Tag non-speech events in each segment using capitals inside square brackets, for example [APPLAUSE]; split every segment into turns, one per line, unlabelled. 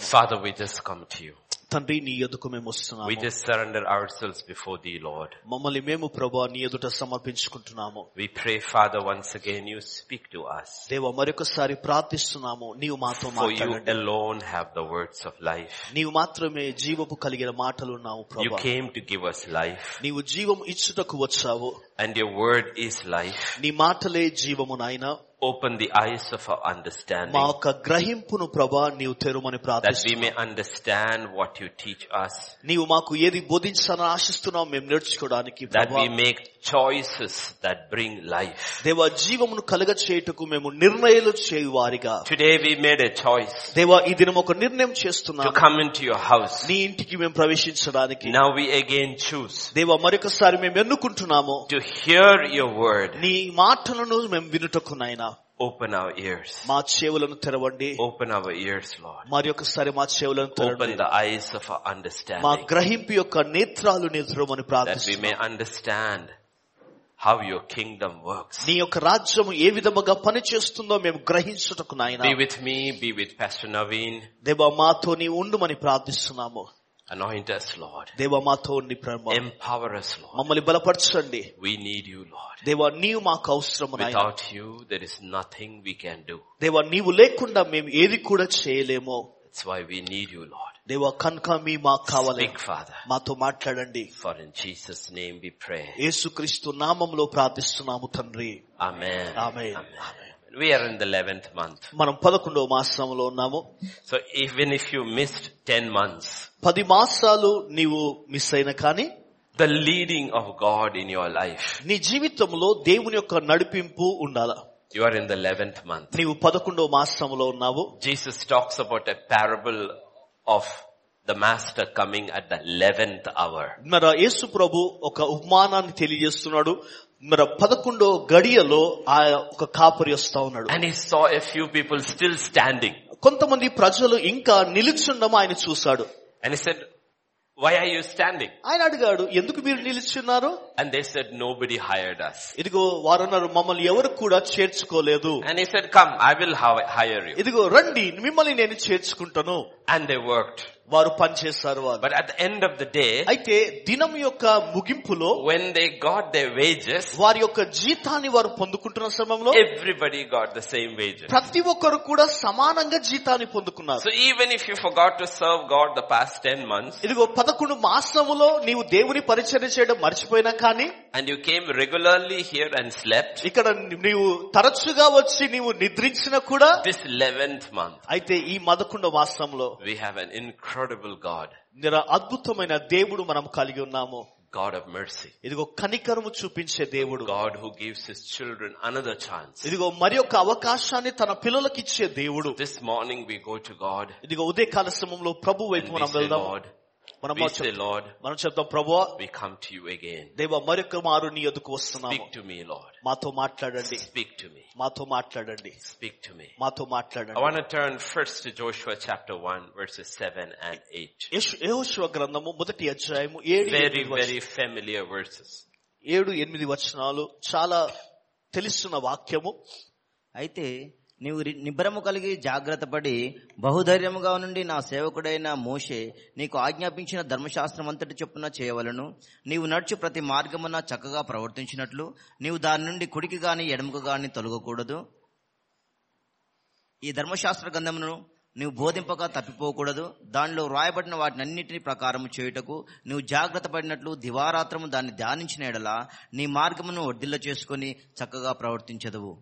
Father, we just come to you.
తండ్రి నీ ఎదుకు మేము
We
వస్తున్నాము
just surrender ourselves before thee, Lord.
మమ్మల్ని మేము ప్రభా నీ ఎదుట సమర్పించుకుంటున్నాము
We pray, Father, once again, you speak to us.
దేవ మరొకసారి ప్రార్థిస్తున్నాము నీవు మాతో
For you
మాట్లాడండి
alone have the words of life.
నీవు మాత్రమే జీవపు కలిగిన మాటలు ఉన్నావు
You
ప్రభా
came to give us life
నీవు జీవం ఇచ్చుటకు వచ్చావు
and your word is life.
నీ మాటలే జీవము నాయన
Open the eyes of our
మా
understanding
యొక్క గ్రహింపును ప్రభా నీవు తెరుమని
that we
ప్రార్థిస్తున్నాము
may understand what you teach us,
నీవు మాకు ఏది బోధించాలని ఆశిస్తున్నావు మేము నేర్చుకోవడానికి
that
ప్రభా
we make choices that bring life.
దేవ జీవమును కలుగ చేయుటకు మేము నిర్ణయాలు చేయు వారిగా
Today we made a choice
దేవ ఈ దినం ఒక నిర్ణయం
to
చేస్తున్నాం
come into your house.
నీ ఇంటికి మేము ప్రవేశించడానికి
Now we again choose
దేవ మరొకసారి మేము ఎన్నుకుంటున్నాము
to hear your word.
నీ మాటలను మేము వినుటకు నాయన
Open our ears.
మా చెవులను తెరవండి
Open our ears, Lord.
మరి ఒకసారి మా చెవులను
Open
తెరవండి
the eyes of our
మా
understanding
గ్రహింపు యొక్క నేత్రాలు నిద్రమని
that we may
ప్రార్థిస్తున్నాం
understand how your kingdom works.
నీ యొక్క రాజ్యము ఏ విధముగా పనిచేస్తుందో మేము గ్రహించుటకు
Be
నాయన
with me, be with Pastor Naveen.
దేవ మాతో నీ ఉండుమని ప్రార్థిస్తున్నాము
Anoint us, Lord.
దేవ మాతో ఉండి ప్రభు
Empower us, Lord.
మమ్మల్ని బలపరచండి
We need you, Lord.
దేవ నీవు మాకు అవసరము నాయన
Without you, there is nothing we can do.
దేవ నీవు లేకుండా మేము ఏది కూడా చేయలేము
That's why we need you, Lord.
దేవ కనుక మీ మాకు కావాలి
Speak, Father.
మాతో మాట్లాడండి
For in Jesus' name we pray.
యేసుక్రీస్తు నామంలో ప్రార్థిస్తున్నాము తండ్రి
Amen.
Amen.
We are in the 11th month.
మనం పదకొండవ మాసంలో ఉన్నాము
So even if you missed 10 months,
పది మాసాలు నీవు మిస్ అయిన కానీ
the leading of God in your life,
నీ జీవితంలో దేవుని యొక్క నడిపింపు ఉండాల
you are in the 11th month.
నీవు పదకొండవ మాసంలో ఉన్నావు
Jesus talks about a parable of the master coming at the 11th hour.
మరి ఆ యేసు ప్రభు ఒక ఉపమానాన్ని తెలియజేస్తున్నాడు మరి పదకొండో గడియలో ఆ ఒక కాపరి వస్తా ఉన్నాడు
And he saw a few people still standing.
కొంతమంది ప్రజలు ఇంకా నిలుచుండము ఆయన చూశాడు
And he said, why are you standing?
ఆయన అడిగాడు ఎందుకు మీరు నిలుచున్నారు
And they said, nobody hired us.
ఇదిగో వారు అన్నారు మమ్మల్ని ఎవరు కూడా చేర్చుకోలేదు
And he said, come, I will hi- hire you.
ఇదిగో రండి మిమ్మల్ని నేను చేర్చుకుంటాను
And they worked.
వారు పనిచేస్తారు వారు
But at the end of the day,
అయితే దినం యొక్క ముగింపులో
when they got their wages,
వారి యొక్క జీతాన్ని వారు పొందుకుంటున్న సమయంలో
everybody got the same wages.
ప్రతి ఒక్కరు కూడా సమానంగా జీతాన్ని పొందుకున్నారు
So even if you forgot to serve God the past 10 months
ఇదిగో పదకొండు మాసములో నీవు దేవుని పరిచర్య చేయడం మర్చిపోయినా కానీ
and you came regularly here and slept,
ఇక్కడ నీవు తరచుగా వచ్చి నీవు నిద్రించినా కూడా
this 11th month,
అయితే ఈ పదకొండవ మాసంలో
we have an incredible God,
నిర అద్భుతమైన దేవుడు మనం కలిగి ఉన్నాము
God of mercy,
ఇదిగో కనికరము చూపించే దేవుడు
God who gives his children another chance.
ఇదిగో మరి ఒక అవకాశాన్ని తన పిల్లలకు ఇచ్చే దేవుడు
This morning we go to God
ఇదిగో ఉదయకాల సమయంలో ప్రభు
and
వైపు
we
మనం
say,
వెళ్దాం
Lord,
మనం
we say,
చెప్-
Lord,
మనం చెప్తాం ప్రభువా
we come to you again.
దేవ మరొక మారు నీ ఎదుకు వస్తున్నాము
Speak to me, Lord.
మాతో మాట్లాడండి
Speak to me.
మాతో మాట్లాడండి
Speak to me.
మాతో
I
మాట్లాడండి
want to turn first to Joshua chapter 1 verses 7 and 8.
యహోశివ గ్రంథము మొదటి అధ్యాయము ఏడు
Very,
ఎనిమిది వచనం-
very familiar verses.
ఏడు ఎనిమిది వచనాలు చాలా తెలుస్తున్న వాక్యము
అయితే నీవు రి- నిబ్బరము కలిగి జాగ్రత్త పడి బహుధైర్యముగా నుండి నా సేవకుడైన మోషే నీకు ఆజ్ఞాపించిన ధర్మశాస్త్రం అంతటి చొప్పున చేయవలను నీవు నడుచు ప్రతి మార్గమున చక్కగా ప్రవర్తించినట్లు నీవు దాని నుండి కుడికి గాని ఎడమకు గాని తొలగకూడదు ఈ ధర్మశాస్త్ర గ్రంథమును నీవు బోధింపక తప్పిపోకూడదు దానిలో వ్రాయబడిన వాటినన్నిటిని ప్రకారము చేయుటకు నువ్వు జాగ్రత్త పడినట్లు దివారాత్రము దాన్ని ధ్యానించిన ఎడల నీ మార్గమును వర్ధిల్ల చేసుకొని చక్కగా ప్రవర్తించదువు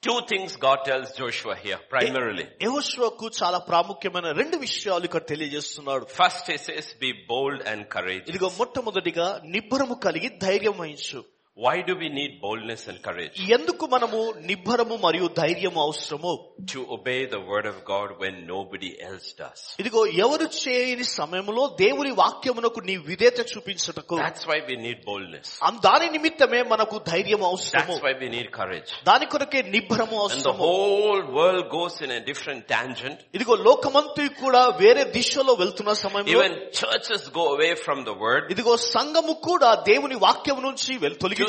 Two things God tells Joshua here, primarily.
యహోశివకు చాలా ప్రాముఖ్యమైన రెండు విషయాలు ఇక్కడ తెలియజేస్తున్నాడు
First, he says, be bold and courageous.
ఇదిగో మొట్టమొదటిగా నిబ్బరము కలిగి ధైర్యం వహించు
Why do we need boldness and courage?
ఎందుకు మనము నిబ్బరము మరియు ధైర్యము అవసరము
To obey the word of God when nobody else does.
ఇదిగో ఎవరు చేయని సమయంలో దేవుని వాక్యమునకు నీ విధేత చూపించుటకు
That's why we need boldness.
అం- దాని నిమిత్తమే మనకు ధైర్యం అవసరము
That's why we need courage.
దాని కొరకే నిబ్బరము
And the
అవసరము
whole world goes in a different tangent.
ఇదిగో లోకమంతా కూడా వేరే దిశలో వెళ్తున్న సమయంలో
Even churches go away from the word
ఇదిగో సంఘము కూడా దేవుని వాక్యం నుంచి వెల్-
to
తొలగి ప్రవేశపెట్టబడుతుంది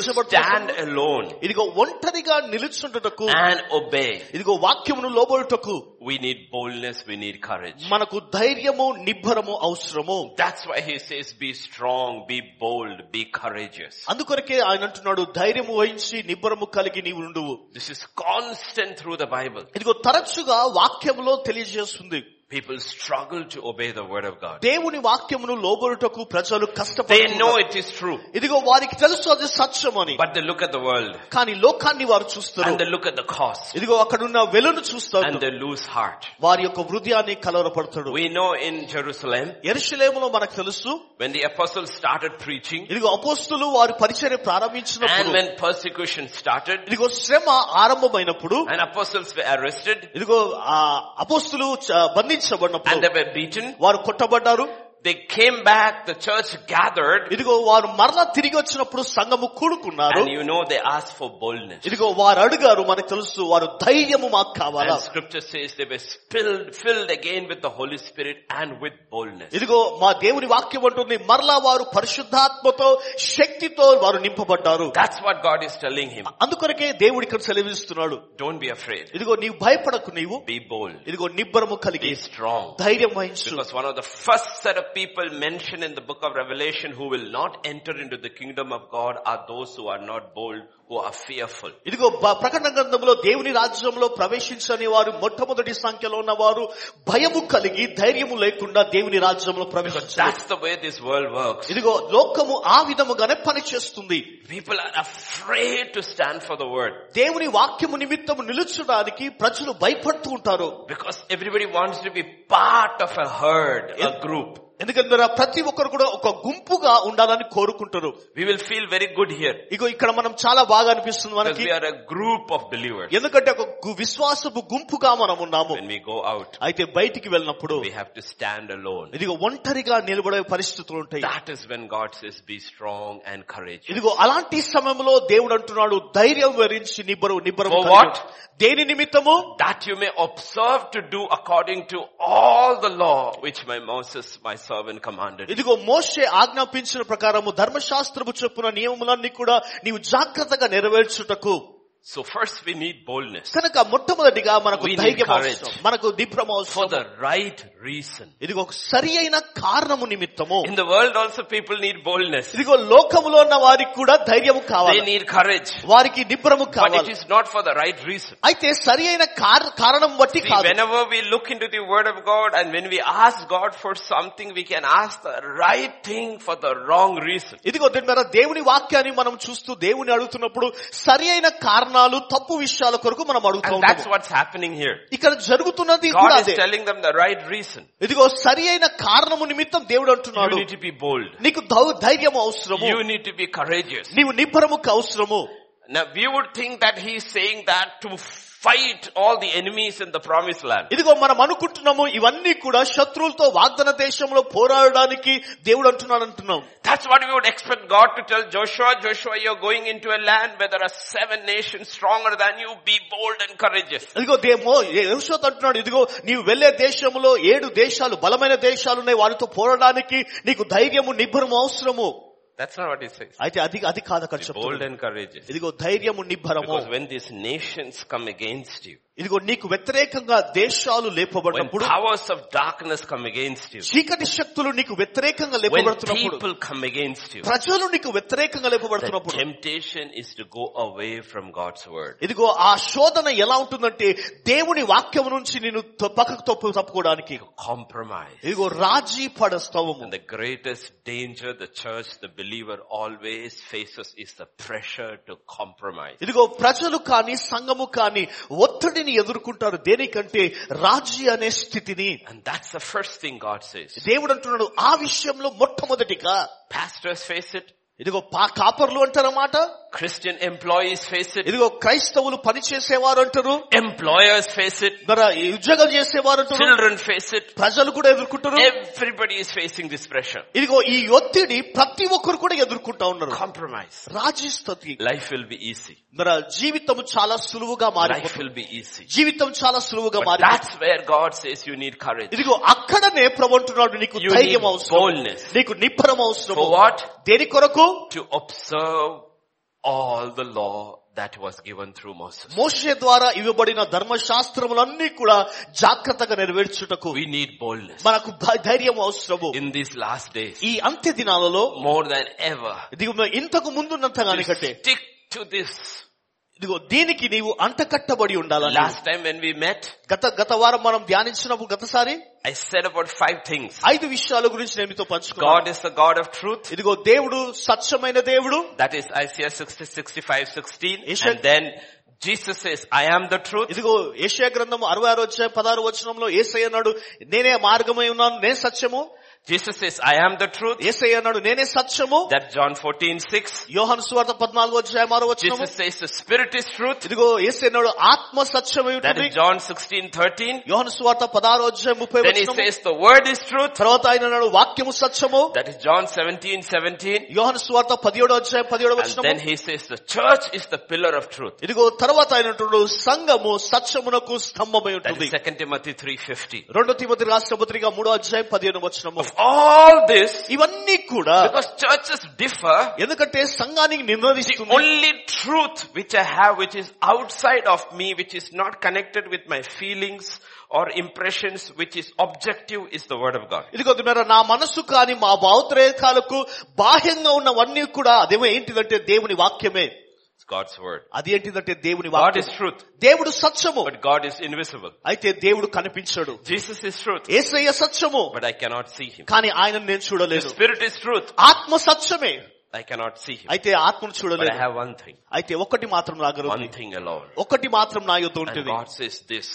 stand alone
ఇదిగో ఒంటరిగా నిలుచుంటకు
and obey.
ఇదిగో వాక్యమును లోబడుటకు
We need boldness, we need courage.
మనకు ధైర్యము నిబ్బరము అవసరము
That's why he says be strong, be bold, be courageous.
అందుకొరకే ఆయన అంటున్నాడు ధైర్యము వహించి నిబ్బరము కలిగి నీవు ఉండువు
This is constant through the Bible.
ఇదిగో తరచుగా వాక్యములో తెలియజేస్తుంది
People struggle to obey the word of God.
దేవుని వాక్యమును లోబడుటకు ప్రజలు
They know
కష్టపడుతున్నారు
it is true,
ఇదిగో వారికి తెలుసు అది సత్యమని
but they look at the world
కానీ లోకాన్ని వారు చూస్తారు
and they look at the cost
ఇదిగో అక్కడున్న వెలును చూస్తారు
and they lose heart.
వారి యొక్క హృదయాన్ని కలవరపడతాడు
We know in Jerusalem,
ఎరుషలేములో మనకు తెలుసు
when the apostles started preaching
ఇదిగో అపోస్తులు వారి పరిచర్య
and
ప్రారంభించినప్పుడు
when persecution started
ఇదిగో శ్రమ ఆరంభమైనప్పుడు
and apostles were arrested
ఇదిగో ఆ అపోస్తులు చ-
and they
బంధించబడినప్పుడు
were beaten,
వారు కొట్టబడ్డారు
they came back, the church gathered
ఇదిగో వారు మరలా తిరిగి వచ్చినప్పుడు సంఘము కూడుకున్నారు
and you know they asked for boldness.
ఇదిగో వారు అడిగారు మనకు తెలుసు వారు ధైర్యము మాకు కావాలా
And scripture says they were spilled, filled again with the Holy Spirit and with boldness.
ఇదిగో మా దేవుని వాక్యం అంటుంది మరలా వారు పరిశుద్ధాత్మతో శక్తితో వారు నింపబడ్డారు
That's what God is telling him.
అందుకొరకే దేవుడు ఇక్కడ సెలవిస్తున్నాడు
Don't be afraid.
ఇదిగో నీవు భయపడకు నీవు
Be bold.
ఇదిగో నిబ్బరము కలిగి
Be strong.
ధైర్యం వహించు
Because one of the first set of people mentioned in the book of Revelation who will not enter into the kingdom of God are those who are not bold, who are fearful.
ఇదిగో బ- ప్రకటన గ్రంథంలో దేవుని రాజ్యంలో ప్రవేశించని వారు మొట్టమొదటి సంఖ్యలో ఉన్న వారు భయము కలిగి ధైర్యము లేకుండా దేవుని రాజ్యంలో
Because
ప్రవేశించారు
that's the way this world works.
ఇదిగో లోకము ఆ విధముగానే పనిచేస్తుంది
People are afraid to stand for the word.
దేవుని వాక్యము నిమిత్తము నిలుచడానికి ప్రజలు భయపడుతూ ఉంటారు
Because everybody wants to be part of a herd, a group.
ఎందుకంటే రా- ప్రతి ఒక్కరు కూడా ఒక గుంపుగా ఉండాలని కోరుకుంటారు
We will feel very good here.
ఇగో ఇక్కడ మనం చాలా బాగా అనిపిస్తుంది
Because
మనకి
we are a group of believers.
ఎందుకంటే ఒక గు- విశ్వాసపు గుంపుగా మనం ఉన్నాము
When we go out,
అయితే బయటికి వెళ్ళినప్పుడు
we have to stand alone.
ఇదిగో ఒంటరిగా నిలబడే పరిస్థితులు ఉంటాయి
That is when God says, be strong and courageous.
ఇదిగో అలాంటి సమయంలో దేవుడు అంటున్నాడు ధైర్యం వరించి నిబ్బరు నిబ్బరం
For
కలిగి
what?
దేని నిమిత్తము
That you may observe to do according to all the law which my Moses, my servant, commanded.
ఇదిగో మోషే ఆజ్ఞాపించిన ప్రకారము ధర్మశాస్త్రము చొప్పున నియమములన్నీ కూడా నీవు జాగ్రత్తగా నెరవేర్చుటకు
So first we need boldness
కనుక మొట్టమొదటిగా మనకు
We need
ధైర్యం
courage.
అవసరం మనకు నిబ్రం
for
అవసరం
the right reason.
ఇదిగో ఒక సరి అయిన కారణము నిమిత్తము
In the world also people need boldness.
ఇదిగో లోకములో ఉన్న వారికి కూడా ధైర్యము
They
కావాలి
need courage.
వారికి నిబ్రము
But it
కావాలి
is not for the right reason.
అయితే సరి అయిన కార- కారణం బట్టి
See,
కాదు
whenever we look into the word of God and when we ask God for something, we can ask the right thing for the wrong reason.
ఇదిగో దీని మీద దేవుని వాక్యాన్ని మనం చూస్తూ దేవుని అడుగుతున్నప్పుడు సరి అయిన కారణాలు తప్పు విషయాల కొరకు మనం అడుగుతూ
And that's
ఉంటాము
what's happening here.
ఇక్కడ జరుగుతున్నది కూడా
God
అదే
is telling them the right reason.
ఇదిగో సరి అయిన కారణము నిమిత్తం దేవుడు
You
అంటున్నాడు
need to be bold.
నీకు ధౌ- ధైర్యము అవసరము
You need to be courageous.
నీవు నిబ్బరముకు అవసరము
Now we would think that he's saying that to fight all the enemies in the promised land.
ఇదిగో మనం అనుకుంటున్నాము ఇవన్నీ కూడా శత్రువులతో వాగ్దాన దేశంలో పోరాడడానికి దేవుడు అంటున్నాడు అంటున్నాం
That's what we would expect God to tell Joshua, Joshua, you're going into a land where there are seven nations stronger than you. Be bold and courageous.
ఇదిగో దేమో యహోషువతో అంటున్నాడు ఇదిగో నీవు వెళ్లే దేశంలో ఏడు దేశాలు బలమైన దేశాలు ఉన్నాయి వారితో పోరాడడానికి నీకు ధైర్యము నిబ్బరము అవసరము
That's not what he says.
అయితే అది అది కాదు అక్కడ
Be bold
చెప్తున్నాడు
and courageous.
ఇదిగో ధైర్యము నిబ్బరము
Because when these nations come against you,
ఇదిగో నీకు వ్యతిరేకంగా దేశాలు
when
లేపబడినప్పుడు
powers of darkness come against you,
చీకటి శక్తులు నీకు వ్యతిరేకంగా
when
లేపబడుతున్నప్పుడు
people come against you,
ప్రజలు నీకు వ్యతిరేకంగా
the
లేపబడుతున్నప్పుడు
temptation is to go away from God's word.
ఇదిగో ఆ శోధన ఎలా ఉంటుందంటే దేవుని వాక్యం నుంచి నేను తొ- పక్కకు తప్పు తప్పుకోవడానికి
Compromise.
ఇదిగో రాజీ పడ స్తవము
And the greatest danger the church, the believer always faces is the pressure to compromise.
ఇదిగో ప్రజలు కానీ సంఘము కానీ ఒత్తిడిని ఎదుర్కొంటారు దేనికంటే రాజీ అనే స్థితిని
And that's the first thing God says.
దేవుడు అంటున్నాడు ఆ విషయంలో మొట్టమొదటిగా
Pastors face it.
ఇదిగో పా- కాపర్లు అంటారన్నమాట
Christian employees face it.
ఇదిగో క్రైస్తవులు పని చేసేవారు అంటారు
Employers face it.
మరి ఈ ఉద్యోగాలు చేసేవారు అంటారు
Children face it.
ప్రజలు కూడా ఎదుర్కొంటారు
Everybody is facing this pressure.
ఇదిగో ఈ ఒత్తిడి ప్రతి ఒక్కరు కూడా ఎదుర్కొంటా ఉన్నారు
Compromise.
రాజీ స్థితి
Life will be easy.
మరి జీవితం చాలా సులువుగా
Life
మారిపోతుంది
will be easy.
జీవితం చాలా సులువుగా
But
మారిపోతుంది
that's where God says you need courage.
ఇదిగో అక్కడనే ప్రభు అంటున్నాడు నీకు
You need
ధైర్యం అవసరం
boldness.
నీకు నిబ్బరం అవసరం
For what?
దేని కొరకు
To observe all the law that was given through Moses.
మోషే ద్వారా ఇవ్వబడిన ధర్మశాస్త్రములన్నీ కూడా జాగ్రత్తగా నెరవేర్చుటకు
We need boldness.
మనకు ధై- ధైర్యం అవసరము
In these last days,
ఈ అంత్య దినాలలో
more than ever,
ఇదిగో ఇంతకు ముందున్నంత కంటే
stick to this.
ఇదిగో దీనికి నీవు అంటకట్టబడి ఉండాలి
Last time when we met,
గత గత వారం మనం ధ్యానించినప్పుడు గతసారి
I said about five things.
ఐదు విషయాల గురించి నేను మీతో
God
పంచుకున్నాను
is the God of truth.
ఇదిగో దేవుడు సత్యమైన దేవుడు
That is Isaiah 60, 65, 16.
Yes, sir.
And then Jesus says, I am the truth.
ఇదిగో ఏషియా గ్రంథం అరవై ఆరు వచ్చే పదహారు వచనంలో ఏసై అన్నాడు నేనే మార్గమై ఉన్నాను నేను సత్యము
Jesus says, I am the truth.
ఏసై అన్నాడు నేనే సత్యము
That John 14, 6.
యోహన్ స్వార్థ పద్నాలుగు అధ్యాయం ఆరో వచనము
Jesus says the spirit is truth.
ఇదిగో ఏసై అన్నాడు ఆత్మ సత్యమై
That
ఉంటుంది
is John 16, 13.
యోహన్ స్వార్థ పదహారు అధ్యాయం ముప్పై
Then he
వచనము
says the word is truth.
తర్వాత ఆయన అన్నాడు వాక్యము సత్యము
That is John 17, 17.
యోహన్ స్వార్థ పదిహేడు అధ్యాయం పదిహేడు
And
వచనము
then he says the church is the pillar of truth.
ఇదిగో తర్వాత ఆయన అంటున్నాడు సంఘము సత్యమునకు స్తంభమై
That
ఉంటుంది
is 2 Timothy 3.50.
రెండో తిమతి రాష్ట్ర పత్రిక మూడో అధ్యాయం పదిహేను వచనము
Of all this,
ఇవన్నీ కూడా
because churches differ,
ఎందుకంటే సంఘానికి
the
నిర్ణయిస్తుంది
only truth which I have which is outside of me, which is not connected with my feelings or impressions, which is objective is the word of God.
ఇదిగో దినరా, నా మనసు కాని మా భావోద్రేకాలకు బాహ్యంగా ఉన్నవన్నీ కూడా అదేమో ఏంటిదంటే దేవుని వాక్యమే
It's God's word.
అది ఏంటిదంటే దేవుని
God is
వాక్యం
truth,
దేవుడు సత్యము
but God is invisible.
అయితే దేవుడు కనిపించడు
Jesus is truth,
ఏసయ్య సత్యము
but I cannot see him.
కానీ ఆయనను నేను
The
చూడలేదు
spirit is truth,
ఆత్మ సత్యమే
I cannot see him.
అయితే ఆత్మను
But I
చూడలేదు
have one thing,
అయితే ఒకటి మాత్రం
one
నాగరు
thing alone.
ఒకటి మాత్రం నా యుద్ధ
And
ఉంటుంది
God says this,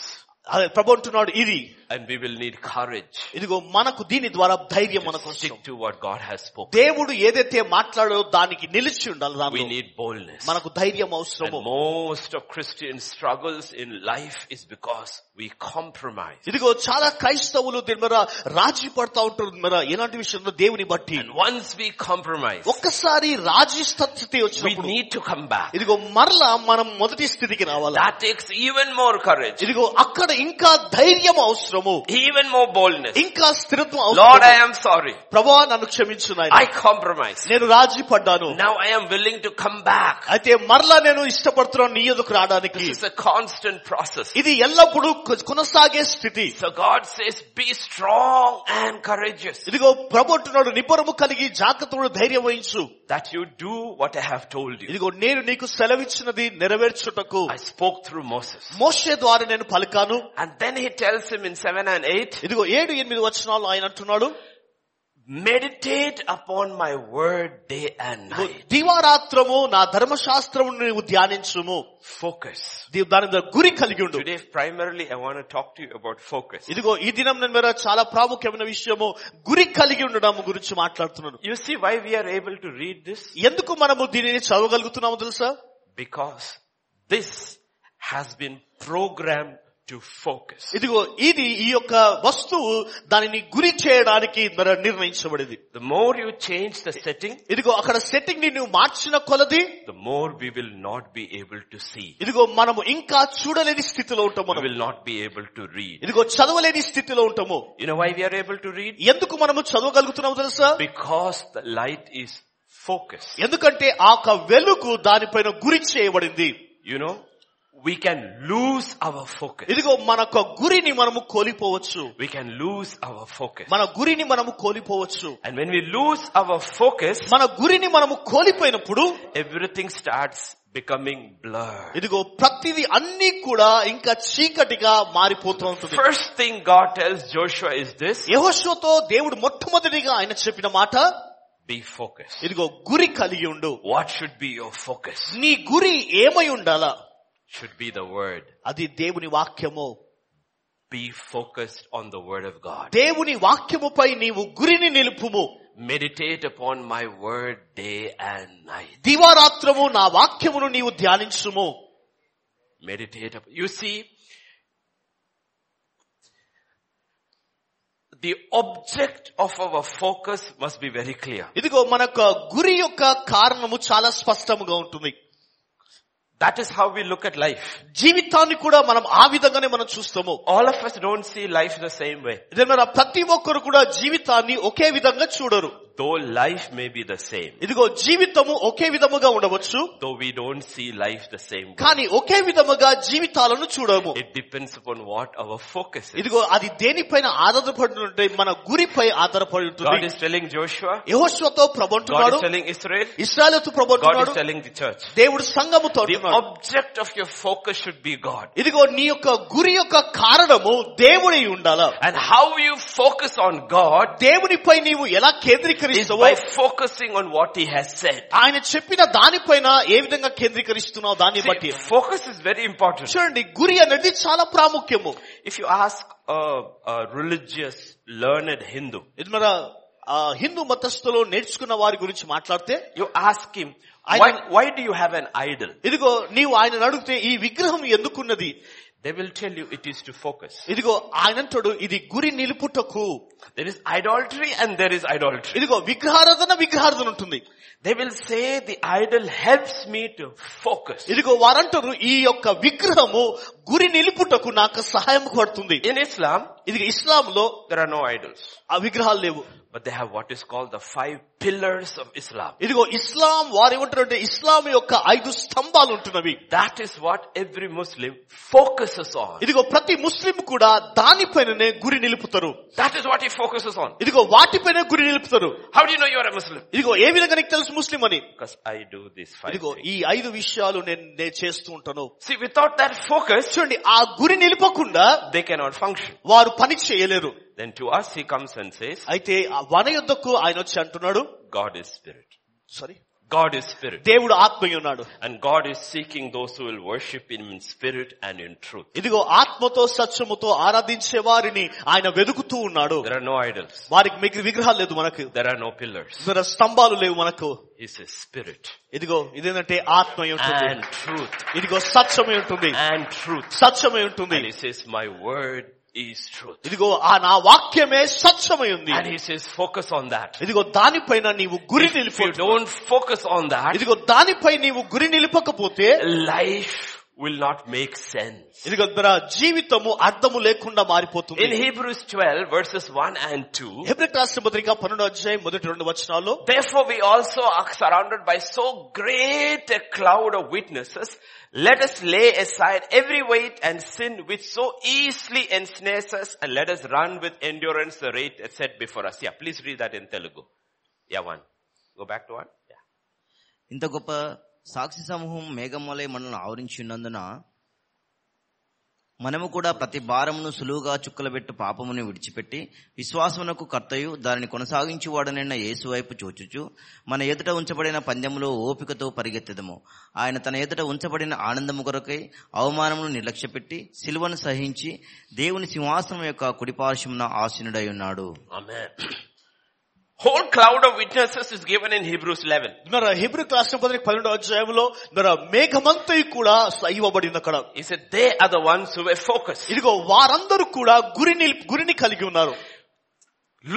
అదే ప్రభు అంటున్నాడు ఇది
and we will need courage
ఇదిగో మనకు దీని ద్వారా ధైర్యం
to
మనకు వస్తుంది.
stick to what God has spoken.
దేవుడు ఏదైతే మాట్లాడో దానికి నిలిచి ఉండాలి
We
దానిలో
need boldness.
మనకు ధైర్యం
And
అవసరము
most of Christian struggles in life is because we compromise.
ఇదిగో చాలా క్రైస్తవులు దీని మీద రాజీ పడతా ఉంటారు మరి ఎలాంటి విషయంలో దేవుని బట్టి
And once we compromise,
ఒక్కసారి రాజీ స్థితి
we
వచ్చినప్పుడు
need to come back.
ఇదిగో మరలా మనం మొదటి స్థితికి రావాలి
That takes even more courage,
ఇదిగో అక్కడ ఇంకా ధైర్యం అవసరము
even more boldness.
ఇంకా స్థిరత్వం
Lord, I
అవసరం
am sorry.
ప్రభా నన్ను క్షమించు నాయనా.
I compromised.
నేను రాజీ పడ్డాను
Now I am willing to come back.
అయితే మరలా నేను ఇష్టపడుతున్నాను నీ ఎదుకు రావడానికి
This is a constant process.
ఇది ఎల్లప్పుడూ కొ- కొనసాగే స్థితి
So God says, be strong and courageous
ఇదిగో ప్రభు అంటున్నాడు నిపుణము కలిగి జాగ్రత్తలు ధైర్యం వహించు
that you do what I have told you.
ఇదిగో నేను నీకు సెలవిచ్చినది నెరవేర్చుటకు
I spoke through Moses.
మోషే ద్వారా నేను పలికాను
And then he tells him in 7 and 8,
ఇదిగో ఏడు ఎనిమిది వచనాలు ఆయన అంటున్నాడు
meditate upon my word day and
ఇదిగో,
night.
దివారాత్రము నా ధర్మశాస్త్రము నువ్వు ధ్యానించుము
Focus.
ఇది దాని మీద గురి కలిగి ఉండు
Today primarily I want to talk to you about focus.
ఇదిగో ఈ దినం నేను మీద చాలా ప్రాముఖ్యమైన విషయము గురి కలిగి ఉండడం గురించి మాట్లాడుతున్నాను
You see why we are able to read this?
ఎందుకు మనము దీనిని చదవగలుగుతున్నాము తెలుసా
Because this has been programmed to focus.
ఇదిగో ఇది ఈ యొక్క వస్తువు దానిని గురి చేయడానికి మరి నిర్ణయించబడింది
The more you change the setting,
ఇదిగో అక్కడ సెట్టింగ్ ని నువ్వు మార్చిన కొలది
the more we will not be able to see.
ఇదిగో మనము ఇంకా చూడలేని స్థితిలో ఉంటాం
We
మనం
will not be able to read.
ఇదిగో చదవలేని స్థితిలో ఉంటాము
You know why we are able to read?
ఎందుకు మనము చదవగలుగుతున్నాము తెలుసా
Because the light is focused.
ఎందుకంటే ఆ యొక్క వెలుగు దానిపైన గురి చేయబడింది
You know, we can lose our focus.
ఇదిగో మన యొక్క గురిని మనము కోల్పోవచ్చు
We can lose our focus.
మన గురిని మనము కోల్పోవచ్చు
And when we lose our focus,
మన గురిని మనము కోల్పోయినప్పుడు
everything starts becoming blurred.
ఇదిగో ప్రతిది అన్ని కూడా ఇంకా చీకటిగా మారిపోతూ ఉంటుంది
First thing God tells Joshua is this,
యహోషువతో దేవుడు మొట్టమొదటిగా ఆయన చెప్పిన మాట
be focused.
ఇదిగో గురి కలిగి ఉండు
What should be your focus?
నీ గురి ఏమై ఉండాలా
Should be the word.
అది దేవుని వాక్యము
Be focused on the word of God.
దేవుని వాక్యముపై నీవు గురిని నిలుపుము
Meditate upon my word day and night.
దివారాత్రము నా వాక్యమును నీవు ధ్యానించుము
Meditate upon. You see, the object of our focus must be very clear.
ఇదిగో మన యొక్క గురి యొక్క కారణము చాలా స్పష్టముగా ఉంటుంది
That is how we look at life.
జీవితాన్ని కూడా మనం ఆ విధంగానే మనం చూస్తాము
All of us don't see life the same way.
ఇదే మన ప్రతి ఒక్కరు కూడా జీవితాన్ని ఒకే విధంగా చూడరు
Though life may be the same,
ఇదిగో జీవితము ఒకే విధముగా ఉండవచ్చు
though we don't see life the same way,
కానీ ఒకే విధముగా జీవితాలను చూడము
it depends upon what our focus is.
ఇదిగో అది దేనిపైన ఆధారపడి ఉంటే మన గురిపై ఆధారపడి
God
ఉంటుంది
is telling Joshua,
యహోశ్వతో
God
ప్రభంటున్నాడు
is telling Israel,
ఇస్రాయలతో
God
ప్రభంటున్నాడు
is telling the church.
దేవుడు సంఘముతో
The
అంటున్నాడు.
object of your focus should be God.
ఇదిగో నీ యొక్క గురి యొక్క కారణము దేవుడై ఉండాలా
And how you focus on God
దేవునిపై నీవు ఎలా
is
కేంద్రీకరిస్తావో
by focusing on what He has said.
ఆయన చెప్పిన దానిపైన ఏ విధంగా కేంద్రీకరిస్తున్నావు దాన్ని బట్టి
See, focus is very important.
చూడండి గురి అనేది చాలా ప్రాముఖ్యము
If you ask a, a religious, learned Hindu,
ఇది మన ఆ, హిందూ మతస్థులో నేర్చుకున్న వారి గురించి మాట్లాడితే
you ask him,
I
why, why do you have an idol?
ఇదిగో నీవు ఆయన అడిగితే ఈ విగ్రహం ఎందుకున్నది
They will tell you it is to focus.
ఇదిగో ఆయన అంటాడు ఇది గురి నిలుపుటకు
There is idolatry and there is idolatry.
ఇదిగో విగ్రహారాధన విగ్రహారాధన ఉంటుంది
They will say the idol helps me to focus.
ఇదిగో వారంటారు ఈ యొక్క విగ్రహము గురి నిలుపుటకు నాకు సహాయం పడుతుంది
In Islam,
ఇది ఇస్లాంలో
there are no idols,
ఆ విగ్రహాలు లేవు
but they have what is called the five pillars of Islam.
ఇదిగో ఇస్లాం వారు ఏమంటారు అంటే ఇస్లాం యొక్క ఐదు స్తంభాలు ఉంటున్నవి
That is what every Muslim focuses on.
ఇదిగో ప్రతి ముస్లిం కూడా దానిపైననే గురి నిలుపుతారు
That is what he focuses on.
ఇదిగో వాటిపైన గురి నిలుపుతారు
How do you know you are a Muslim?
ఇదిగో ఏ విధంగా నీకు తెలుసు ముస్లిం అని
Because I do these five
ఇదిగో
things.
ఈ ఐదు విషయాలు నేను నేను చేస్తూ ఉంటాను
See, without that focus,
చూడండి ఆ గురి నిలుపకుండా
they cannot function.
వారు పని చేయలేరు
Then to us, he comes and says,
అయితే ఆ వన యుద్ధకు ఆయన వచ్చి అంటున్నాడు
God is spirit.
Sorry
God is spirit.
దేవుడు ఆత్మయ్య ఉన్నాడు
And God is seeking those who will worship him in spirit and in truth.
ఇదిగో ఆత్మతో సత్యముతో ఆరాధించే వారిని ఆయన వెతుకుతూ ఉన్నాడు
There are no idols.
వారికి మీకు విగ్రహాలు లేదు మనకు
There are no pillars.
ఇతర స్తంభాలు లేవు మనకు
He says spirit
ఇదిగో ఇదేంటంటే ఆత్మై ఉంటుంది
and truth
ఇదిగో సత్యమై ఉంటుంది
and truth.
సత్యమై ఉంటుంది
And he says, my word is truth.
ఇదిగో ఆ నా వాక్యమే సత్యమై ఉంది
And he says, focus on that.
ఇదిగో దానిపైన నీవు గురి
If you
నిలిపి
don't focus on that,
ఇదిగో దానిపై నీవు గురి నిలిపకపోతే
life will not make sense.
ఇదిగో మన జీవితము అర్థము లేకుండా
In
మారిపోతుంది
Hebrews 12 verses 1 and 2,
హెబ్రిక్ రాష్ట్ర పత్రిక పన్నెండు అధ్యాయం మొదటి రెండు వచనాల్లో
Therefore we also are surrounded by so great a cloud of witnesses. Let us lay aside every weight and sin which so easily ensnares us and let us run with endurance the rate set before us. Yeah, please read that in Telugu. Yeah, one. Go back to one. Yeah.
ఇంత గొప్ప సాక్షి సమూహం మేఘమలై మనల్ని ఆవరించినందున మనము కూడా ప్రతి భారమును సులువుగా చుక్కలబెట్టు పాపమును విడిచిపెట్టి విశ్వాసమునకు కర్తయు దానిని కొనసాగించువాడనైన యేసు వైపు చూచుచు మన ఎదుట ఉంచబడిన పందెములో ఓపికతో పరిగెత్తెదము ఆయన తన ఎదుట ఉంచబడిన ఆనందము కొరకై అవమానమును నిర్లక్ష్యపెట్టి సిలువను సహించి దేవుని సింహాసనం యొక్క కుడిపార్శ్వమున ఆసీనుడై ఉన్నాడు
Amen. [CLEARS THROAT] Whole cloud of witnesses is given in Hebrews 11.
మన హెబ్రిక్ రాష్ట్ర పత్రిక పన్నెండు అధ్యాయంలో మన మేఘమంతయు కూడా ఇవ్వబడింది అక్కడ
He said they are the ones who were focused.
ఇదిగో వారందరూ కూడా గురి నిల్- గురిని కలిగి ఉన్నారు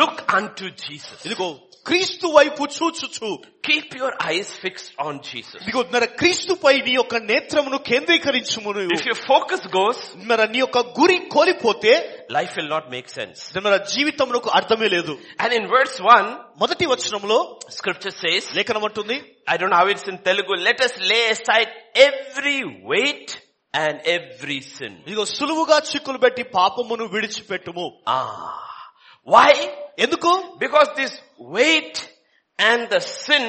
Look unto Jesus.
ఇదిగో క్రీస్తు వైపు చూచుచు
Keep your eyes fixed on Jesus.
ఇదిగో మన క్రీస్తుపై నీ యొక్క నేత్రమును కేంద్రీకరించుము నువ్వు.
If your focus goes,
మన నీ యొక్క గురి కోల్పోతే
life will not make sense.
మన జీవితంలో అర్థమే లేదు
And in verse 1,
మొదటి వచనంలో
scripture says,
లేఖనం అంటుంది
I don't know how it's in Telugu, let us lay aside every weight and every sin.
ఇదిగో సులువుగా చిక్కులు పెట్టి పాపమును విడిచిపెట్టుము
Ah. Why?
ఎందుకు
Because this weight and the sin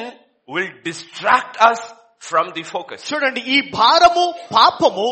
will distract us from the focus.
చూడండి ఈ భారము పాపము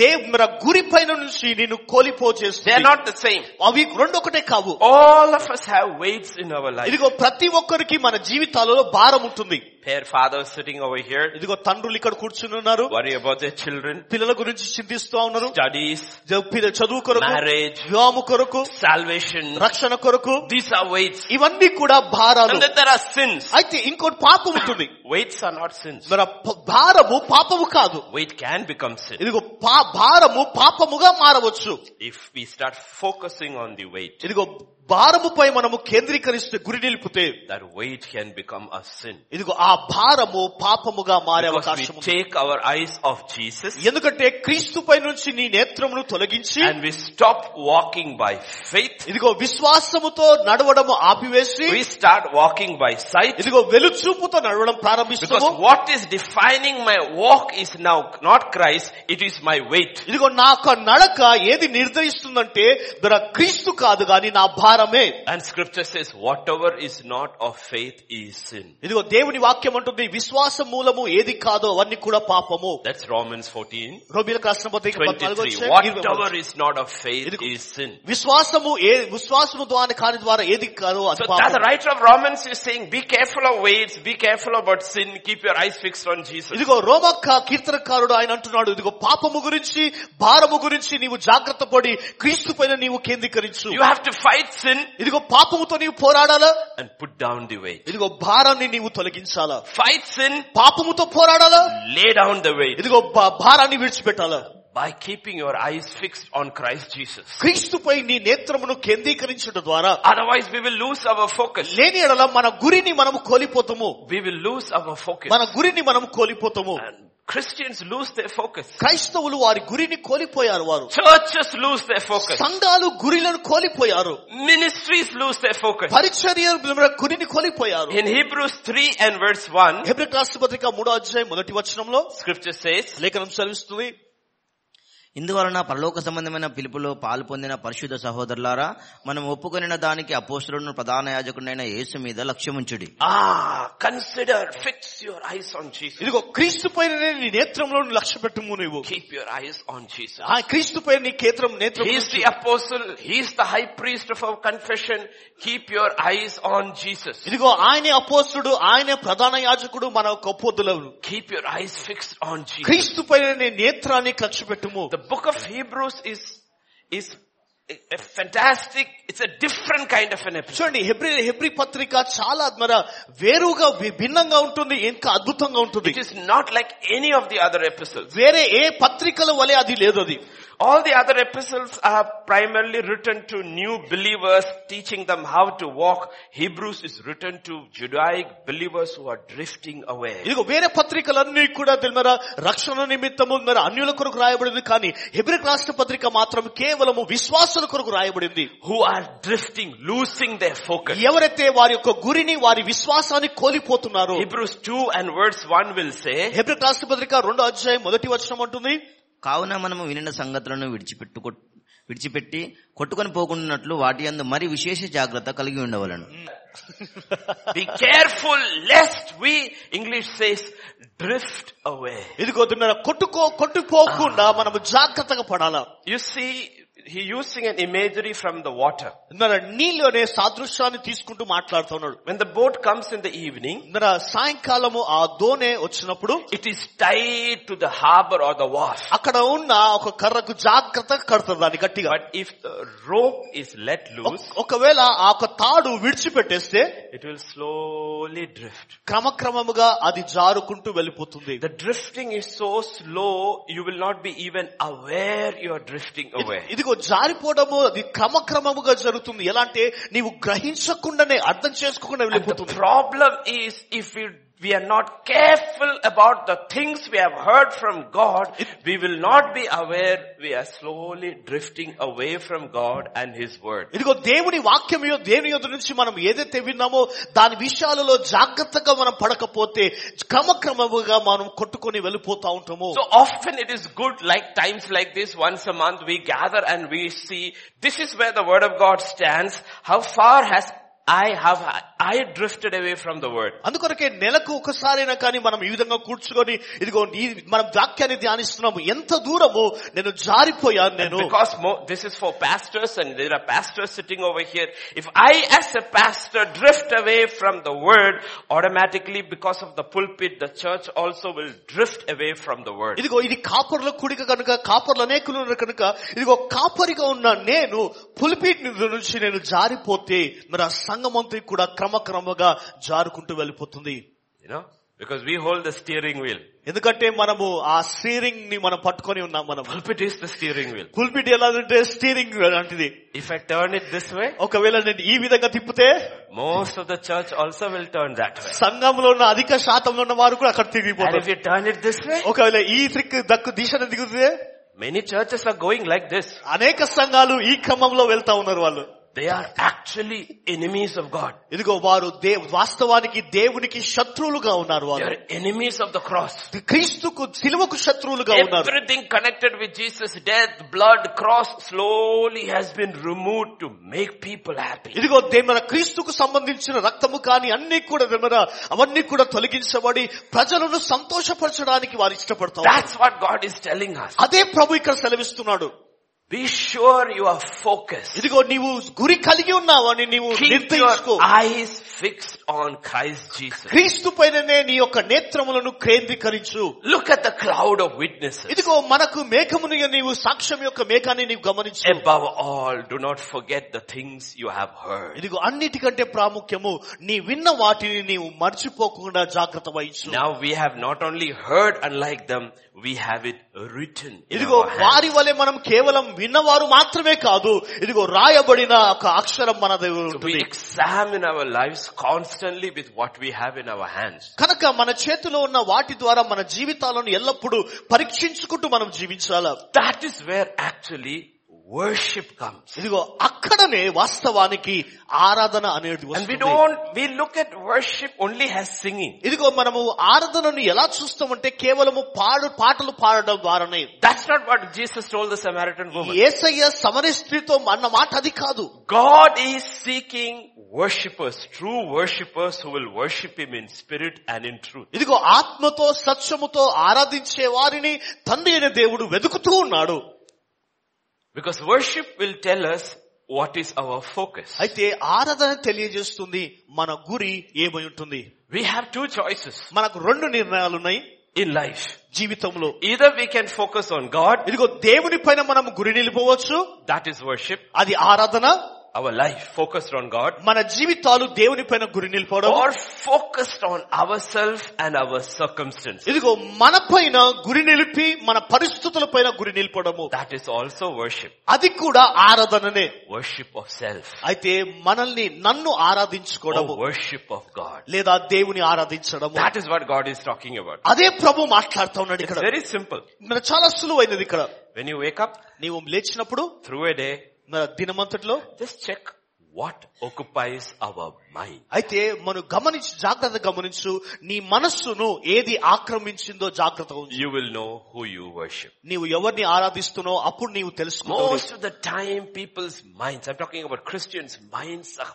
దేవ్ మన గురి పైన నుంచి నేను కోలిపో
They are
చేస్తాను
not the same.
అవి రెండొకటే కావు
All of us have weights in our life.
ఇదిగో ప్రతి ఒక్కరికి మన జీవితాలలో భారం ఉంటుంది
Pair fathers sitting over here
ఇదిగో తండ్రులు ఇక్కడ కూర్చుని ఉన్నారు
worry about their children,
పిల్లల గురించి చింతిస్తూ ఉన్నారు
studies,
జ- పిల్ల- చదువు కొరకు
Marriage.
వివాహము కొరకు
salvation.
రక్షణ కొరకు
These are weights.
ఇవన్నీ కూడా భారాలు
And then there are sins.
అయితే ఇంకోటి పాపం ఉంటుంది
Weights are not sins.
మన ప- భారము పాపము కాదు
Weight can become sin
ఇదిగో పా- భారము పాపముగా మారవచ్చు
if we start focusing on the weight.
ఇదిగో భారముపై మనము కేంద్రీకరిస్తే గురి నిలిపితే
that weight can become a sin.
ఇదిగో ఆ భారము పాపముగా మారే
Because
అవకాశం
we
ఉంది
take our eyes off Jesus
ఎందుకంటే క్రీస్తుపై నుంచి నీ నేత్రమును తొలగించి
and we stop walking by faith.
ఇదిగో విశ్వాసముతో నడవడము ఆపివేసి
We start walking by sight.
ఇదిగో వెలుచూపుతో నడవడం
Because
ప్రారంభిస్తాము
what is defining my walk is now not Christ, it is my weight.
ఇదిగో నా యొక్క నడక ఏది నిర్ణయిస్తుందంటే ధర క్రీస్తు కాదు గాని నా భారమే
And scripture says, whatever is not of faith is sin.
ఇదిగో దేవుని వాక్యం అంటుంది విశ్వాస మూలము ఏది కాదో అవన్నీ కూడా పాపము
That's Romans 14,
రోమిలకు రాష్ట్ర పత్రిక పద్నాలుగో
23.
అధ్యాయం ఇరవై మూడో
Whatever
వచనం.
is not of faith is sin.
విశ్వాసము ఏ విశ్వాసము ద్వారా కాని ద్వారా ఏది కాదో అది
So that
పాపము.
the writer of Romans is saying, be careful of weights, be careful about sin, keep your eyes fixed on Jesus.
ఇదిగో రోమక్క కీర్తనకారుడు ఆయన అంటున్నాడు ఇదిగో పాపము గురించి భారము గురించి నీవు జాగ్రత్త పడి క్రీస్తు పైన నీవు కేంద్రీకరించు
You have to fight sin
ఇదిగో పాపముతో నీవు పోరాడాలా
and put down the weight.
ఇదిగో భారాన్ని నీవు తొలగించాలా
Fight sin,
పాపముతో పోరాడాలా
lay down the weight
ఇదిగో భా- భారాన్ని విడిచిపెట్టాలా
by keeping your eyes fixed on Christ Jesus.
క్రీస్తుపై నీ నేత్రమును కేంద్రీకరించడం ద్వారా
Otherwise we will lose our focus.
లేని ఎడల మన గురిని మనము కోల్పోతాము
We will lose our focus.
మన గురిని మనం కోల్పోతాము
And Christians lose their focus.
క్రైస్తవులు వారి గురిని కోల్పోయారు వారు
Churches lose their focus.
సంఘాలు గురిలను కోల్పోయారు
Ministries lose their focus.
పరిచర్య గురిని కోల్పోయారు
In Hebrews 3 and verse 1,
హెబ్రిక్ రాష్ట్రపత్రిక మూడో అధ్యాయం మొదటి వచనంలో
scripture says,
లేఖనం చదివిస్తుంది
ఇందువలన పరలోక సంబంధమైన పిలుపులో పాలు పొందిన పరిశుద్ధ సహోదరులారా మనం ఒప్పుకొనిన దానికి అపోసరును ప్రధాన యాజకుడైన యేసు మీద లక్ష్యముంచుడి
Ah, consider, fix your eyes on Jesus.
ఇదిగో క్రీస్తు పైన నీ నేత్రంలో లక్ష్య పెట్టుము నువ్వు
Keep your eyes on Jesus.
ఆ క్రీస్తు పైన నీ కేత్రం నేత్రం
He is the apostle. He is the high priest of our confession. Keep your eyes on Jesus.
ఇదిగో ఆయనే అపోస్తుడు ఆయనే ప్రధాన యాజకుడు మన కప్పోద్దులవు
Keep your eyes fixed on Jesus.
క్రీస్తు పైన నీ నేత్రాన్ని లక్ష్య పెట్టుము
The book of Hebrews is, is a a fantastic, it's a different kind of an epistle.
చూడండి హెబ్రి హెబ్రి పత్రిక చాలా మన వేరుగా వి- భిన్నంగా ఉంటుంది ఇంకా అద్భుతంగా ఉంటుంది
It is not like any of the other epistles.
వేరే ఏ పత్రికల వలె అది లేదు అది
All the other epistles are primarily written to new believers, teaching them how to walk. Hebrews is written to Judaic believers who are drifting away.
ఇదిగో వేరే పత్రికలన్నీ కూడా తెలిమరా రక్షణ నిమిత్తము మరి అన్యుల కొరకు రాయబడింది కానీ హెబ్రిక్ రాష్ట్ర పత్రిక మాత్రం కేవలము విశ్వాసుల కొరకు రాయబడింది
Who are drifting, losing their focus.
ఎవరైతే వారి యొక్క గురిని వారి విశ్వాసాన్ని కోల్పోతున్నారో
Hebrews 2 and verse 1 will say,
హెబ్రిక్ రాష్ట్ర పత్రిక రెండో అధ్యాయం మొదటి వచనం అంటుంది
కావున మనము వినిన సంగతులను విడిచిపెట్టు విడిచిపెట్టి కొట్టుకొని పోకుండాట్లు వాటి అందు మరి విశేష జాగ్రత్త కలిగి ఉండవలను
be careful lest we, English says, drift away.
ఇదిగో తిన్నారా కొట్టుకో కొట్టుకోకుండా మనము జాగ్రత్తగా పడాలా
You see, he using an imagery from the water.
ఇందర నీళ్ళు అనే సాదృశ్యాన్ని తీసుకుంటూ మాట్లాడుతున్నాడు
When the boat comes in the evening,
ఇందర సాయంకాలము ఆ దోనె వచ్చినప్పుడు
it is tied to the harbor or the wharf.
అక్కడ ఉన్న ఒక కర్రకు జాగ్రత్తగా కడతారు దాన్ని గట్టిగా
But if the rope is let loose,
ఒక- ఒకవేళ ఆ ఒక తాడు విడిచిపెట్టేస్తే
it will slowly drift.
క్రమక్రమముగా అది జారుకుంటూ వెళ్ళిపోతుంది
The drifting is so slow, you will not be even aware you are drifting away.
ఇదిగో జారిపోవడము అది క్రమక్రమముగా జరుగుతుంది ఎలా అంటే నీవు గ్రహించకుండానే అర్థం చేసుకోకుండా
And the
వెళ్ళిపోతుంది
problem is if we, we are not careful about the things we have heard from God, we will not be aware we are slowly drifting away from God and His Word.
ఇదిగో దేవుని వాక్యం యొ- దేవుని యొద్ నుంచి మనం ఏదైతే విన్నామో దాని విషయాలలో జాగ్రత్తగా మనం పడకపోతే క్రమక్రమముగా మనం కొట్టుకొని వెళ్ళిపోతా ఉంటాము
So often it is good like times like this, once a month we gather and we see, this is where the word of God stands, how far has I have, I drifted away from the word.
అందుకొరకే నెలకు ఒకసారైనా కానీ మనం ఈ విధంగా కూర్చుకొని ఇదిగో ఈ మనం వాక్యాన్ని ధ్యానిస్తున్నాము ఎంత దూరము నేను జారిపోయాను నేను
Because mo- this is for pastors and there are pastors sitting over here. If I as a pastor drift away from the word, automatically because of the pulpit, the church also will drift away from the word.
ఇదిగో ఇది కాపర్ల కుడిక కనుక కాపర్లు అనేకులు ఉన్నారు కనుక ఇదిగో కాపరిగా ఉన్న నేను పులిపీట్ నుంచి నేను జారిపోతే మరి ఆ సంఘమంతా కూడా క్రమక్రమంగా జారుకుంటూ వెళ్ళిపోతుంది
You know, Because we hold the steering wheel.
ఎందుకంటే మనము ఆ స్టీరింగ్ ని మనం పట్టుకొని ఉన్నాం మనం
Pulpit is the steering wheel.
కుల్పిటి ఎలా అంటే స్టీరింగ్ లాంటిది
If I turn it this way,
ఒకవేళ నేను ఈ విధంగా తిప్పితే
most of the church also will turn that way.
సంఘంలో ఉన్న అధిక శాతంలో ఉన్న వారు కూడా అక్కడ
And if
తిరిగిపోతారు
you turn it this way,
ఒకవేళ ఈ త్రిక్ దక్కు దిశను దిగుతే
many churches are going like this.
అనేక సంఘాలు ఈ క్రమంలో వెళ్తా ఉన్నారు వాళ్ళు
They are actually enemies of God.
ఇదిగో వారు దే వాస్తవానికి దేవునికి శత్రువులుగా ఉన్నారు
They
వారు
are enemies of the cross.
క్రీస్తుకు సిలువకు శత్రువులుగా ఉన్నారు
Everything connected with Jesus' death, blood, cross slowly has been removed to make people happy.
ఇదిగో దే- మన క్రీస్తుకు సంబంధించిన రక్తము కాని అన్ని కూడా మన అవన్నీ కూడా తొలగించబడి ప్రజలను సంతోషపరచడానికి వారు ఇష్టపడతారు
That's what God is telling us.
అదే ప్రభు ఇక్కడ సెలవిస్తున్నాడు
Be sure you are focused.
ఇదిగో నీవు గురి కలిగి ఉన్నావని నీవు
Keep
నిర్ణయించుకో
your eyes fixed on Christ Jesus.
క్రీస్తు పైననే నీ యొక్క నేత్రములను కేంద్రీకరించు
Look at the cloud of witnesses.
ఇదిగో మనకు మేఘమును నీవు సాక్ష్యం యొక్క మేఘాన్ని నీవు గమనించు
Above all, do not forget the things you have heard.
ఇదిగో అన్నిటికంటే ప్రాముఖ్యము నీ విన్న వాటిని నీవు మర్చిపోకుండా జాగ్రత్త వహించు
Now we have not only heard unlike them, we have it written in
ఇదిగో
our hands.
వారి వలె మనం కేవలం విన్నవారు మాత్రమే కాదు ఇదిగో రాయబడిన ఒక అక్షరం మన దగ్గర
So we
ఉంటుంది
examine our lives constantly with what we have in our hands.
కనుక మన చేతిలో ఉన్న వాటి ద్వారా మన జీవితాలను ఎల్లప్పుడూ పరీక్షించుకుంటూ మనం జీవించాల
That is where actually worship comes.
ఇదిగో అక్కడనే వాస్తవానికి ఆరాధన అనేది
And we
వస్తుంది.
don't, we look at worship only as singing.
ఇదిగో మనము ఆరాధనను ఎలా చూస్తామంటే కేవలము పాడు పాటలు పాడడం ద్వారానే
That's not what Jesus told the Samaritan woman.
ఏసయ్య సమర స్త్రీతో అన్న మాట అది కాదు
God is seeking worshippers, true worshippers who will worship Him in spirit and in truth.
ఇదిగో ఆత్మతో సత్యముతో ఆరాధించే వారిని తండ్రి అయిన దేవుడు వెతుకుతూ ఉన్నాడు
Because worship will tell us what is our focus.
అయితే ఆరాధన తెలియజేస్తుంది మన గురి ఏమై ఉంటుంది
We have two choices
మనకు రెండు నిర్ణయాలు ఉన్నాయి
in life.
జీవితంలో
Either we can focus on God,
ఇదిగో దేవుని పైన మనం గురి నిలిపోవచ్చు
that is worship,
అది ఆరాధన
our life focused on God,
మన జీవితాలు దేవుని పైన గురి నిలిపోవడం
or focused on ourselves and our circumstances.
ఇదిగో మన పైన గురి నిలిపి మన పరిస్థితుల పైన గురి నిలిపడము
That is also worship.
అది కూడా ఆరాధననే
Worship of self.
అయితే మనల్ని నన్ను ఆరాధించుకోవడము
Or worship of God.
లేదా దేవుని ఆరాధించడము
That is what God is talking about.
అదే ప్రభు మాట్లాడుతా ఉన్నాడు
It's
ఇక్కడ
very simple.
మరి చాలా సులువైనది ఇక్కడ
When you wake up
నీవు లేచినప్పుడు
through a day,
మన దినమంతట్లో
Just check what occupies our mind.
అయితే మనం గమనించి జాగ్రత్త గమనించు నీ మనస్సును ఏది ఆక్రమించిందో జాగ్రత్తగా ఉంచు
You will know who you worship.
నీవు ఎవరిని ఆరాధిస్తున్నావు అప్పుడు నీవు తెలుసుకో
Most of the time people's minds, I'm talking about Christians' minds are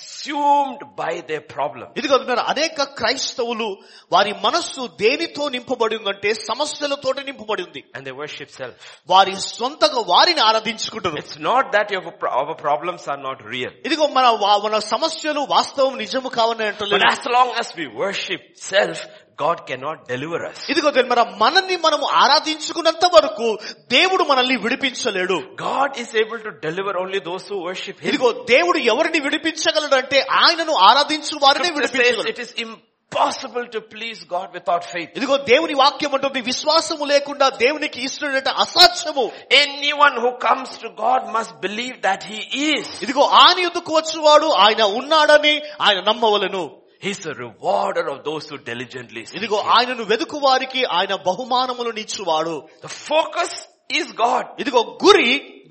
consumed by their problem.
ఇదిగో మీరు అనేక క్రైస్తవులు వారి మనస్సు దేనితో నింపబడి ఉందంటే సమస్యలతోటి నింపబడి ఉంది
And they worship self.
వారి సొంతగా వారిని ఆరాధించుకుంటారు
It's not that your, pro- our problems are not real.
ఇదిగో మన వా- మన సమస్యలు వాస్తవం నిజము కావని
But
అంటలేదు
as long as we worship self, God cannot deliver us.
ఇదిగో దీని మన మనల్ని మనము ఆరాధించుకున్నంత వరకు దేవుడు మనల్ని విడిపించలేడు
God is able to deliver only those who worship Him.
ఇదిగో దేవుడు ఎవరిని విడిపించగలడు అంటే ఆయనను ఆరాధించు వారినే
Scripture says
విడిపించగలడు
it is impossible to please God without faith.
ఇదిగో దేవుని వాక్యం అంటుంది విశ్వాసము లేకుండా దేవునికి ఇష్టం అసాధ్యము
Anyone who comes to God must believe that He is.
ఇదిగో ఆయన యుద్ధకు వచ్చేవాడు ఆయన ఉన్నాడని ఆయన నమ్మవలను
He's the rewarder of those who diligently seek
ఇదిగో
him.
ఆయనను వెదుకు వారికి ఆయన బహుమానములను ఇచ్చువాడు
The focus is God,
ఇదిగో గురి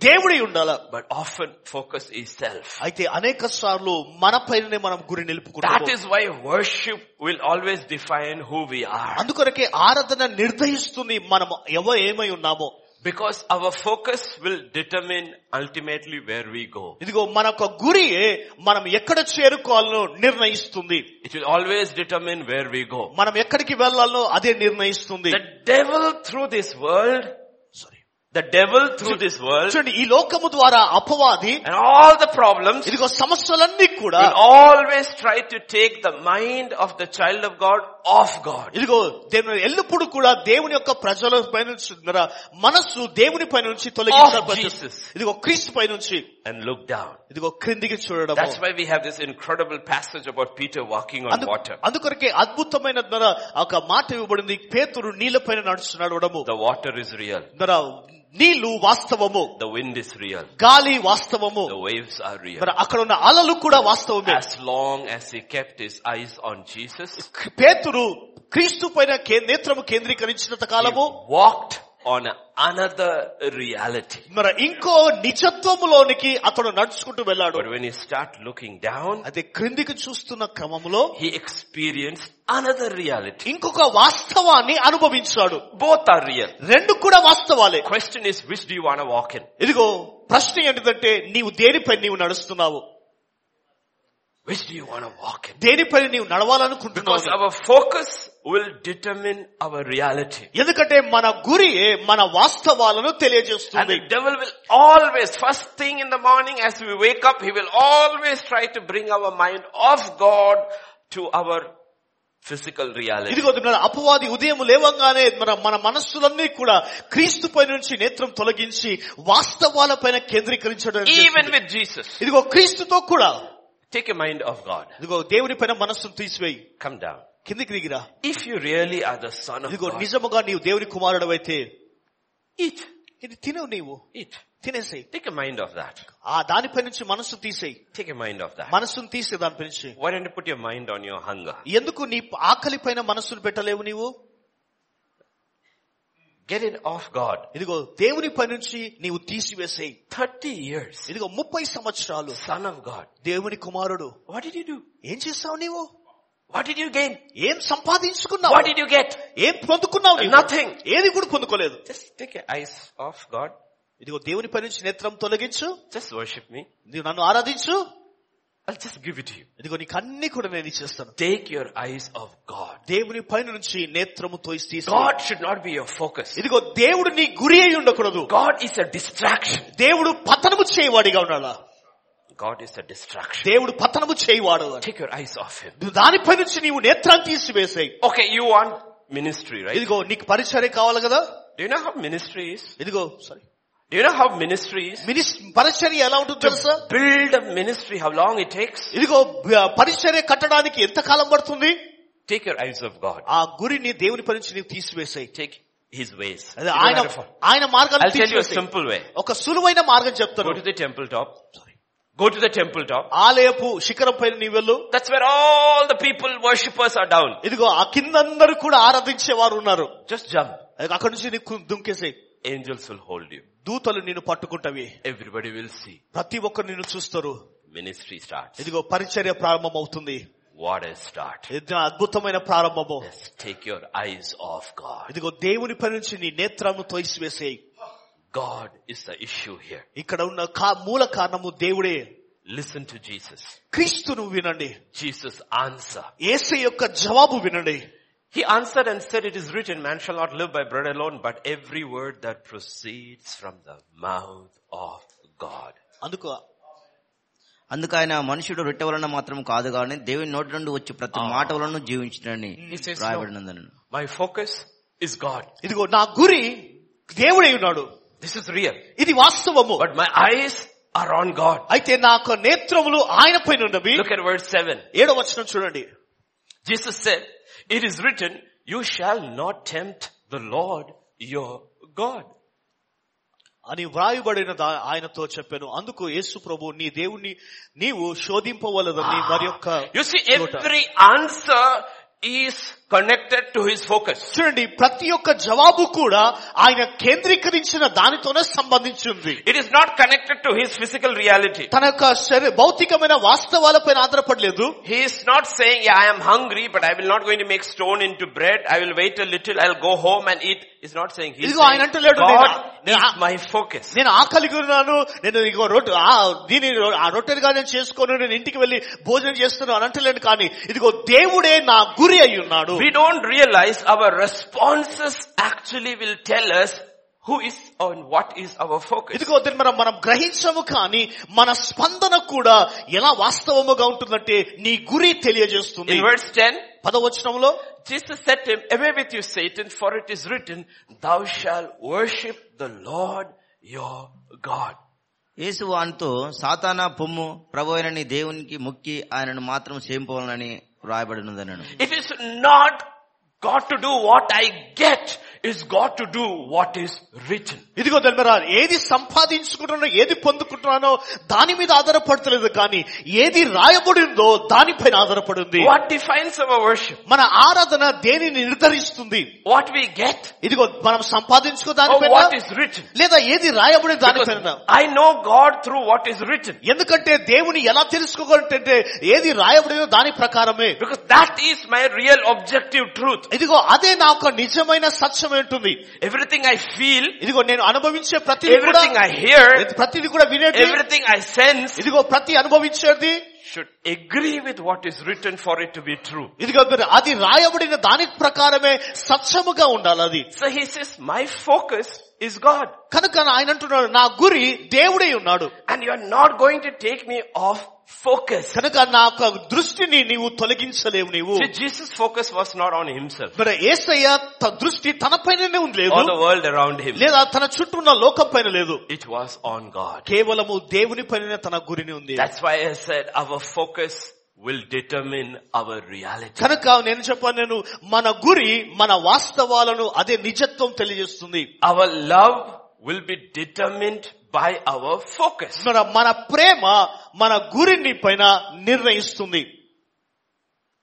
దేవుడి ఉండాల
but often focus is self.
అయితే అనేక సార్లు మన పైననే మనం గురి
That
నిలుపుకుంటాం
is why worship will always define who we are.
అందుకొరకే ఆరాధన నిర్ణయిస్తుంది మనం ఎవ ఏమై ఉన్నామో
Because our focus will determine ultimately where we go.
ఇదిగో మన యొక్క గురియే మనం ఎక్కడ చేరుకోవాలనో నిర్ణయిస్తుంది
It will always determine where we go.
మనం ఎక్కడికి వెళ్ళాలనో అదే నిర్ణయిస్తుంది
The devil through this world,
Sorry.
The devil through this world
చూడండి ఈ లోకము ద్వారా అపవాది
and all the problems
ఇదిగో సమస్యలన్నీ కూడా
will always try to take the mind of the child of God off God.
ఇదిగో దేవుని ఎల్లప్పుడు కూడా దేవుని యొక్క ప్రజల పై నుంచి ఉన్న మనస్సు దేవుని పై నుంచి
Of
తొలగించబడుతుంది
Oh, Jesus.
ఇదిగో క్రీస్తు పై నుంచి
And look down.
ఇదిగో క్రిందికి చూడడం
That's why we have this incredible passage about Peter walking on water.
అందుకొరకే అద్భుతమైన ద్వారా ఒక మాట ఇవ్వబడింది పేతురు నీళ్ళ పైన నడుస్తున్నాడు ఉడము
The water is real.
మన నీళ్లు వాస్తవము
The wind is real.
గాలి వాస్తవము
The waves are real.
మరి అక్కడ ఉన్న అలలు కూడా వాస్తవమే
As long as he kept his eyes on Jesus,
పేతురు క్రీస్తు పైన కే- నేత్రము కేంద్రీకరించినంత
he
కాలము
walked on another reality.
మరి ఇంకో నిజత్వములోనికి అతడు నడుచుకుంటూ వెళ్ళాడు
But when you start looking down,
అదే క్రిందికి చూస్తున్న క్రమములో
he experienced another reality.
ఇంకొక వాస్తవాన్ని అనుభవించాడు
Both are real.
రెండు కూడా వాస్తవాలే
Question is, which do you want to walk in?
ఇదిగో ప్రశ్న ఏంటిదంటే నీవు దేనిపై నీవు నడుస్తున్నావు
Which do you want to walk in?
దేనిపై నీవు
Because
నడవాలనుకుంటున్నావు
our focus will determine our reality.
ఎందుకంటే మన గురి మన వాస్తవాలను
And
తెలియజేస్తుంది
the devil will always, first thing in the morning as we wake up, he will always try to bring our mind off God to our physical reality.
[LAUGHS] ఇదిగో మన అపవాది ఉదయం లేవంగానే మన మన మనస్సులన్నీ కూడా క్రీస్తు పై నుంచి నేత్రం తొలగించి వాస్తవాల పైన కేంద్రీకరించడం
Even
చేస్తుంది.
with Jesus,
ఇదిగో క్రీస్తుతో కూడా
take your mind off God.
ఇదిగో దేవుని పైన మనస్సును తీసివేయి
Come down.
కిందికి దిగిరా
If you really are the son of
ఇదిగో
God,
నిజముగా నీవు దేవుని కుమారుడు అయితే
eat,
ఇది తినవు నీవు
eat.
తినేసేయి
Take your mind off that.
ఆ దానిపై నుంచి మనస్సు తీసేయి
Take your mind off that.
మనస్సును తీసే దానిపై నుంచి
Why don't you put your mind on your hunger?
ఎందుకు నీ ఆకలి పైన మనస్సును పెట్టలేవు నీవు
Get it off God.
ఇదిగో దేవుని పై నుంచి నీవు తీసివేసేయి
30 years,
ఇదిగో ముప్పై సంవత్సరాలు
son of God.
దేవుని కుమారుడు
What did you do?
ఏం చేస్తావు నీవు
What did you gain?
ఏం సంపాదించుకున్నావు
What did you get?
ఏం పొందుకున్నావు నీవు?
Nothing.
ఏది కూడా పొందుకోలేదు
Just take your eyes off God.
ఇదిగో దేవుని పై నుంచి నేత్రం తొలగించు
Just worship me.
నీవు నన్ను ఆరాధించు
I'll just give it to you.
ఇదిగో నీకు అన్ని కూడా నేను ఇచ్చేస్తాను
Take your eyes off God.
దేవుని పైన నుంచి నేత్రము తోసి
God should not be your focus.
ఇదిగో దేవుడు నీ గురి అయి ఉండకూడదు
God is a distraction.
దేవుడు పతనము చేయవాడిగా ఉండాలా
God is a distraction.
దేవుడు పతనము చేయవాడు అని.
Take your eyes off Him.
నువ్వు దానిపై నుంచి నీవు నేత్రాన్ని తీసివేసాయి
Okay, you want ministry, right?
ఇదిగో నీకు పరిచర్య కావాలి కదా
Do you know how ministry is?
ఇదిగో sorry
Do you know how ministry is?
మినిస్ పరిచర్య ఎలా ఉంటుంది తెలుసా
Build a ministry, how long it takes?
ఇదిగో బ- పరిచర్య కట్టడానికి ఎంత కాలం పడుతుంది
Take your eyes off God.
ఆ గురిని దేవుని పై నుంచి నీవు తీసివేసాయి
Take His ways. You
అదే
don't
ఆయన
have to follow.
ఆయన
I'll
మార్గాన్ని
tell you a
తీసివేసేయి.
simple way.
ఒక సులువైన మార్గం చెప్తాను
Go to the temple top. Go to the temple top.
ఆలయపు శిఖరం పైన నీవు వెళ్ళు
That's where all the people, worshippers are down.
ఇదిగో ఆ కింద అందరూ కూడా ఆరాధించే వారు ఉన్నారు
Just jump.
అక్కడ నుంచి నీకు దుంకేసాయి
Angels will hold you.
దూతలు నిన్ను పట్టుకుంటవి
Everybody will see.
ప్రతి ఒక్కరు నిన్ను చూస్తారు
Ministry starts.
ఇదిగో పరిచర్య ప్రారంభం అవుతుంది
What a start.
ఇది నా అద్భుతమైన ప్రారంభము
Just take your eyes off God.
ఇదిగో దేవుని పై నుంచి నీ నేత్రము తోసివేసేయి
God is the issue here.
ఇక్కడ ఉన్న కా- మూల కారణము దేవుడే
Listen to Jesus.
క్రీస్తును వినండి
Jesus answer.
ఏసే యొక్క జవాబు వినండి
He answered and said, it is written, man shall not live by bread alone, but every word that proceeds from the mouth of God.
అందుకు
అందుకు ఆయన మనుషుడు రొట్టె వలన మాత్రం కాదు కానీ దేవుని నోటి నుండి వచ్చి ప్రతి మాట వలన జీవించడని
says no.
రాయబడినందున
My focus is God.
ఇదిగో నా గురి దేవుడే ఉన్నాడు
This is real.
ఇది వాస్తవము
But my eyes are on God.
అయితే నా యొక్క నేత్రములు ఆయన పైన ఉన్నవి
Look at verse 7.
ఏడో వచనం చూడండి
Jesus said, it is written, you shall not tempt the Lord your God.
అని వ్రాయబడిన దా- ఆయనతో చెప్పాను అందుకు యేసు ప్రభు నీ దేవుణ్ణి నీవు శోధింపవలదని మరి యొక్క
Ah. You see, every answer is connected to his focus.
చూడండి ప్రతి ఒక్క జవాబు కూడా ఆయన కేంద్రీకరించిన దానితోనే సంబంధించి ఉంది
It is not connected to his physical reality.
తన యొక్క శరీ- భౌతికమైన వాస్తవాలపైన ఆధారపడలేదు
He is not saying, yeah, I am hungry, but I will not going to make stone into bread. I will wait a little. I'll go home and eat. He's not saying, he's
ఇదిగో ఆయన
saying,
అంటలేడు
God
నేను- నేను ఆ-
my focus.
నేను ఆకలిగా ఉన్నాను నేను ఇదిగో రొట్టె ఆ- దీని రొ- ఆ రొట్టెలుగా నేను చేసుకొని నేను ఇంటికి వెళ్ళి భోజనం చేస్తున్నాను అని అంటలేను కానీ ఇదిగో దేవుడే నా గురి అయి ఉన్నాడు
We don't realize our responses actually will tell us Who is on what is our focus?
ఇదిగో దీన్ని మనం మనం గ్రహించము కానీ మన స్పందన కూడా ఎలా వాస్తవముగా ఉంటుందంటే నీ గురి తెలియజేస్తుంది
In verse 10,
పదవచనంలో
Jesus said to him, away with you Satan, for it is written, thou shalt worship the Lord your God.
యేసు వానితో సాతానా పొమ్ము ప్రభు అయిన నీ దేవునికి ముక్కి ఆయనను మాత్రం సేంపవాలని వ్రాయబడినదనను
It is not God to do what I get, it's God to do what is written.
ఇదిగో ధర్మరా ఏది సంపాదించుకుంటున్నానో ఏది పొందుకుంటున్నానో దాని మీద ఆధారపడతలేదు కానీ ఏది రాయబడిందో దానిపైన ఆధారపడింది
What defines our worship?
మన ఆరాధన దేనిని నిర్ధారిస్తుంది
What we get
ఇదిగో మనం సంపాదించుకో
or
దానిపైన
Oh, what is written?
లేదా ఏది రాయబడిన దానిపైన
Because I know God through what is written.
ఎందుకంటే దేవుని ఎలా తెలుసుకోగలంటే ఏది రాయబడిందో దాని ప్రకారమే
Because that is my real objective truth.
ఇదిగో అదే నా ఒక నిజమైన సత్యం ఉంటుంది
Everything I feel,
ఇదిగో నేను అనుభవించే ప్రతిది కూడా
everything I hear,
ప్రతిది కూడా వినేది
everything I sense
ఇదిగో ప్రతి అనుభవించేది
should agree with what is written for it to be true.
ఇదిగో మీరు అది రాయబడిన దాని ప్రకారమే సత్యముగా ఉండాలి అది
So he says, my focus is God
కనుక ఆయన అంటున్నాడు నా గురి దేవుడే ఉన్నాడు
and you are not going to take me off focus.
కనుక నా యొక్క దృష్టిని నీవు తొలగించలేవు నీవు
See, Jesus' focus was not on himself
మరి ఏసయ్య త- దృష్టి తన పైననే ఉంది లేదు
or the world around him.
లేదా తన చుట్టూ ఉన్న లోకం పైన లేదు
It was on God.
కేవలము దేవుని పైన తన గురిని ఉంది
That's why I said our focus will determine our reality.
కనుక నేను చెప్పాను నేను మన గురి మన వాస్తవాలను అదే నిజత్వం తెలియజేస్తుంది
Our love will be determined by our focus.
మన మన ప్రేమ మన గురిని పైన నిర్ణయిస్తుంది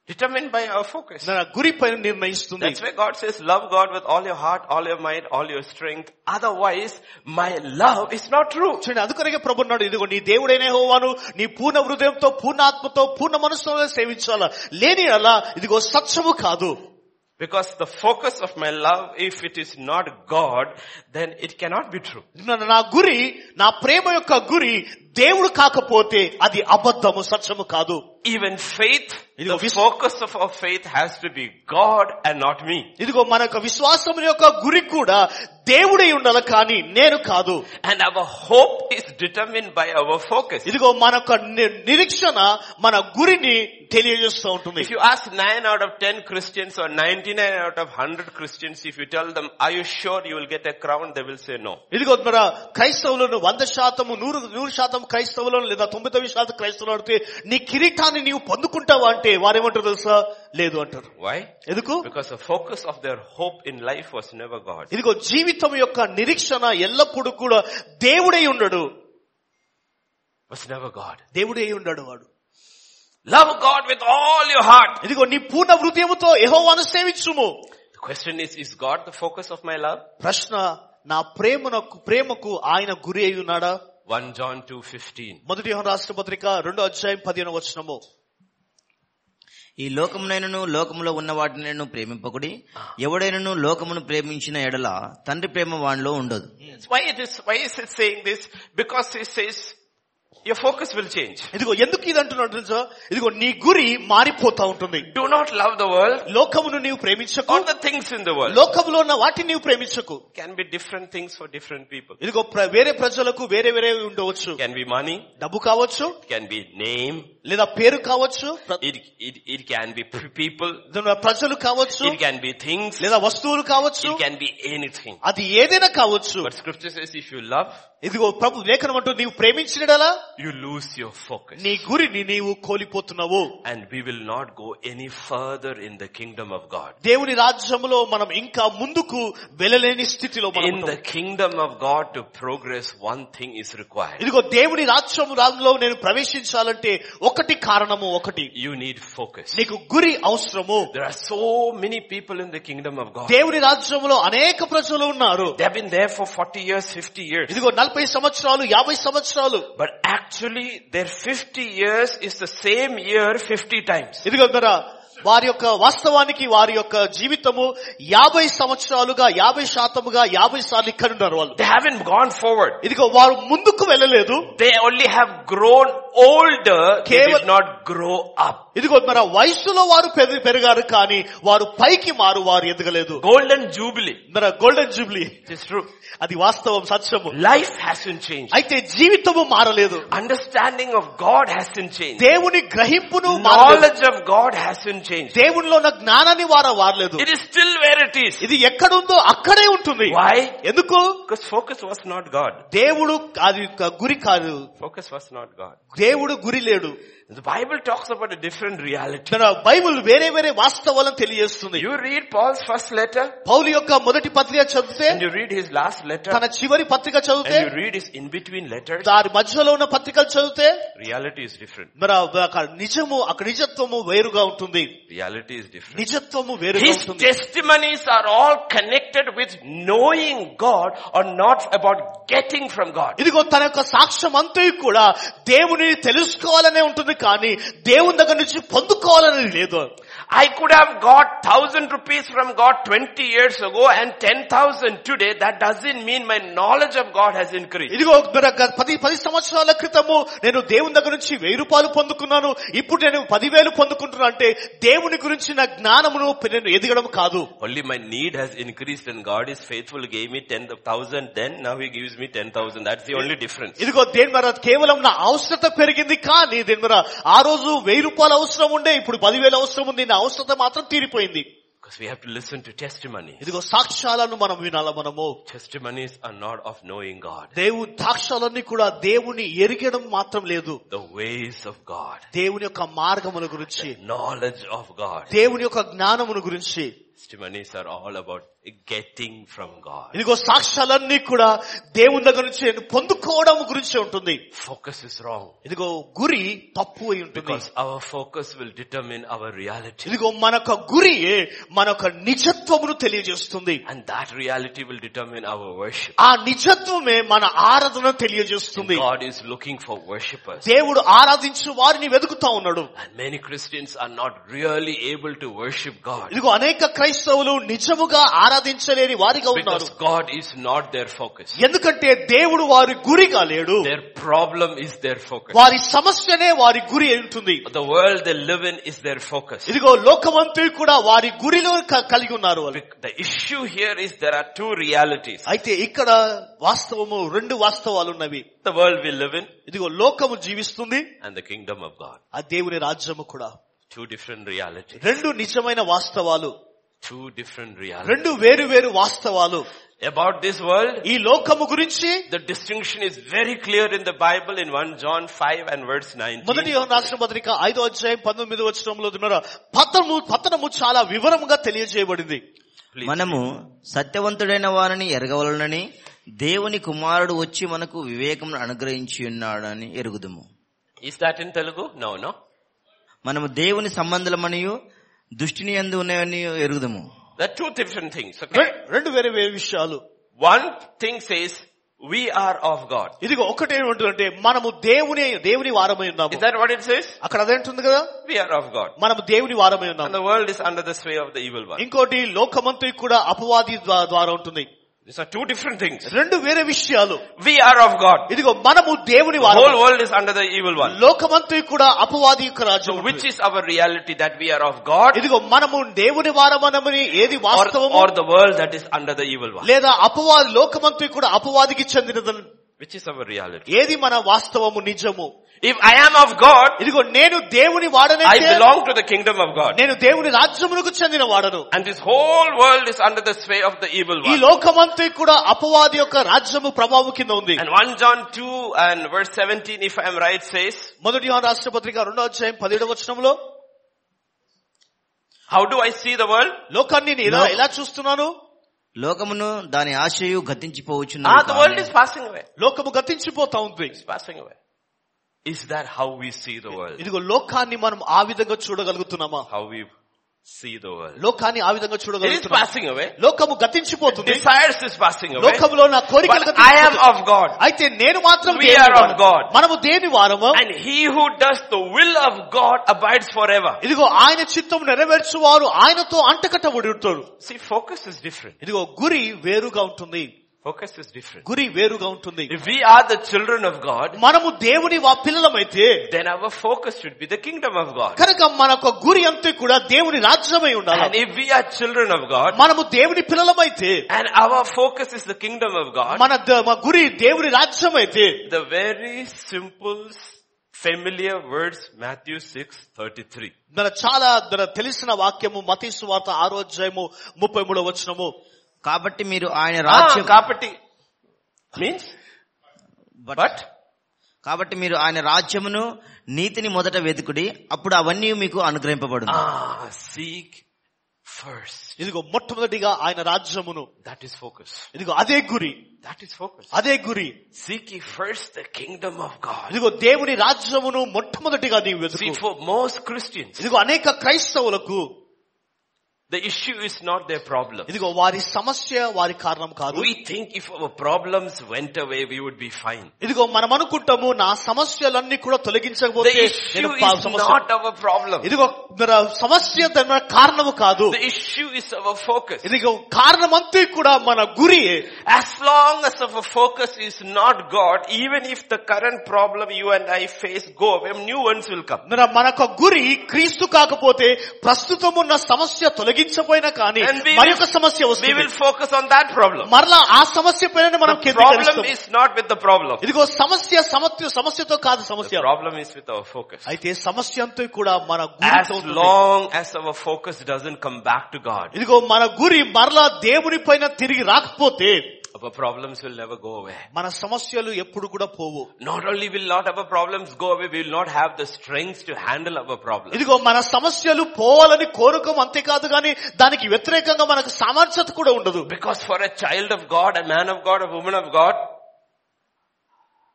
Determined by our focus.
మన గురి పైన నిర్ణయిస్తుంది
That's why God says, love God with all your heart, all your mind, all your strength. Otherwise, my love is not true.
చూడండి అందుకొనకే ప్రభు నాడు ఇదిగో నీ దేవుడైన హోవాను నీ పూర్ణ హృదయంతో పూర్ణ ఆత్మతో పూర్ణ మనసుతో సేవించాలా లేని అలా ఇదిగో సత్యము కాదు
Because the focus of my love, if it is not God, then it cannot be true.
నా- నా గురి నా ప్రేమ యొక్క గురి దేవుడు కాకపోతే అది అబద్ధము సత్యము కాదు
Even faith,
It
the
is-
focus of our faith has to be God and not me.
ఇదిగో మన యొక్క విశ్వాసం యొక్క గురి కూడా దేవుడై ఉండాలి కానీ నేను కాదు
And our hope is determined by our focus.
ఇదిగో మన యొక్క ని- నిరీక్షణ మన గురిని తెలియజేస్తూ ఉంటుంది
If you ask 9 out of 10 Christians or 99 out of 100 Christians, if you tell them, are you sure you will get a crown? They will say no.
ఇదిగో మన క్రైస్తవులను వంద శాతము నూరు నూరు శాతం క్రైస్తవులను లేదా తొంభై తొమ్మిది శాతం క్రైస్తవులు అడిగితే నీ కిరీటాన్ని నీవు పొందుకుంటావా అంటే వారేమంటారు తెలుసా లేదు అంటారు
Why?
ఎందుకు
Because the focus of their hope in life was never God.
ఇదిగో జీవితం యొక్క నిరీక్షణ ఎల్లప్పుడూ కూడా దేవుడై ఉండడు
Was never God.
దేవుడై ఉండడు వాడు
Love God with all your heart.
ఇదిగో నీ పూర్ణ హృదయముతో యెహోవాను సేవించుము
The question is, is God the focus of my love?
ప్రశ్న నా ప్రేమనకు ప్రేమకు ఆయన గురి అయి ఉన్నాడా
1 John 2.15.
మొదటి యోహాను రాష్ట్ర పత్రిక రెండో అధ్యాయం పదిహేను వచనము
ఈ లోకమునైనను లోకములో ఉన్న వాటినైనను ప్రేమింపకుడి ఎవడైనను లోకమును ప్రేమించిన ఎడల తండ్రి ప్రేమ వానిలో ఉండదు
Why it is, why is it saying this? Because it says, your focus will change.
ఇదిగో ఎందుకు ఇది అంటున్నాడు తెలుసా ఇదిగో నీ గురి మారిపోతా ఉంటుంది
Do not love the world
లోకమును నీవు ప్రేమించకు
or the things in the world.
లోకములో ఉన్న వాటిని నీవు ప్రేమించకు
Can be different things for different people.
ఇదిగో ప్ర- వేరే ప్రజలకు వేరే వేరే ఉండవచ్చు
Can be money,
డబ్బు కావచ్చు
can be name,
లేదా పేరు కావచ్చు ప్ర-
it, it, it can be p- people,
ఇదిగో ప్రజలు కావచ్చు
it can be things,
లేదా వస్తువులు కావచ్చు
it can be anything.
అది ఏదైనా కావచ్చు
But scripture says if you love,
ఇదిగో ప్రభు లేఖనం అంటూ నీవు ప్రేమించినడలా
you lose your focus.
నీ గురిని నీవు కోల్పోతున్నావు
And we will not go any further in the kingdom of God.
దేవుని రాజ్యంలో మనం ఇంకా ముందుకు వెళ్ళలేని స్థితిలో మనం
In the
ఉంటాం.
kingdom of God to progress, one thing is required.
ఇదిగో దేవుని రాజ్యం రాజ్యంలో నేను ప్రవేశించాలంటే ఒకటి కారణము ఒకటి
You need focus.
నీకు గురి అవసరము
There are so many people in the kingdom of God.
దేవుని రాజ్యంలో అనేక ప్రజలు ఉన్నారు
They have been there for 40 years, 50 years.
ఇదిగో నలభై సంవత్సరాలు యాభై సంవత్సరాలు
But actually, their 50 years is the same year 50 times.
ఇదిగో గర వారి యొక్క వాస్తవానికి వారి యొక్క జీవితము యాభై సంవత్సరాలుగా యాభై శాతముగా యాభై సార్లు ఇక్కడ ఉన్నారు వాళ్ళు
They haven't gone forward.
ఇదిగో వారు ముందుకు వెళ్ళలేదు
They only have grown older, they
Keval-
did not grow up.
ఇదిగో మరి ఆ వయస్సులో వారు పెరి- పెరిగారు కానీ వారు పైకి మారు వారు ఎదగలేదు
Golden Jubilee.
మన golden jubilee
It is true.
అది వాస్తవం సత్యము
Life hasn't changed.
అయితే జీవితము మారలేదు
Understanding of God hasn't changed.
దేవుని గ్రహింపును మారలేదు.
Knowledge of God hasn't changed.
దేవునిలో ఉన్న జ్ఞానాన్ని వారు వారలేదు
It is still where it is.
ఇది ఎక్కడుందో అక్కడే ఉంటుంది
Why?
ఎందుకు
Because focus was not God.
దేవుడు అది క- గురి కాదు
Focus was not God.
దేవుడు గురి లేడు
The Bible talks about a different reality.
మన బైబిల్ వేరే వేరే వాస్తవాలను తెలియజేస్తుంది
You read Paul's first letter
పౌలు యొక్క మొదటి పత్రిక చదివితే
and you read his last letter
తన చివరి పత్రిక చదివితే
and you read his in between letters.
దాని మధ్యలో ఉన్న పత్రికలు చదివితే
Reality is different.
మరి ఆ- ఆ నిజము అక్కడ నిజత్వము వేరుగా ఉంటుంది
Reality is different.
నిజత్వము వేరుగా
His
ఉంటుంది
testimonies are all connected with knowing God or not about getting from God.
ఇదిగో తన యొక్క సాక్ష్యం అంతా కూడా దేవుని తెలుసుకోవాలనే ఉంటుంది కానీ దేవుని దగ్గర నుంచి పొందుకోవాలని లేదు
I could have got thousand rupees from God 20 years ago and 10,000 today. That doesn't mean my knowledge of God has increased.
ఇదిగో మరి గత పది పది సంవత్సరాల క్రితము నేను దేవుని దగ్గర నుంచి వెయ్యి రూపాయలు పొందుకున్నాను ఇప్పుడు నేను పదివేలు పొందుకుంటున్నా అంటే దేవుని గురించి నా జ్ఞానమును నేను ఎదగడం కాదు
Only my need has increased and God is faithful, gave me 10,000 then, now He gives me 10,000. That's the only difference.
ఇదిగో దేని మీద కేవలం నా అవసరత పెరిగింది కానీ దేని మీద ఆ రోజు వెయ్యి రూపాయలు అవసరం ఉండే ఇప్పుడు పదివేలు అవసరం ఉంది నా అవసరత మాత్రం తీరిపోయింది
Because we have to listen to testimonies.
ఇదిగో సాక్ష్యాలను మనం వినాల మనము
Testimonies are not of knowing God.
దేవుని సాక్ష్యాలన్నీ కూడా దేవుని ఎరిగడం మాత్రం లేదు
The ways of God.
దేవుని యొక్క మార్గముల గురించి
Knowledge of God.
దేవుని యొక్క జ్ఞానమును గురించి
Testimonies are all about getting from God.
ఇదిగో సాక్ష్యాలన్నీ కూడా దేవుని దగ్గర నుంచి నేను పొందుకోవడం గురించి ఉంటుంది
Focus is wrong.
ఇదిగో గురి తప్పు అయి ఉంటుంది
Because our focus will determine our reality.
ఇదిగో మన యొక్క గురి మన యొక్క నిజత్వమును తెలియజేస్తుంది
And that reality will determine our worship.
ఆ నిజత్వమే మన ఆరాధన తెలియజేస్తుంది
God is looking for worshippers.
దేవుడు ఆరాధించు వారిని వెతుకుతా ఉన్నాడు
And many Christians are not really able to worship God.
ఇదిగో అనేక క్రైస్తవులు నిజముగా ఆరాధించలేని వారిగా ఉన్నారు
Because God is not their focus.
ఎందుకంటే దేవుడు వారి గురిగా లేడు
Their problem is their focus.
వారి సమస్యనే వారి గురి అయి ఉంటుంది
The world they live in is their focus.
ఇదిగో లోకమంతా కూడా వారి గురిలో క- కలిగి ఉన్నారు వాళ్ళు.
The issue here is there are two realities.
అయితే ఇక్కడ వాస్తవము రెండు వాస్తవాలు ఉన్నవి
The world we live in
ఇదిగో లోకము జీవిస్తుంది
and the kingdom of God.
ఆ దేవుని రాజ్యము కూడా
Two different realities.
రెండు నిజమైన వాస్తవాలు
Two different realities.
రెండు వేరు వేరు వాస్తవాలు
About this world,
ఈ లోకము గురించి
the distinction is very clear in the Bible in 1 John 5 and verse 19.
మొదటి యోహాను రాసిన పత్రిక ఐదో అధ్యాయం పంతొమ్మిది వచ్చడంలో పతనము పతనము చాలా వివరముగా తెలియజేయబడింది
Please.
మనము సత్యవంతుడైన వారిని ఎరగవలనని దేవుని కుమారుడు వచ్చి మనకు వివేకం అనుగ్రహించి ఉన్నాడని ఎరుగుదుము
Is that in Telugu? No, no.
మనము దేవుని సంబంధులమనియు దుష్టిని ఎందు ఉన్నాయని ఎరుగుదుము
There are two different things. Okay.
రె- రెండు వేరు వేరు విషయాలు
One thing says, we are of God.
ఇదిగో ఒకటేమంటుందంటే మనము దేవుని దేవుని వారమై ఉన్నాము
Is that what it says?
అక్కడ అదేంటుంది కదా
We are of God.
మనము దేవుని వారమై
And
ఉన్నాము
the world is under the sway of the evil one.
ఇంకోటి లోకమంతా కూడా అపవాది ద్వా- ద్వారా ఉంటుంది
These are two different things.
రెండు వేరే విషయాలు
We are of God.
ఇదిగో మనము దేవుని
The
వారము
whole world is under the evil one.
లోకమంతా కూడా అపవాది యొక్క రాజ్యం
So which
ఉంటుంది.
is our reality that we are of God
ఇదిగో మనము దేవుని వారమనమని ఏది
or,
వాస్తవము
or the world that is under the evil one?
లేదా అపవాది లోకమంతా కూడా అపవాదికి చెందినది
Which is our reality?
ఏది మన వాస్తవము నిజము
If I am of God,
ఇదిగో నేను దేవుని వాడనే
I belong to the kingdom of God.
నేను దేవుని రాజ్యమునకు చెందిన వాడను
And this whole world is under the sway of the evil
ఈ
one.
లోకమంతా కూడా అపవాది యొక్క రాజ్యము ప్రభావం కింద
[LAUGHS]
ఉంది
And 1 John 2 and verse 17, if I am right, says,
మొదటి యోహాను రాష్ట్ర పత్రిక రెండో అధ్యాయం పదిహేడు వచనంలో
How do I see the world?
లోకాన్ని నేను ఎలా
లో-
ఎలా చూస్తున్నాను
లోకమును దాని ఆశయు గతించిపోవచ్చును
Ah, the world is passing away.
లోకము గతించిపోతా ఉంది
It's passing away. Is that how we see the world?
ఇదిగో లోకాన్ని మనం ఆ విధంగా చూడగలుగుతున్నామా
How we see the world?
లోకాన్ని ఆ విధంగా
It is
చూడగలుగుతున్నాం
passing away.
లోకము గతించిపోతుంది
Desires is passing away.
లోకములో నా కోరికలు
But I
గతించిపోతాయి.
am of God.
అయితే నేను మాత్రం
We
దేవుని
are of
వారము.
God.
మనము దేని వారము
And he who does the will of God abides forever.
ఇదిగో ఆయన చిత్తం నెరవేర్చువారు ఆయనతో అంటకట్టబడి ఉంటారు
See, focus is different.
ఇదిగో గురి వేరుగా ఉంటుంది
Focus is different.
గురి వేరుగా ఉంటుంది
If we are the children of God,
మనము దేవుని వా పిల్లలమైతే
then our focus should be the kingdom of God.
కనుక మనకు గురి అంతే కూడా దేవుని రాజ్యమై
And
ఉండాలి
if we are children of God,
మనము దేవుని పిల్లలమైతే
and our focus is the kingdom of God,
మన ద- మా గురి దేవుని రాజ్యం అయితే
the very simple, familiar words, Matthew six thirty-three.
మన చాలా మన తెలిసిన వాక్యము మతీ సువార్త ఆరో అధ్యాయము ముప్పై మూడో వచనము
కాబట్టి మీరు ఆయన
Ah,
రాజ్యం
kapati means,
but-
but
కాబట్టి మీరు ఆయన రాజ్యమును నీతిని మొదట వెతుకుడి అప్పుడు అవన్నీ మీకు అనుగ్రహింపబడు
ah, seek first.
ఇదిగో మొట్టమొదటిగా ఆయన రాజ్యమును
That is focus.
ఇదిగో అదే గురి
That is focus.
అదే గురి
Seek ye first the kingdom of God.
ఇదిగో దేవుని రాజ్యమును మొట్టమొదటిగా నీవు
See,
వెతుకు
for most Christians,
ఇదిగో అనేక క్రైస్తవులకు
the issue is not their problem.
ఇదిగో వారి సమస్య వారి కారణం కాదు
We think if our problems went away, we would be fine.
ఇదిగో మనం అనుకుంటాము నా సమస్యలన్నీ కూడా తొలగించకపోతే
The issue
నేను పా-
is
సమస్య
not our problem.
ఇదిగో మన సమస్య తన కారణము కాదు
The issue is our focus.
ఇదిగో కారణమంతా కూడా మన గురి
As long as our focus is not God, even if the current problem you and I face go away, new ones will come.
మన మనకు గురి క్రీస్తు కాకపోతే ప్రస్తుతం ఉన్న సమస్య తొలగించపోయినా కానీ
And we will-
మరొక సమస్య
We will
వస్తుంది
focus on that problem.
మరలా ఆ సమస్య పైన మనం
The problem
కేంద్రీకరిస్తాం
is not with the problem.
ఇదిగో సమస్య సమస్య సమస్యతో కాదు
The
సమస్య
problem is with our focus.
అయితే సమస్య అంతా కూడా మన
As
గురితో ఉంటుంది.
long as our focus doesn't come back to God,
ఇదిగో మన గురి మరలా దేవుని పైన తిరిగి రాకపోతే
our problems will never go away.
మన సమస్యలు ఎప్పుడు కూడా పోవు
Not only will not our problems go away, we will not have the strength to handle our problems.
ఇదిగో మన సమస్యలు పోవాలని కోరుకోం అంతేకాదు కానీ దానికి వ్యతిరేకంగా మనకు సామర్థ్యత కూడా ఉండదు
Because for a child of God, a man of God, a woman of God,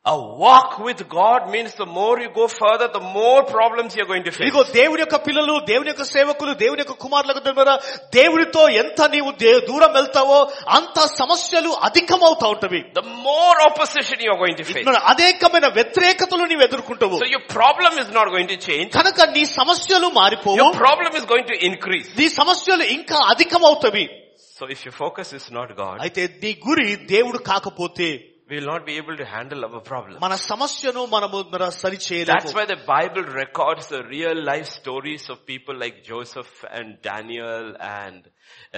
a walk with God means the more you go further, the more problems you're going to face.
ఇదిగో దేవుని యొక్క పిల్లలు దేవుని యొక్క సేవకులు దేవుని యొక్క కుమారులకు తెలియరా దేవునితో ఎంత నీవు దే- దూరం వెళ్తావో అంత సమస్యలు అధికమవుతా ఉంటవి
The more opposition you're going to face.
ఇక్కడ అనేకమైన వ్యతిరేకతలు నీవు ఎదుర్కొంటావు
So your problem is not going to change.
కనుక నీ సమస్యలు మారిపోవు
Your problem is going to increase.
నీ సమస్యలు ఇంకా అధికమవుతవి
So if your focus is not God,
అయితే నీ గురి దేవుడు కాకపోతే
we will not be able to handle our problem.
మన సమస్యను మనము మన సరి
That's
చేయలేము
why the Bible records the real life stories of people like Joseph and Daniel and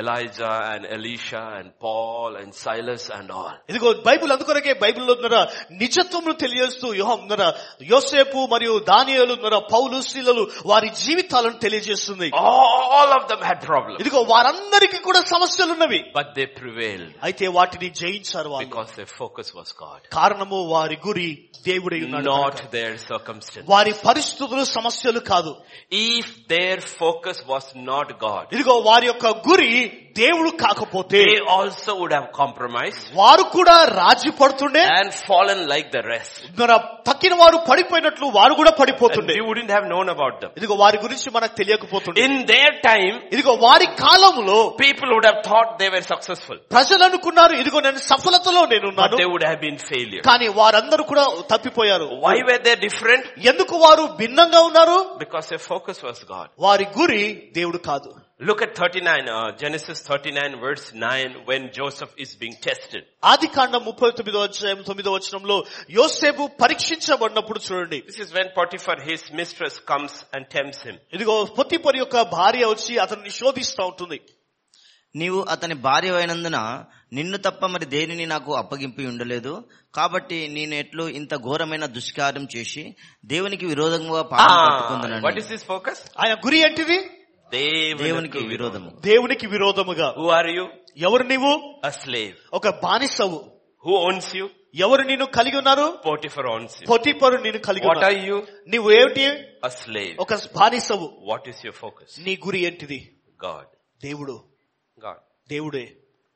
Elijah and Elisha and Paul and Silas and all.
ఇదిగో Bible అందుకొరకే బైబిల్లో ఉన్నారా నిజత్వమును తెలియజేస్తూ యోహం ఉన్నారా యోసేపు మరియు దానియలు ఉన్నారా పౌలు శీలలు వారి జీవితాలను తెలియజేస్తుంది
All of them had problems,
ఇదిగో వారందరికీ కూడా సమస్యలు ఉన్నవి
but they prevailed
అయితే వాటిని జయించారు వాళ్ళు
because their focus was God,
కారణము వారి గురి దేవుడై ఉన్నాడు కనుక.
not their circumstance.
వారి పరిస్థితులు సమస్యలు కాదు
If their focus was not God,
ఇదిగో వారి యొక్క గురి దేవుడు కాకపోతే
they also would have compromised
వారు కూడా రాజీ పడుతుండే
and fallen like the rest.
మన తక్కిన వారు పడిపోయినట్లు వారు కూడా
And
పడిపోతుండే
we wouldn't have known about them.
ఇదిగో వారి గురించి మనకు తెలియకపోతుండే
In their time,
ఇదిగో వారి కాలంలో
people would have thought they were successful.
ప్రజలు అనుకున్నారు ఇదిగో నేను సఫలతలో
But
నేనున్నాను
they would have been failure.
కానీ వారందరూ కూడా తప్పిపోయారు
Why were they different?
ఎందుకు వారు భిన్నంగా ఉన్నారు
Because their focus was God.
వారి గురి దేవుడు కాదు
Look at 39, uh, Genesis 39 verse 9 when Joseph is being tested.
ఆది కాండం ముప్పై తొమ్మిదో అధ్యాయం తొమ్మిదో వచనంలో యోసేపు పరీక్షించబడినప్పుడు చూడండి
This is when Potiphar, his mistress comes and tempts him.
ఇదిగో పొత్తిపరి యొక్క భార్య వచ్చి అతన్ని శోధిస్తా ఉంటుంది
నీవు అతని భార్య అయినందున నిన్ను తప్ప మరి దేనిని నాకు అప్పగింపి ఉండలేదు కాబట్టి నేను ఎట్లు ఇంత ఘోరమైన దుష్కార్యం చేసి దేవునికి విరోధంగా పాపం
Ah, what
పట్టుకుందనని
is his focus?
ఆయన గురి ఏంటిది
దేవునికి
Devanaki
విరోధము
దేవునికి విరోధముగా
Who are you?
ఎవరు నీవు
A slave.
ఒక బానిసవు
Who owns you?
ఎవరు నిన్ను కలిగి ఉన్నారు
Potiphar owns you.
పొటిపరు నిన్ను కలిగి
What are
ఉన్నారు
you?
నీవు ఏమిటి
A slave.
ఒక బానిసవు
What is your focus?
నీ గురి ఏంటిది
God.
దేవుడు
God.
దేవుడే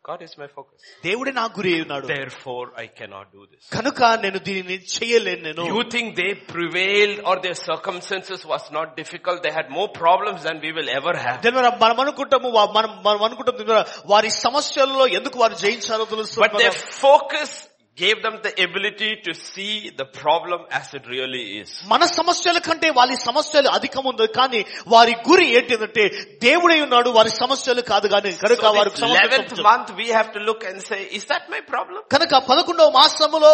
God is my focus.
దేవుడే నా గురి అయి ఉన్నాడు
Therefore I cannot do this.
కనుక నేను దీనిని చేయలేను నేను
You think they prevailed or their circumstances was not difficult. They had more problems than we will ever have.
దేని వల్ల మనం అనుకుంటాము వా- మనం మనం అనుకుంటాం దేని వల్ల వారి సమస్యలలో ఎందుకు వారు జయించారో తెలుసు
But their focus gave them the ability to see the problem as it really is.
మన సమస్యల కంటే వారి సమస్యలు అధికం ఉంది కానీ వారి గురి ఏంటిదంటే దేవుడే ఉన్నాడు వారి సమస్యలు కాదు కానీ కనుక
So
వారు
this
సమస్యలు
11th
చూపుతారు.
month we have to look and say, is that my problem?
కనుక పదకొండవ మాసములో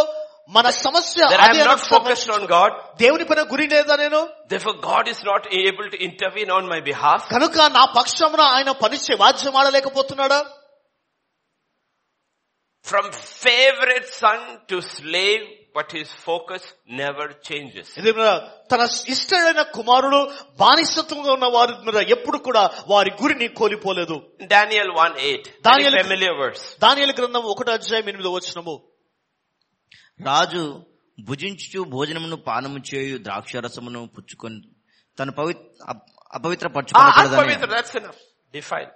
మన సమస్య
That
అదే
I'm not
అనుకుంటున్నాం.
focused on God.
దేవుని పైన గురి లేదా నేను
Therefore God is not able to intervene on my behalf.
కనుక నా పక్షమున ఆయన పని వాద్యం ఆడలేకపోతున్నాడా
From favorite son to slave, but his focus never changes.
ఇది మన తన ఇష్టమైన కుమారుడు బానిసత్వంగా ఉన్న వారు మన ఎప్పుడు కూడా వారి గురిని కోల్పోలేదు
Daniel 1-8.
Daniel-
Very familiar verse.
Daniel గ్రంథం ఒకటో అధ్యాయం ఎనిమిదో వచనము
రాజు భుజించుచు భోజనమును పానము చేయు ద్రాక్షరసమును పుచ్చుకొని తను పవిత్ర అపవిత్ర
Ah, unpavitra,
పరచుకోకూడదని
that's enough. Define.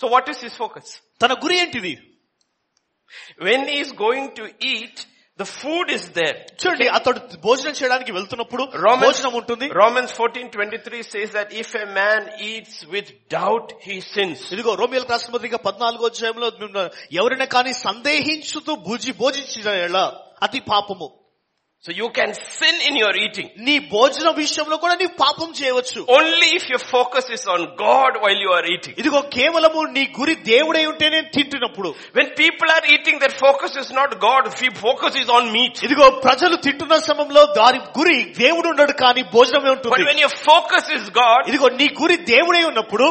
So what is his focus?
తన గురి ఏంటిది
When he is going to eat, the food is there.
చూడండి అతడు భోజనం చేయడానికి వెళ్తున్నప్పుడు
Romans,
భోజనం ఉంటుంది
Romans 14:23 says that if a man eats with doubt, he sins.
ఇదిగో రోమియోల రాష్ట్ర పత్రిక పద్నాలుగో అధ్యాయంలో ఉన్న ఎవరైనా కానీ సందేహించుతూ భుజి భోజించిన ఎడల అతి పాపము
So you can sin in your eating.
నీ భోజన విషయంలో కూడా నీ పాపం చేయవచ్చు
Only if your focus is on God while you are eating.
ఇదిగో కేవలము నీ గురి దేవుడై ఉంటేనే తింటున్నప్పుడు
When people are eating, their focus is not God. Their focus is on meat.
ఇదిగో ప్రజలు తింటున్న సమయంలో దాని గురి దేవుడు ఉండడు కానీ భోజనమే
But
ఉంటుంది
when your focus is God,
ఇదిగో నీ గురి దేవుడై ఉన్నప్పుడు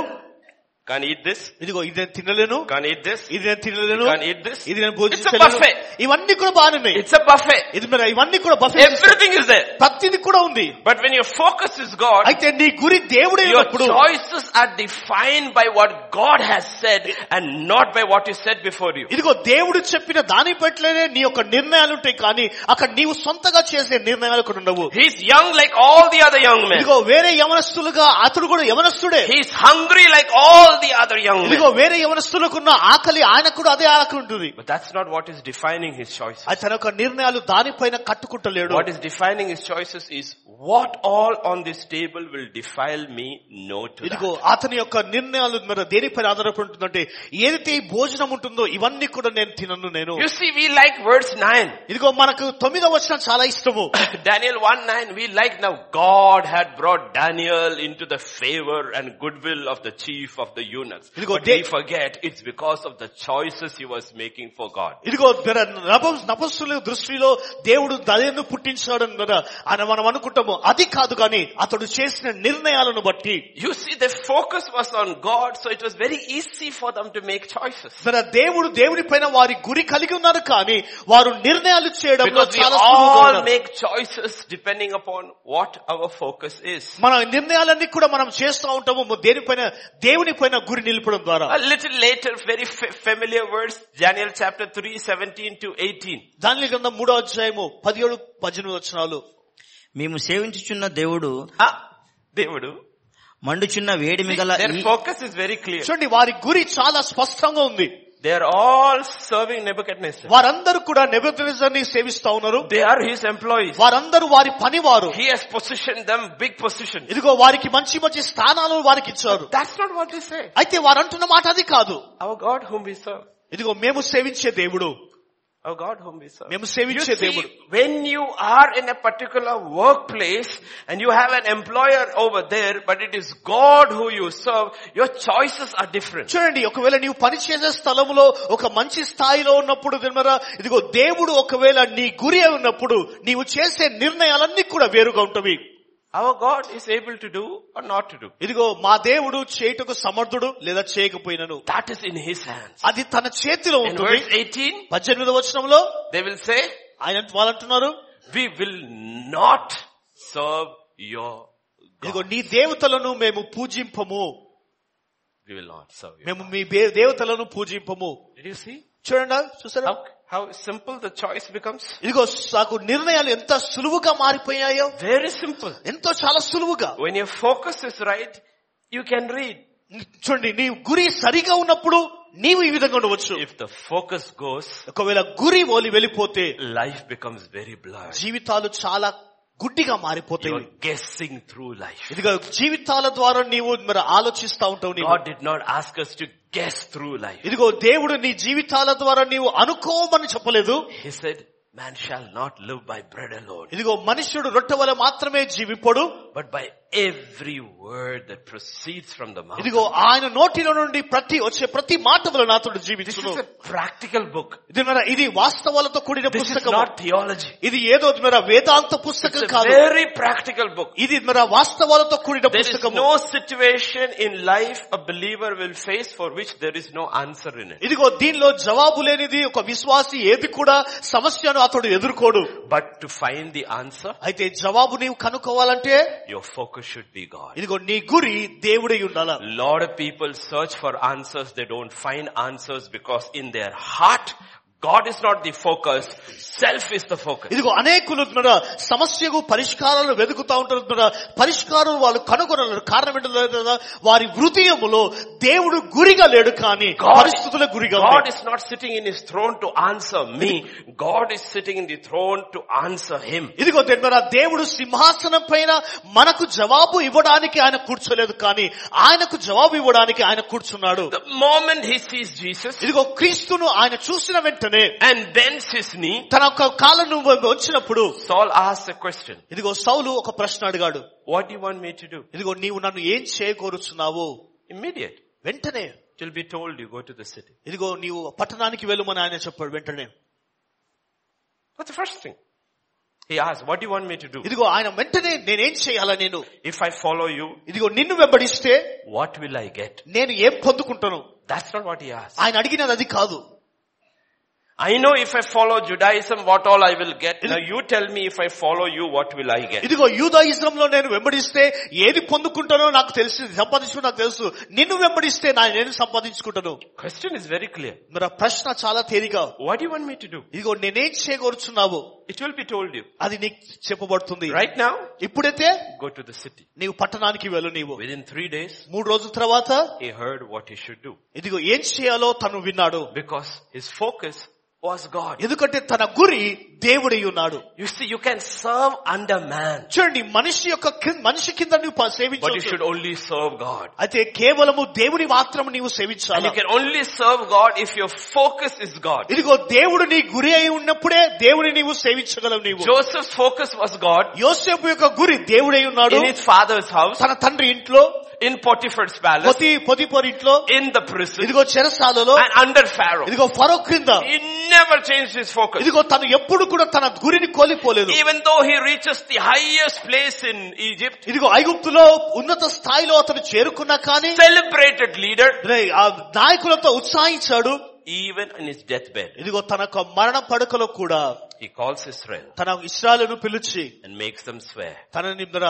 can't eat this,
ఇదిగో ఇది నేను తినలేను
can't eat this,
ఇది నేను తినలేను
can't eat this.
ఇది నేను
It's a
భోజించలేను
buffet.
ఇవన్నీ కూడా బాగున్నాయి
It's a buffet.
ఇది మరి ఇవన్నీ కూడా బఫే
Everything is there.
ప్రతిది కూడా ఉంది
But when your focus is God,
అయితే నీ గురి దేవుడే
Your
ఉన్నప్పుడు
choices are defined by what God has said and not by what is said before you.
ఇదిగో దేవుడు చెప్పిన దాని పట్లనే నీ యొక్క నిర్ణయాలు ఉంటాయి కానీ అక్కడ నీవు సొంతగా చేసే నిర్ణయాలు కూడా ఉండవు
He's young like all the other young men.
ఇదిగో వేరే యవనస్తులుగా అతడు కూడా యవనస్తుడే
He's hungry like all the other young men.
ఇదిగో వేరే యవనస్తులకున్న ఆకలి ఆయనకు కూడా అదే ఆకలి ఉంటుంది
But that's not what is defining his choices.
అది తన యొక్క నిర్ణయాలు దానిపైన కట్టుకుంటలేడు
What is defining his choices is what all on this table will defile me no to that.
ఇదిగో అతని యొక్క నిర్ణయాలు మరి దేనిపైన ఆధారపడి ఉంటుందంటే ఏదైతే ఈ భోజనం ఉంటుందో ఇవన్నీ కూడా నేను తినను నేను
You see, we like verse 9.
ఇదిగో మనకు తొమ్మిదో వచ్చిన చాలా ఇష్టము
[LAUGHS] Daniel 1 9, we like now God had brought Daniel into the favor and goodwill of the chief of the eunuchs.
It'll go
But we
dead.
forget it's because of the choices he was making for God.
ఇదిగో మన నప- నపస్సుల దృష్టిలో దేవుడు దయను పుట్టించాడని మన అని మనం అనుకుంటాము అది కాదు కానీ అతడు చేసిన నిర్ణయాలను బట్టి
You see, their focus was on God, so it was very easy for them to make choices.
మన దేవుడు దేవుని పైన వారి గురి కలిగి ఉన్నారు కానీ వారు నిర్ణయాలు చేయడంలో
Because we
చాలా సులువుగా
all
ఉన్నారు.
make choices depending upon what our focus is.
మన నిర్ణయాలన్నీ కూడా మనం చేస్తూ ఉంటాము దేనిపైన దేవుని పైన గురి నిలపడం ద్వారా
A little later, very fa- familiar words, Daniel chapter 3, 17 to 18.
దాని కింద మూడో అధ్యాయము పదిహేడు పద్దెనిమిది వచనాలు
మేము సేవించుచున్న దేవుడు
Ah, they would do.
మండుచున్న వేడిమి గల
Their
ఈ-
focus is very clear.
చూడండి వారి గురి చాలా స్పష్టంగా ఉంది
They are all serving Nebuchadnezzar.
వారందరూ కూడా నిబంధన సేవిస్తా ఉన్నారు
They are his employees.
వారందరూ వారి పని వారు
He has positioned them big position.
ఇదిగో వారికి మంచి మంచి స్థానాలు వారికి ఇచ్చారు
That's not what they say.
అయితే వారు అంటున్న మాట అది కాదు
Our God whom we serve.
ఇదిగో మేము సేవించే దేవుడు
Our God whom we serve.
మేము
You
సేవించే
see,
దేవుడు
when you are in a particular workplace and you have an employer over there, but it is God who you serve, your choices are different.
చూడండి ఒకవేళ నీవు పనిచేసే స్థలంలో ఒక మంచి స్థాయిలో ఉన్నప్పుడు తిన్నరా ఇదిగో దేవుడు ఒకవేళ నీ గురి అయి ఉన్నప్పుడు నీవు చేసే నిర్ణయాలన్నీ కూడా వేరుగా ఉంటవి
Our God is able to do or not to do.
ఇదిగో మా దేవుడు చేయుటకు సమర్థుడు లేదా చేయకపోయినను
That is in his hands.
అది తన చేతిలో
In
ఉంటుంది
verse 18,
పద్దెనిమిది వచనంలో
they will say,
ఆయన వాళ్ళు అంటున్నారు
we will not serve your God.
ఇదిగో నీ దేవతలను మేము పూజింపము
We will not serve you.
మేము మీ దే- దేవతలను పూజింపము
Did you see?
చూడండి చూసారా
How, how simple the choice becomes?
ఇదిగో నాకు నిర్ణయాలు ఎంత సులువుగా మారిపోయాయో
Very simple.
ఎంతో చాలా సులువుగా
When your focus is right, you can read.
చూడండి నీ గురి సరిగా ఉన్నప్పుడు నీవు ఈ విధంగా ఉండవచ్చు
If the focus goes,
ఒకవేళ గురి ఓలి వెళ్ళిపోతే
life becomes very blurred.
జీవితాలు చాలా గుడ్డిగా మారిపోతాయి
You're guessing through life.
ఇదిగో జీవితాల ద్వారా నీవు మరి ఆలోచిస్తా ఉంటావు నీవు
God did not ask us to guess through life.
ఇదిగో దేవుడు నీ జీవితాల ద్వారా నీవు అనుకోమని చెప్పలేదు
He said, man shall not live by bread alone,
ఇదిగో మనుష్యుడు రొట్టె వలె మాత్రమే జీవిపడు
but by every word that proceeds from the mouth.
ఇదిగో ఆయన నోటిలో నుండి ప్రతి వచ్చే ప్రతి మాట వలన అతడు
This
జీవించును
is a practical book.
ఇది మరి ఇది వాస్తవాలతో కూడిన
This is
పుస్తకం
not theology.
ఇది ఏదో మన వేదాంత పుస్తకం
It's a
కాదు
very practical book.
ఇది మన వాస్తవాలతో కూడిన
There is
పుస్తకం
no situation in life a believer will face for which there is no answer in it.
ఇదిగో దీనిలో జవాబు లేనిది ఒక విశ్వాసి ఏది కూడా సమస్యను అతడు ఎదుర్కోడు
But to find the answer,
అయితే జవాబు నీవు కనుక్కోవాలంటే
your focus should be God.
ఇదిగో నీ గురి దేవుడై ఉండాల
A lot of people search for answers, they don't find answers because in their heart, God is not the focus, self is the focus.
ఇదిగో అనేకులు మన సమస్యకు పరిష్కారాలు వెతుకుతా ఉంటారు మన పరిష్కారం వాళ్ళు కనుగొనలేరు కారణం ఏంటో కదా వారి హృదయములో దేవుడు గురిగా లేడు కానీ పరిస్థితుల గురిగా
God
ఉన్నాడు.
is not sitting in his throne to answer me. God is sitting in the throne to answer him.
ఇదిగో దేనిమీద దేవుడు సింహాసనం పైన మనకు జవాబు ఇవ్వడానికి ఆయన కూర్చోలేదు కానీ ఆయనకు జవాబు ఇవ్వడానికి ఆయన కూర్చున్నాడు
The moment he sees Jesus
ఇదిగో క్రీస్తును ఆయన చూసిన వెంటనే
and bends his knee,
తన యొక్క కాలను వచ్చినప్పుడు
Saul asks a question.
ఇదిగో సౌలు ఒక ప్రశ్న అడిగాడు
What do you want me to do?
ఇదిగో నీవు నన్ను ఏం చేయకూరుచున్నావు
Immediate.
వెంటనే
It will be told you go to the city.
ఇదిగో నీవు పట్టణానికి వెళ్ళమని ఆయన చెప్పాడు వెంటనే
That's the first thing. He asks, what do you want me to do?
ఇదిగో ఆయన వెంటనే నేనేం చేయాలా నేను
If I follow you,
ఇదిగో నిన్ను వెంబడిస్తే
what will I get?
నేను ఏం పొందుకుంటాను
That's not what he asks.
ఆయన అడిగినది అది కాదు
I know if I follow Judaism, what all I will get. Now you tell me if I follow you, what will I get?
ఇదిగో యూదాయిజంలో నేను వెంబడిస్తే ఏది పొందుకుంటానో నాకు తెలుసు సంపాదించుకో నాకు తెలుసు నిన్ను వెంబడిస్తే నా నేను సంపాదించుకుంటాను
Question is very clear.
మరి ఆ ప్రశ్న చాలా తేలిగా
What do you want me to do?
ఇదిగో నేనేం చేయగోరుచున్నావు
It will be told you.
అది నీకు చెప్పబడుతుంది
Right now,
ఇప్పుడైతే
go to the city.
నీవు పట్టణానికి వెళ్ళు నీవు
Within three days,
మూడు రోజుల తర్వాత
he heard what he should do
ఇదిగో ఏం చేయాలో తను విన్నాడు
because his focus was God.
ఎందుకంటే తన గురి దేవుడై ఉన్నాడు
You see, you can serve under man,
చూడండి మనిషి యొక్క కిం- మనిషి కింద నువ్వు
but you should
సేవించు
only serve God.
అయితే కేవలము దేవుని మాత్రం నీవు
And
సేవించాలి
you can only serve God if your focus is God.
ఇదిగో దేవుడు నీ గురి అయి ఉన్నప్పుడే దేవుని నీవు సేవించగలవు నీవు
Joseph's focus was God
యోసేపు యొక్క గురి దేవుడై ఉన్నాడు
in his father's house,
తన తండ్రి ఇంట్లో
in Potiphar's palace,
పొతి పొదిపోరు ఇంట్లో
in the prison,
ఇదిగో చెరసాలలో
and under Pharaoh.
ఇదిగో ఫరో క్రింద
He never changed his focus.
ఇదిగో తను ఎప్పుడు కూడా తన గురిని కోల్పోలేదు
Even though he reaches the highest place in Egypt,
ఇదిగో ఐగుప్తులో ఉన్నత స్థాయిలో అతను చేరుకున్నా కానీ
celebrated leader,
రే, ఆ నాయకులతో ఉత్సాహించాడు
even in his deathbed,
ఇదిగో తన యొక్క మరణ పడకలో కూడా
he calls Israel
తన ఇస్రాయలను పిలిచి
and makes them swear,
తనని మన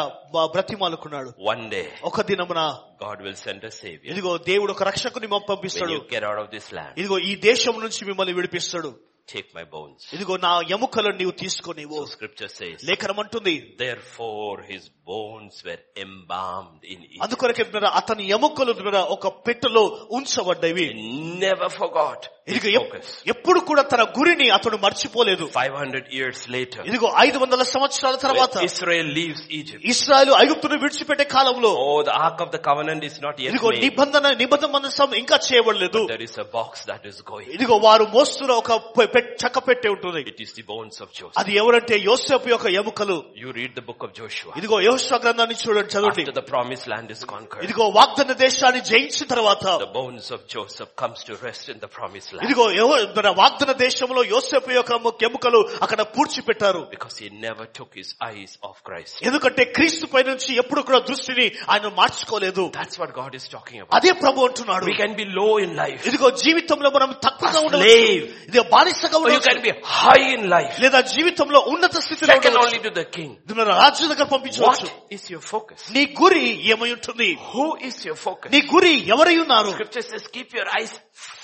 బ్రతిమాలుకున్నాడు
one day
ఒక దినమున
God will send a savior
ఇదిగో దేవుడు ఒక రక్షకుని మమ్మ
when
పంపిస్తాడు
you get out of this land.
ఇదిగో ఈ దేశం నుంచి మిమ్మల్ని విడిపిస్తాడు
Take my bones.
ఇదిగో నా ఎముకలను నీవు తీసుకొనివు
So scripture says,
లేఖనం అంటుంది
Therefore his bones were embalmed in Egypt.
అందుకొరకు చెప్తున్నారా అతని ఎముకలు ద్వారా ఒక పెట్టెలో ఉంచబడ్డవి
He never forgot his
ఇదిగో ఎప్-
focus.
ఎప్పుడు కూడా తన గురిని అతడు మర్చిపోలేదు
500 years later,
ఇదిగో ఐదు వందల సంవత్సరాల తర్వాత
when Israel leaves Egypt,
Israel ఐగుప్తును విడిచిపెట్టే కాలంలో
oh, the Ark of the Covenant is not yet
ఇదిగో
made.
నిబంధన నిబంధన మనసం ఇంకా చేయబడలేదు
There is a box that is going.
ఇదిగో వారు మోస్తున్న ఒక పె- పె- చెక్క పెట్టె ఉంటుంది
It is the bones of Joseph.
అది ఎవరంటే యోసేపు యొక్క ఎముకలు
You read the book of Joshua.
ఇదిగో యోశ్వ గ్రంథాన్ని చూడండి చదవండి
After the promised land is conquered,
ఇదిగో వాగ్దాన దేశాన్ని జయించిన తర్వాత
the bones of Joseph comes to rest in the promised land
ఇదిగో ఎవ- మన వాగ్దాన దేశంలో యోసేపు యొక్క ము- ఎముకలు అక్కడ పూడ్చి పెట్టారు
because he never took his eyes off Christ.
ఎందుకంటే క్రీస్తు పై నుంచి ఎప్పుడు కూడా దృష్టిని ఆయన మార్చుకోలేదు
That's what God is talking about.
అదే ప్రభు అంటున్నాడు
We can be low in life.
ఇదిగో జీవితంలో మనం తక్కువగా ఉండలేదు
Slave.
ఇది బానిసగా
Or you
ఉండవచ్చు.
can be high in life.
లేదా జీవితంలో ఉన్నత స్థితిలో
Second
ఉండవచ్చు.
only to the king.
నిన్ను రాజు దగ్గర పంపించవచ్చు
What is your focus?
నీ గురి ఏమై ఉంటుంది
Who is your focus?
నీ గురి ఎవరై ఉన్నారు
Scripture says keep your eyes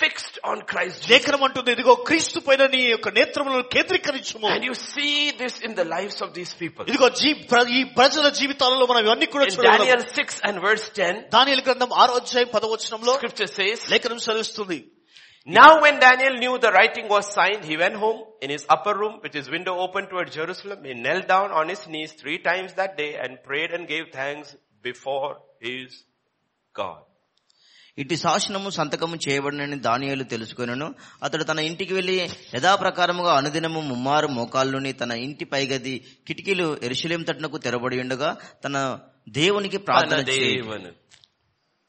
fixed on Christ Jesus.
లేఖనం అంటుంది ఇదిగో క్రీస్తు పైన నీ యొక్క నేత్రములను కేంద్రీకరించము
And you see this in the lives of these people.
ఇదిగో జీ ప్ర- ఈ ప్రజల జీవితాలలో మనం ఇవన్నీ కూడా
In Daniel
చూడగలం
6 and verse 10,
దానియలు గ్రంథం ఆరో అధ్యాయం పదవచనంలో
scripture says,
లేఖనం చదివిస్తుంది
Now when Daniel knew the writing was signed, he went home in his upper room with his window open toward Jerusalem. He knelt down on his knees three times that day and prayed and gave thanks before his God.
ఇటు శాసనము సంతకము చేయబడినని దానియేలు తెలుసుకొనెను అతడు తన ఇంటికి వెళ్లి యథాప్రకారముగా అనుదినము ముమ్మారు మోకాళ్ళుని తన ఇంటి పైగది కిటికీలు ఎరుశలేం తట్టునకు తెరబడి ఉండగా తన దేవునికి ప్రార్థన చేయి.
Panadevan.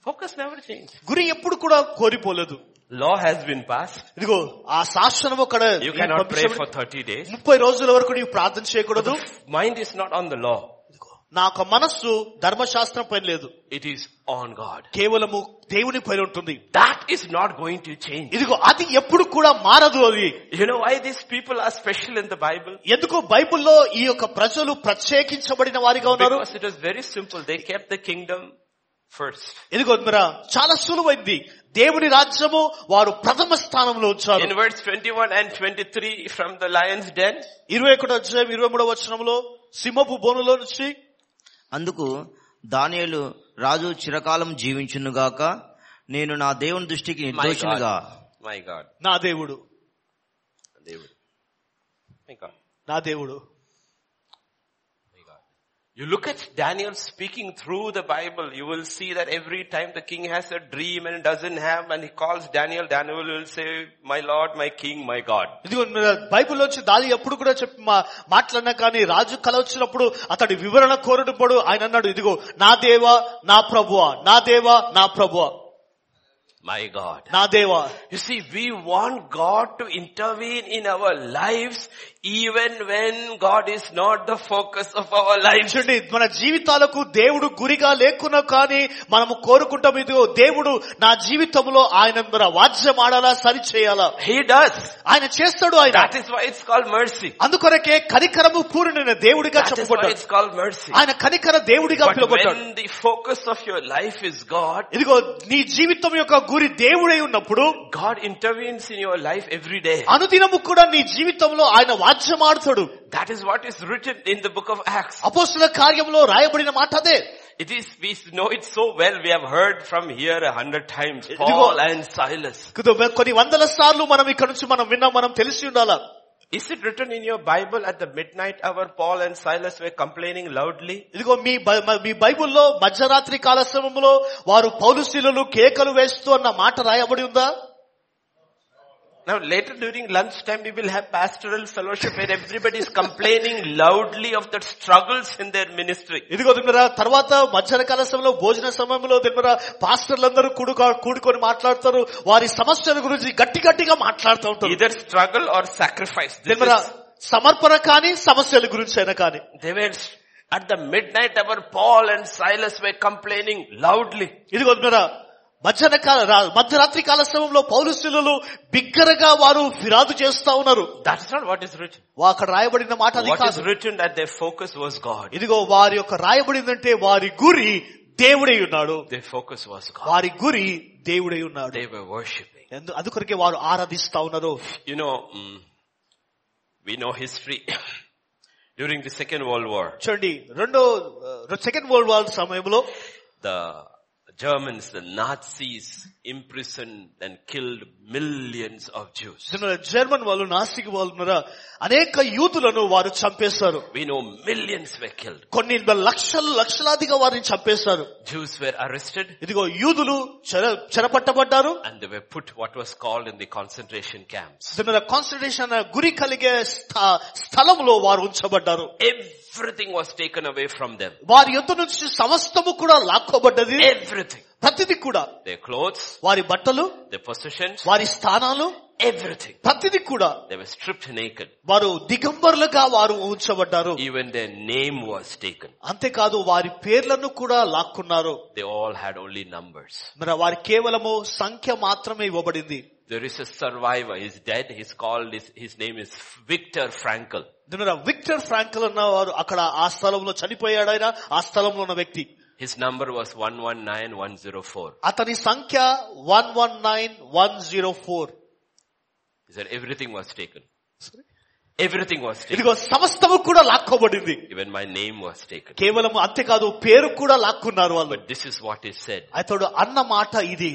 Focus never changed.
గురి ఎప్పుడు కూడా కోరిపోలేదు
Law has been passed.
ఇదిగో ఆ శాసనం అక్కడ
You cannot pray for 30 days.
ముప్పై రోజుల వరకు నీవు ప్రార్థన చేయకూడదు
Mind is not on the law.
ఇదిగో, నా యొక్క మనస్సు ధర్మశాస్త్రం పైన లేదు
It is on God.
కేవలము దేవుని పైన ఉంటుంది
That is not going to change.
ఇదిగో అది ఎప్పుడు కూడా మారదు అది
You know why these people are special in the Bible?
ఎందుకు బైబిల్లో ఈ యొక్క ప్రజలు ప్రత్యేకించబడిన వారిగా ఉన్నారు
Because it was very simple. They kept the kingdom first.
ఇదిగో మీరా చాలా సులువైంది దేవుని రాజ్యము వారు ప్రథమ స్థానంలో ఉంచారు
In verse 21 and 23 from the lion's den,
ఇరవై ఒకటో అధ్యాయం ఇరవై మూడో వచనంలో సింహపు బోనులో నుంచి
అందుకు దానియేలు రాజు చిరకాలం జీవించునుగాక నేను నా దేవుని దృష్టికి
my
నిర్దోషునిగా
God, my God,
నా దేవుడు
they would, my God,
నా దేవుడు
my God. You look at Daniel speaking through the Bible, you will see that every time the king has a dream and doesn't have and he calls Daniel, Daniel will say, my Lord, my King, my God.
ఇదిగో మీరు బైబిల్లో నుంచి దాని ఎప్పుడు కూడా చెప్పి మా మాట్లాడినా కానీ రాజు కల వచ్చినప్పుడు అతడి వివరణ కోరటప్పుడు ఆయన అన్నాడు ఇదిగో నా దేవా నా ప్రభువా నా దేవా నా ప్రభువా
My God.
నా దేవా
You see, we want God to intervene in our lives even when God is not the focus of our lives.
చూడండి మన జీవితాలకు దేవుడు గురిగా లేకున్నా కానీ మనము కోరుకుంటాం ఇదిగో దేవుడు నా జీవితంలో ఆయన మన వాద్యం ఆడాలా సరి చేయాలా
He does.
ఆయన చేస్తాడు ఆయన
That is why it's called mercy.
అందుకొరకే కనికరము పూర్ణ దేవుడిగా
That is why
చెప్పబడ్డాడు
it's called mercy.
ఆయన కనికర దేవుడిగా
But
పిలువబడ్డాడు
when the focus of your life is God,
ఇదిగో నీ జీవితం యొక్క గురి దేవుడై ఉన్నప్పుడు
God intervenes in your life every day.
అనుదినము కూడా నీ జీవితంలో ఆయన వాద్యం ఆడుతాడు
That is what is written in the book of Acts.
అపోస్తుల కార్యంలో రాయబడిన మాట అదే
It is, we know it so well, we have heard from here a hundred times, Paul and Silas.
ఇదిగో కొన్ని వందల సార్లు మనం ఇక్కడ నుంచి మనం విన్నాం మనం తెలిసి ఉండాలా
Is it written in your Bible at the midnight hour, Paul and Silas were complaining loudly?
ఇదిగో మీ బై- మ- మీ బైబిల్లో మధ్యరాత్రి కాల సమయంలో వారు పౌలుశీలు కేకలు వేస్తూ అన్న మాట రాయబడి ఉందా
Now later during lunchtime we will have pastoral fellowship where everybody is complaining loudly of the struggles in their ministry.
ఇదిగో దిమ్మరా తర్వాత మధ్యాహ్న కాల సమయంలో భోజన సమయంలో దిమ్మరా పాస్టర్లందరూ కూడుక కూడుకొని మాట్లాడతారు వారి సమస్యల గురించి గట్టి గట్టిగా మాట్లాడుతూ ఉంటారు
Either struggle or sacrifice. This
దిమ్మరా
is-
సమర్పణ కానీ సమస్యల గురించి అయినా కానీ
They were at the midnight hour, Paul and Silas were complaining loudly.
ఇదిగో దిమ్మరా మధ్యాహ్న కాల రా- మధ్యరాత్రి కాల సమయంలో పౌరుశీలు బిగ్గరగా వారు ఫిరాదు చేస్తా ఉన్నారు
That's not what is written.
వా- అక్కడ రాయబడిన మాట అది
What is
కాదు
written that their focus was God.
ఇదిగో వారి యొక్క రాయబడిందంటే వారి గురి దేవుడై ఉన్నాడు
Their focus was God.
వారి గురి దేవుడై ఉన్నాడు
They were worshipping.
ఎందు అందుకొరకే వారు ఆరాధిస్తా ఉన్నారు
You know, mm, we know history. [COUGHS] During the Second World War,
చూడండి రెండో సెకండ్ వరల్డ్ వార్ సమయంలో
the Germans, the Nazis imprisoned and killed millions of Jews.
చిన్న జర్మన్ వాళ్ళు నాస్తిక వాళ్ళు ఉన్నారా అనేక యూతులను వారు చంపేస్తారు
We know millions were killed.
కొన్ని లక్షలు లక్షలాదిగా వారిని చంపేస్తారు
Jews were arrested
ఇదిగో యూదులు చెర చెరపట్టబడ్డారు
and they were put what was called in the concentration camps.
Concentration గురి కలిగే స్థ- స్థలంలో వారు ఉంచబడ్డారు
Everything was taken away from them.
వారి యొద్ద నుంచి సమస్తము కూడా లాక్కోబడ్డది
Everything.
ప్రతిది కూడా
Their clothes,
వారి బట్టలు
their possessions,
వారి స్థానాలు
everything.
ప్రతిది కూడా
They were stripped naked.
వారు దిగంబరులుగా వారు ఉంచబడ్డారు
Even their name was taken.
అంతేకాదు వారి పేర్లను కూడా లాక్కున్నారు
They all had only numbers.
మరి వారి కేవలము సంఖ్య మాత్రమే ఇవ్వబడింది
There is a survivor. He's dead. He's called, his, his name is Viktor Frankl.
దీనిమీద విక్టర్ ఫ్రాంకల్ అన్నవారు అక్కడ ఆ స్థలంలో చనిపోయాడు ఆయన ఆ స్థలంలో ఉన్న వ్యక్తి
His number was 119104.
అతని సంఖ్య one one nine one zero four
He said everything was taken. Everything was taken.
ఇదిగో సమస్తము కూడా లాక్కోబడింది
Even my name was taken.
కేవలం అంతేకాదు పేరు కూడా లాక్కున్నారు వాళ్ళు
But this is what he said.
అతడు అన్న మాట ఇది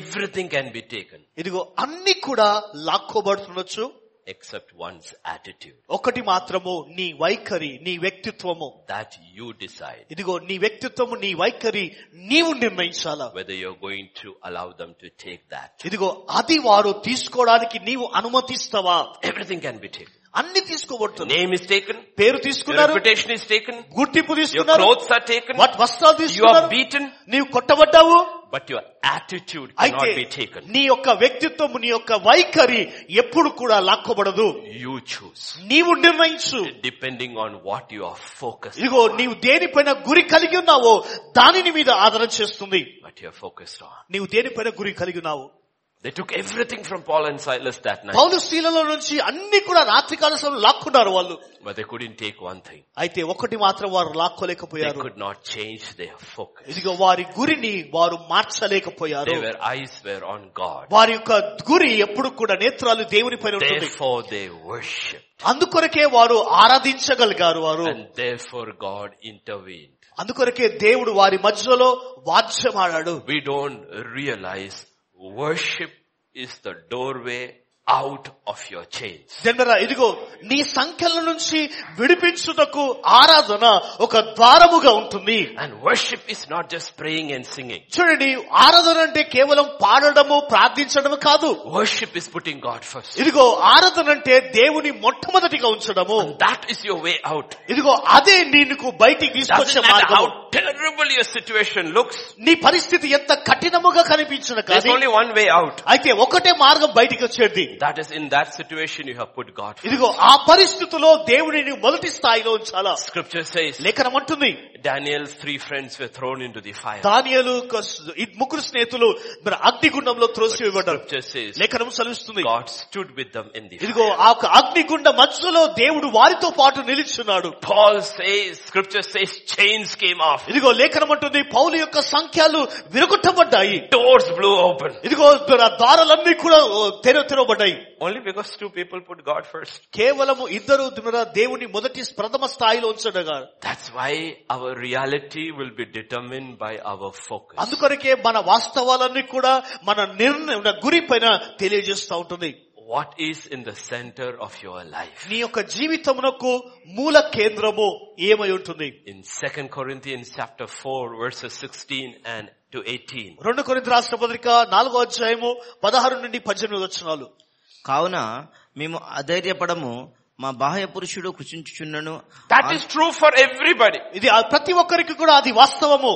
everything can be taken
ఇదిగో అన్ని కూడా లాక్కోబడుతుండొచ్చు
except one's attitude
ఒకటి మాత్రము నీ వైఖరి నీ వ్యక్తిత్వము
that you decide
ఇదిగో నీ వ్యక్తిత్వము నీ వైఖరి నీవు నిర్ణయించాలా
whether you're going to allow them to take that.
ఇదిగో అది వారు తీసుకోవడానికి నీవు అనుమతిస్తావా
[COUGHS] Everything can be taken.
అన్ని తీసుకోబడుతుంది
Name is taken.
పేరు
Your
తీసుకున్నారు
reputation is taken.
గుర్తింపు
Your
తీసుకున్నారు
clothes are taken.
వాటి వస్త్రాలు
You are
తీసుకున్నారు
beaten,
నీవు కొట్టబడ్డావు
but your attitude cannot
అయితే
be taken.
నీ యొక్క వ్యక్తిత్వము నీ యొక్క వైఖరి ఎప్పుడు కూడా లాక్కోబడదు
You choose
నీవు నిర్ణయించు
depending on what you are focused
ఇదిగో నీవు దేనిపైన గురి కలిగి ఉన్నావో దానిని మీద ఆధారం చేస్తుంది
what you're focused on.
నీవు దేనిపైన గురి కలిగి ఉన్నావు
They took everything from Paul and Silas that night,
పౌలు శీలలో నుంచి అన్ని కూడా రాత్రికాల సమయంలో లాక్కున్నారు వాళ్ళు
but they couldn't take one thing.
అయితే ఒకటి మాత్రం వారు
They
లాక్కోలేకపోయారు
could not change their focus.
ఇదిగో వారి గురిని వారు మార్చలేకపోయారు
Their eyes were on God.
వారి యొక్క గురి ఎప్పుడు కూడా నేత్రాలు దేవుని పైన ఉంటుంది
Therefore they worship
అందుకొరకే వారు ఆరాధించగలిగారు వారు
and therefore God intervened.
అందుకొరకే దేవుడు వారి మధ్యలో వాద్యమాడాడు
we don't realize worship is the doorway out of your chains.
జనరా ఇదిగో నీ సంఖ్యల నుంచి విడిపించుటకు ఆరాధన ఒక ద్వారముగా ఉంటుంది
And worship is not just praying and singing.
చూడండి ఆరాధన అంటే కేవలం పాడడము ప్రార్థించడము కాదు
Worship is putting God first.
ఇదిగో ఆరాధన అంటే దేవుని మొట్టమొదటిగా ఉంచడము
That is your way out.
ఇదిగో అదే నీకు బయటికి తీసుకొచ్చే
Doesn't matter how
మార్గం
terrible your situation looks.
నీ పరిస్థితి ఎంత కఠినముగా కనిపించిన
There's
కానీ
only one way out.
అయితే ఒకటే మార్గం బయటికి వచ్చేది
That is in that situation you have put God first.
ఇదిగో ఆ పరిస్థితిలో దేవుడిని నువ్వు మొదటి స్థాయిలో ఉంచాలా
Scripture says
లేఖనం అంటుంది
Daniel's three friends were thrown into the fire.
దానియలు కస్- ఈ ముగ్గురు స్నేహితులు మరి అగ్నిగుండంలో త్రోసివేయబడ్డారు
Scripture says
లేఖనం సెలవిస్తుంది
God stood with them in the
ఇదిగో
fire.
ఆ యొక్క అగ్నిగుండ మధ్యలో దేవుడు వారితో పాటు నిలిచున్నాడు
Paul says, scripture says chains came off.
ఇదిగో లేఖనం అంటుంది పౌలు యొక్క సంఖ్యలు విరగొట్టబడ్డాయి
Doors blew open.
ఇదిగో ఆ ద్వారాలన్నీ కూడా ఓ, తెర తెరవబడ్డాయి
Only because two people put God first.
కేవలము ఇద్దరు దినరా దేవుని మొదటి ప్రథమ స్థాయిలో ఉంచడగా
That's why our reality will be determined by our focus.
అందుకొరకే మన వాస్తవాలన్నీ కూడా మన నిర్ణయం గురి పైన తెలియజేస్తూ ఉంటుంది
What is in the center of your life?
నీ యొక్క జీవితమునకు మూల కేంద్రము ఏమై ఉంటుంది
In 2 Corinthians chapter 4 verses 16 and to 18.
రెండు కొరింత రాష్ట్ర పత్రిక నాలుగో అధ్యాయము పదహారు నుండి పద్దెనిమిది వచనాలు
కావున మేము అధైర్యపడము మా బాహ్య పురుషుడు కృషించుచున్నను
That is true for everybody.
ఇది ఆ ప్రతి ఒక్కరికి కూడా అది వాస్తవము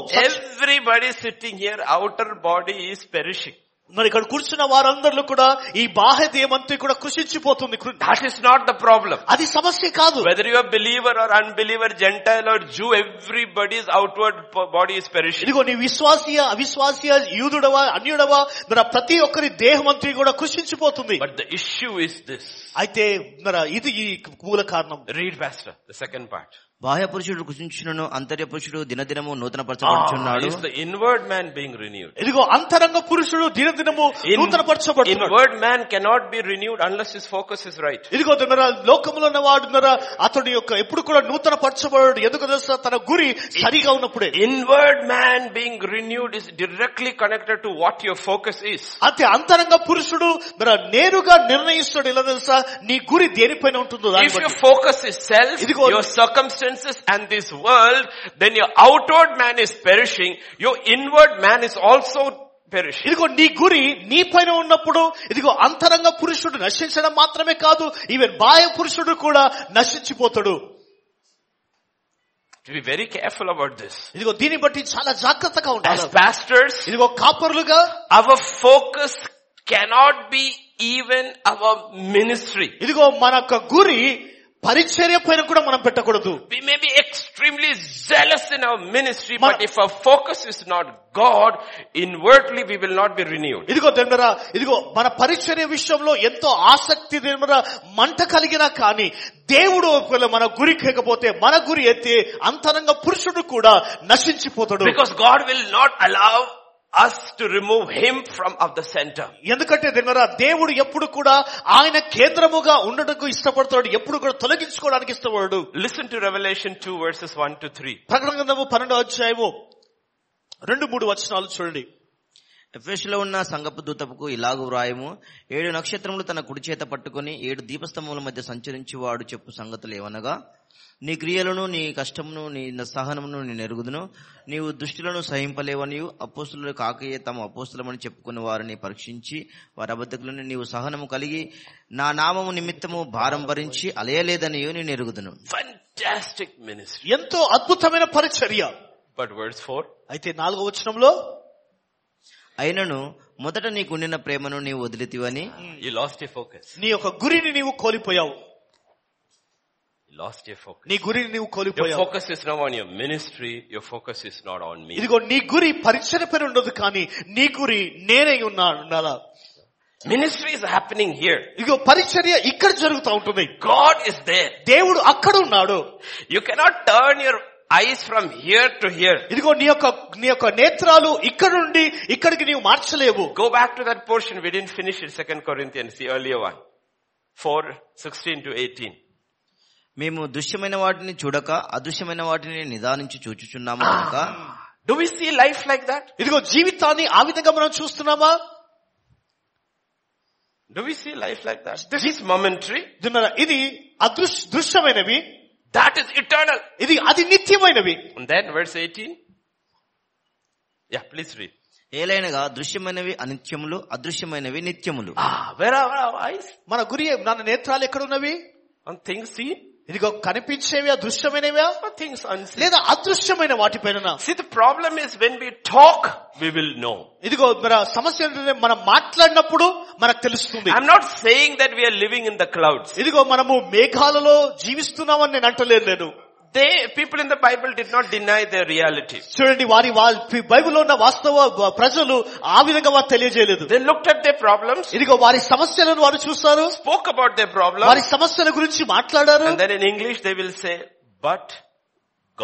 Everybody sitting here, outer body is perishing.
మరి ఇక్కడ కూర్చున్న వారందరిలో కూడా ఈ బాహ్య దేమంతా కూడా కృషించిపోతుంది కృ-
That is not the problem.
అది సమస్య కాదు
Whether you are believer or unbeliever, Gentile or Jew, everybody's outward po- body is perishing.
ఇదిగో నీ విశ్వాసీయ అవిశ్వాసీయ యూదుడవా అన్యుడవా మరి ఆ ప్రతి ఒక్కరి దేహమంతా కూడా కృషించిపోతుంది
But the issue is this.
అయితే మరి ఇది ఈ మూల కారణం
Read, Pastor, the second part.
బాహ్య పురుషుడు కృషించుచున్నను అంతర్య పురుషుడు దినదినము నూతన పరచబడుచున్నాడు
Ah, Is the inward man being renewed?
ఇదిగో అంతరంగ పురుషుడు దినదినము
In-
నూతనపరచబడుతున్నాడు
inward man cannot be renewed unless his focus is right.
ఇదిగో దినరా లోకంలో ఉన్న వాడున్నారా అతడి యొక్క ఎప్పుడు కూడా నూతన పరచబడు ఎందుకు తెలుసా తన గురి సరిగా ఉన్నప్పుడే
Inward man being renewed is directly connected to what your focus is.
అంతే అంతరంగ పురుషుడు మరి నేరుగా నిర్ణయిస్తాడు ఎలా తెలుసా నీ గురి దేనిపైన ఉంటుందో దాన్ని
If your
బట్టి.
focus is self,
ఇదిగో-
your circumstances and this world, then your outward man is perishing. Your inward man is also perishing.
ఇదిగో నీ గురి నీ పైన ఉన్నప్పుడు ఇదిగో అంతరంగ పురుషుడు నశించడం మాత్రమే కాదు ఈవెన్ బాహ్య పురుషుడు కూడా నశించిపోతాడు
To be very careful about this.
ఇదిగో దీన్ని బట్టి చాలా జాగ్రత్తగా
As
ఉండాలి
pastors,
ఇదిగో కాపరులుగా
our focus cannot be even our ministry.
ఇదిగో మన యొక్క గురి పరిచర్య పైన కూడా మనం పెట్టకూడదు
We may be extremely zealous in our ministry,
Mar-
but if our focus is not God, inwardly we will not be renewed.
ఇదిగో దండరా ఇదిగో మన పరిచర్య విషయంలో ఎంతో ఆసక్తి దండరా మంట కలిగినా కానీ దేవుడు ఒకవేళ మన గురి కేకపోతే మన గురి అయితే అంతరంగ పురుషుడు కూడా నశించిపోతాడు
Because God will not allow us to remove Him from of the center.
ఎందుకంటే దండరా దేవుడు ఎప్పుడు కూడా ఆయన కేంద్రముగా ఉండటకు ఇష్టపడతాడు ఎప్పుడు కూడా తొలగించుకోవడానికి ఇష్టపడడు
Listen to Revelation 2 verses 1 to 3.
ప్రకటన గ్రంథము పన్నెండో అధ్యాయము రెండు మూడు వచనాలు చూడండి
ఎఫెస్లో ఉన్న సంగపు దూతపుకు ఇలాగు వ్రాయము ఏడు నక్షత్రములు తన కుడి చేత పట్టుకొని ఏడు దీపస్తంభముల మధ్య సంచరించి వాడు చెప్పు సంగతులు ఏమనగా నీ క్రియలను నీ కష్టమును నీ సహనమును నీ నెరుగుదును నీవు దుష్టులను సహింపలేవనియు అపోస్తులు కాకయే తమ అపోస్తులమని చెప్పుకుని వారిని పరీక్షించి వారి అబద్ధకులను నీవు సహనము కలిగి నా నామము నిమిత్తము భారం భరించి అలయలేదనియు నేను ఎరుగుదును
Fantastic ministry.
ఎంతో అద్భుతమైన పరిచర్య
But verse 4,
అయితే నాలుగో వచనంలో
అయినను మొదట నీకుండిన ప్రేమను నీవు వదిలితివని
you lost your focus.
నీ యొక్క గురిని నీవు కోల్పోయావు
You lost your focus.
నీ గురిని నీవు
Your
కోల్పోయావు
focus is not on your ministry. Your focus is not on me.
ఇదిగో నీ గురి పరిచర్య పైన ఉండదు కానీ నీ గురి నేనే ఉన్నా ఉండాలా
Ministry is happening here.
ఇదిగో పరిచర్య ఇక్కడ జరుగుతూ ఉంటుంది
God is there.
దేవుడు అక్కడ ఉన్నాడు
You cannot turn your eyes from here to here.
ఇదిగో నీ యొక్క నీ యొక్క నేత్రాలు ఇక్కడ నుండి ఇక్కడికి నీవు మార్చలేవు
Go back to that portion. We didn't finish it. Second Corinthians, the earlier one. 4, 16 to 18.
మేము దుష్యమైన వాటిని చూడక అదృశ్యమైన వాటిని నిదానించి చూచుచున్నాము కనుక
Do we see life like that?
ఇదిగో జీవితాన్ని ఆ విధంగా మనం చూస్తున్నామా
Do we see life like that? This is momentary.
విన్నారా? ఇది అదృశ్ దృశ్యమైనవి
That is eternal.
ఇది అది నిత్యమైనవి
And then verse 18. Yeah, please read.
ఏలైనగా దృశ్యమైనవి అనిత్యములు అదృశ్యమైనవి నిత్యములు
Ah, where are our eyes?
మన గురి మన నేత్రాలు ఎక్కడున్నవి
On things seen
ఇదిగో కనిపించేవి అదృశ్యమైనవా
or things unseen?
లేదా అదృశ్యమైన వాటిపైన
See, the problem is when we talk, we will know.
ఇదిగో మన సమస్య ఏంటంటే మనం మాట్లాడినప్పుడు మనకు తెలుస్తుంది
I'm not saying that we are living in the clouds.
ఇదిగో మనము మేఘాలలో జీవిస్తున్నామని నేను అంటలేను నేను
They, people in the Bible did not deny their reality.
చూడండి వారి వా- బైబిల్లో ఉన్న వాస్తవ వ- ప్రజలు ఆ విధంగా వారు తెలియజేయలేదు
They looked at their problems,
ఇదిగో వారి సమస్యలను వారు చూస్తారు
spoke about their
వారి
problems,
సమస్యల గురించి మాట్లాడారు
and then in English they will say, but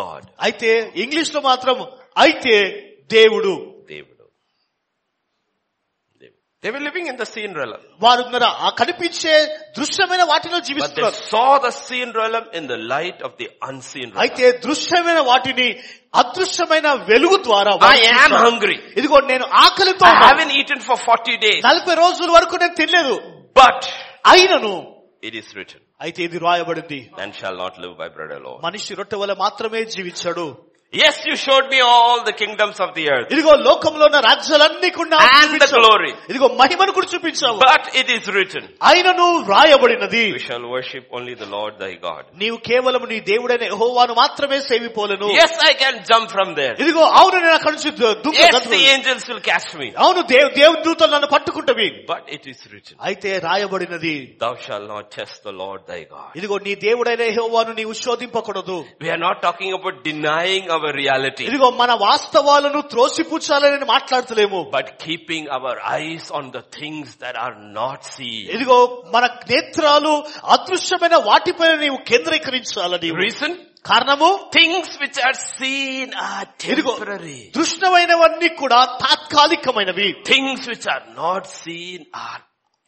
God,
అయితే ఇంగ్లీష్ లో మాత్రం అయితే దేవుడు
they would. They- They were living in the seen realm.
వారు ఉన్నారు ఆ కనిపించే దృశ్యమైన వాటిలో
But they
జీవిస్తున్నారు
saw the seen realm in the light of the unseen realm.
అయితే దృశ్యమైన వాటిని అదృశ్యమైన వెలుగు ద్వారా
I
వారు
am
చూస్తారు.
hungry.
ఇదిగో నేను ఆకలితో
I
ఉన్నాను.
haven't eaten for 40 days.
నలభై రోజుల వరకు నేను తినలేదు
But
అయినను
it is written,
అయితే ఇది రాయబడింది
man shall not live by bread alone.
మనిషి రొట్టె వల్ల మాత్రమే జీవించాడు
Yes, you showed me all the kingdoms of the earth.
ఇదిగో లోకంలో ఉన్న రాజ్యాలన్నీ కూడా నాకు
And the
చూపించావు.
glory.
ఇదిగో మహిమను కూడా చూపించావు
But it is written,
ఆయనను రాయబడినది
you shall worship only the Lord thy God.
నీవు కేవలం నీ దేవుడైన యెహోవాను మాత్రమే సేవిపోలేను
Yes, I can jump from there.
ఇదిగో అవును నేను అక్కడి నుంచి దు- దూకు-
Yes, the
దూకు-
angels will catch me.
అవును దేవ్ దేవదూతలు నన్ను పట్టుకుంటవి
But it is written,
అయితే రాయబడినది
thou shalt not test the Lord thy God.
ఇదిగో నీ దేవుడైన యెహోవాను నీవు శోధింపకూడదు
We are not talking about denying our reality,
ఇదిగో మన వాస్తవాలను త్రోసిపుచ్చాలని నేను మాట్లాడతలేము
but keeping our eyes on the things that are not seen.
ఇదిగో మన నేత్రాలు అదృశ్యమైన వాటిపైన నీవు కేంద్రీకరించాలని
The reason?
కారణము
Things which are seen are
ఇదిగో
temporary.
దృష్టమైనవన్నీ కూడా తాత్కాలికమైనవి
Things which are not seen are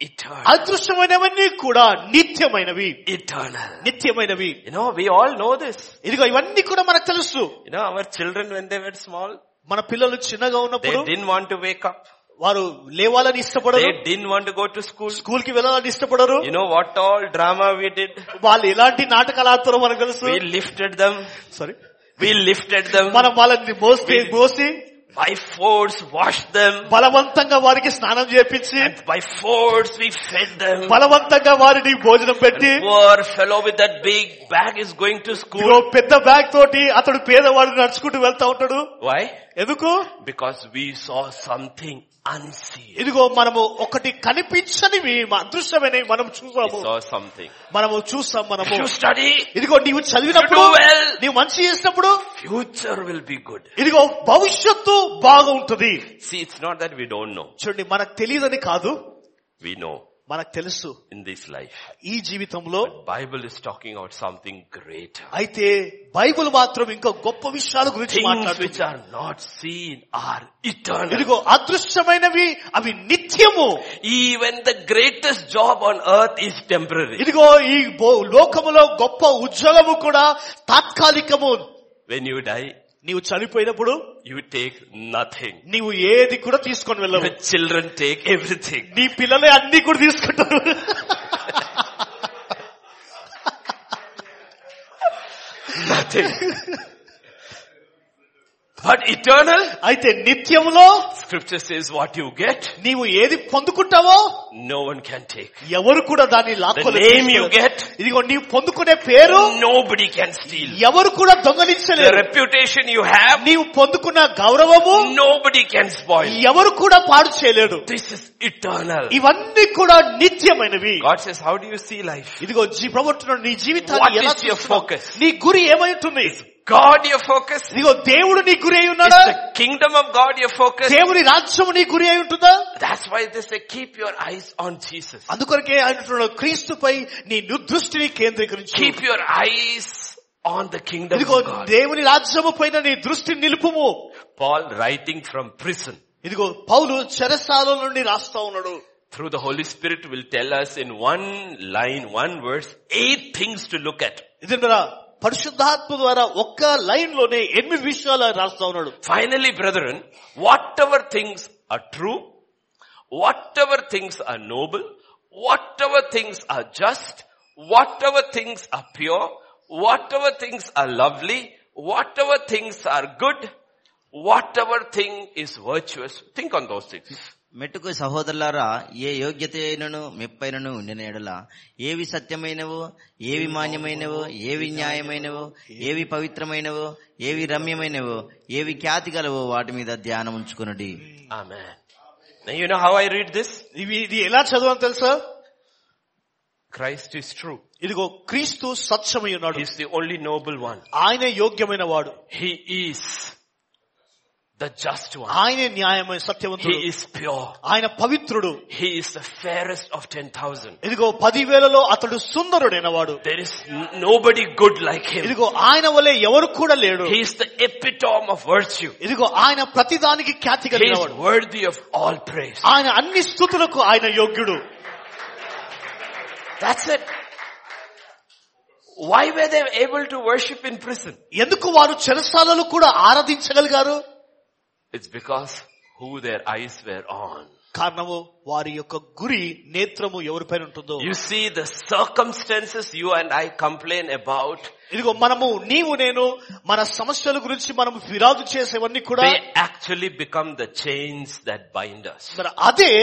eternal.
అదృశ్యమైనవన్నీ కూడా నిత్యమైనవి
eternal.
నిత్యమైనవి
You know, we all know this.
ఇదిగో ఇవన్నీ కూడా మనకు తెలుసు
You know, our children when they were small,
మన పిల్లలు చిన్నగా
they
ఉన్నప్పుడు
didn't want to wake up.
వారు లేవాలని ఇష్టపడరు
They didn't want to go to school.
School కి వెళ్ళాలని ఇష్టపడరు
You know what all drama we did?
వాళ్ళు ఎలాంటి నాటకాలు ఆడతారో మనకు తెలుసు
We lifted them.
Sorry
We lifted them.
మనం వాళ్ళని మోస్తే మోసి
By force washed them.
బలవంతంగా వారికి స్నానం చేపించి
And by force we fed them.
బలవంతంగా వారిని భోజనం పెట్టి
Poor fellow with that big bag is going to
ఇదిగో
school.
పెద్ద బ్యాగ్ తోటి అతడు పేదవాడు నడుచుకుంటూ వెళ్తా ఉంటాడు
Why?
ఎందుకు
Because we saw something unseen.
ఇదిగో మనము ఒకటి కనిపించనివి మా అదృశ్యమైనవి మనం
We
చూసాము
saw something.
మనము చూస్తాం మనము
If you study,
ఇదిగో నీవు చదివినప్పుడు
You do well.
నీవు మంచి చేసినప్పుడు
future will be good.
ఇదిగో భవిష్యత్తు బాగా ఉంటుంది
See, it's not that we don't know.
చూడండి మనకు తెలియదని కాదు
We know
మనకు తెలుసు
in this life.
ఈ జీవితంలో
But Bible is talking about something greater.
అయితే బైబిల్ మాత్రం ఇంకా గొప్ప విషయాల గురించి
Things
మాట్లాడుతుంది
which are not seen are eternal.
ఇదిగో అదృశ్యమైనవి అవి నిత్యము
Even the greatest job on earth is temporary.
ఇదిగో ఈ బో- లోకములో గొప్ప ఉజ్వలము కూడా తాత్కాలికము
When you die,
నీవు చనిపోయినప్పుడు
You take nothing.
నీవు ఏది కూడా తీసుకొని వెళ్ళవు
Your children take everything.
నీ పిల్లలే అన్ని కూడా తీసుకుంటారు
Nothing. But eternal,
అయితే నిత్యంలో
scripture says what you get,
నీవు ఏది పొందుకుంటావో
no one can take.
ఎవరు కూడా దాన్ని
The
లాక్కోలేదు
name you get,
ఇదిగో నీవు పొందుకునే పేరు
nobody can steal.
ఎవరు కూడా
The
దొంగలించలేరు
reputation you have,
నీవు పొందుకున్న గౌరవము
nobody can spoil.
ఎవరు కూడా పాడు చేయలేడు
This is eternal.
ఇవన్నీ కూడా నిత్యమైనవి
God says, how do you see life?
ఇదిగో జీ ప్రభుత్వం నీ
What
జీవితాన్ని ఎలా
is your
చూస్తున్నావు?
focus?
నీ గురి ఏమైతుంది
God your focus? Is
ఇదిగో దేవుడు నీ గురి అయి ఉన్నాడా
the kingdom of God your focus?
దేవుని రాజ్యము నీ గురి అయి ఉంటుందా
That's why they say keep your eyes on Jesus.
అందుకొరకే ఆయన క్రీస్తుపై నీ దృష్టిని కేంద్రీకరించు
Keep your eyes on the kingdom
ఇదిగో
of God.
దేవుని రాజ్యము పైన నీ దృష్టిని నిలుపుము
Paul writing from prison
ఇదిగో పౌలు చెరసాల నుండి రాస్తా ఉన్నాడు
through the Holy Spirit will tell us in one line, one verse, eight things to look at.
ఇది కదా, పరిశుద్ధాత్మ ద్వారా ఒక్క లైన్ లోనే ఎనిమిది విషయాలు ఆయన రాస్తా ఉన్నాడు
Finally, brethren, whatever things are true, whatever things are noble, whatever things are just, whatever things are pure, whatever things are lovely, whatever things are good, whatever thing is virtuous, think on those things.
మెట్టుకు సహోదరులారా ఏ యోగ్యత అయినను మెప్పైనను ఉండిన ఎడల ఏవి సత్యమైనవో ఏవి మాన్యమైనవో ఏవి న్యాయమైనవో ఏవి పవిత్రమైనవో ఏవి రమ్యమైనవో ఏవి ఖ్యాతి గలవో వాటి మీద ధ్యానం ఉంచుకునుడి
Amen. Now you know how I read this?
ఇవి ఇది ఎలా చదవని తెలుసా
Christ is true.
ఇదిగో క్రీస్తు సత్యమై ఉన్నాడు
He's the only noble one.
ఆయన యోగ్యమైన వాడు
He is the just one.
ఆయన న్యాయమైన సత్యవంతుడు
He is pure.
ఆయన పవిత్రుడు
He is the fairest of 10,000.
ఇదిగో పదివేలలో అతడు సుందరుడైన వాడు
There is n- nobody good like him.
ఇదిగో ఆయన వలె ఎవరు కూడా లేడు
He is the epitome of virtue.
ఇదిగో ఆయన ప్రతిదానికి ఖ్యాతి
He
కలిగిన
is
వాడు
worthy of all praise.
ఆయన అన్ని స్థుతులకు ఆయన యోగ్యుడు
That's it. Why were they able to worship in prison?
ఎందుకు వారు చెరసాలలో కూడా ఆరాధించగలిగారు
It's because who their eyes were on.
కారణము వారి యొక్క గురి నేత్రము ఎవరిపైన ఉంటుందో
You see the circumstances you and I complain about,
ఇదిగో మనము నీవు నేను మన సమస్యల గురించి మనం ఫిర్యాదు చేసేవన్నీ కూడా
they actually become the chains that bind us.
మరి అదే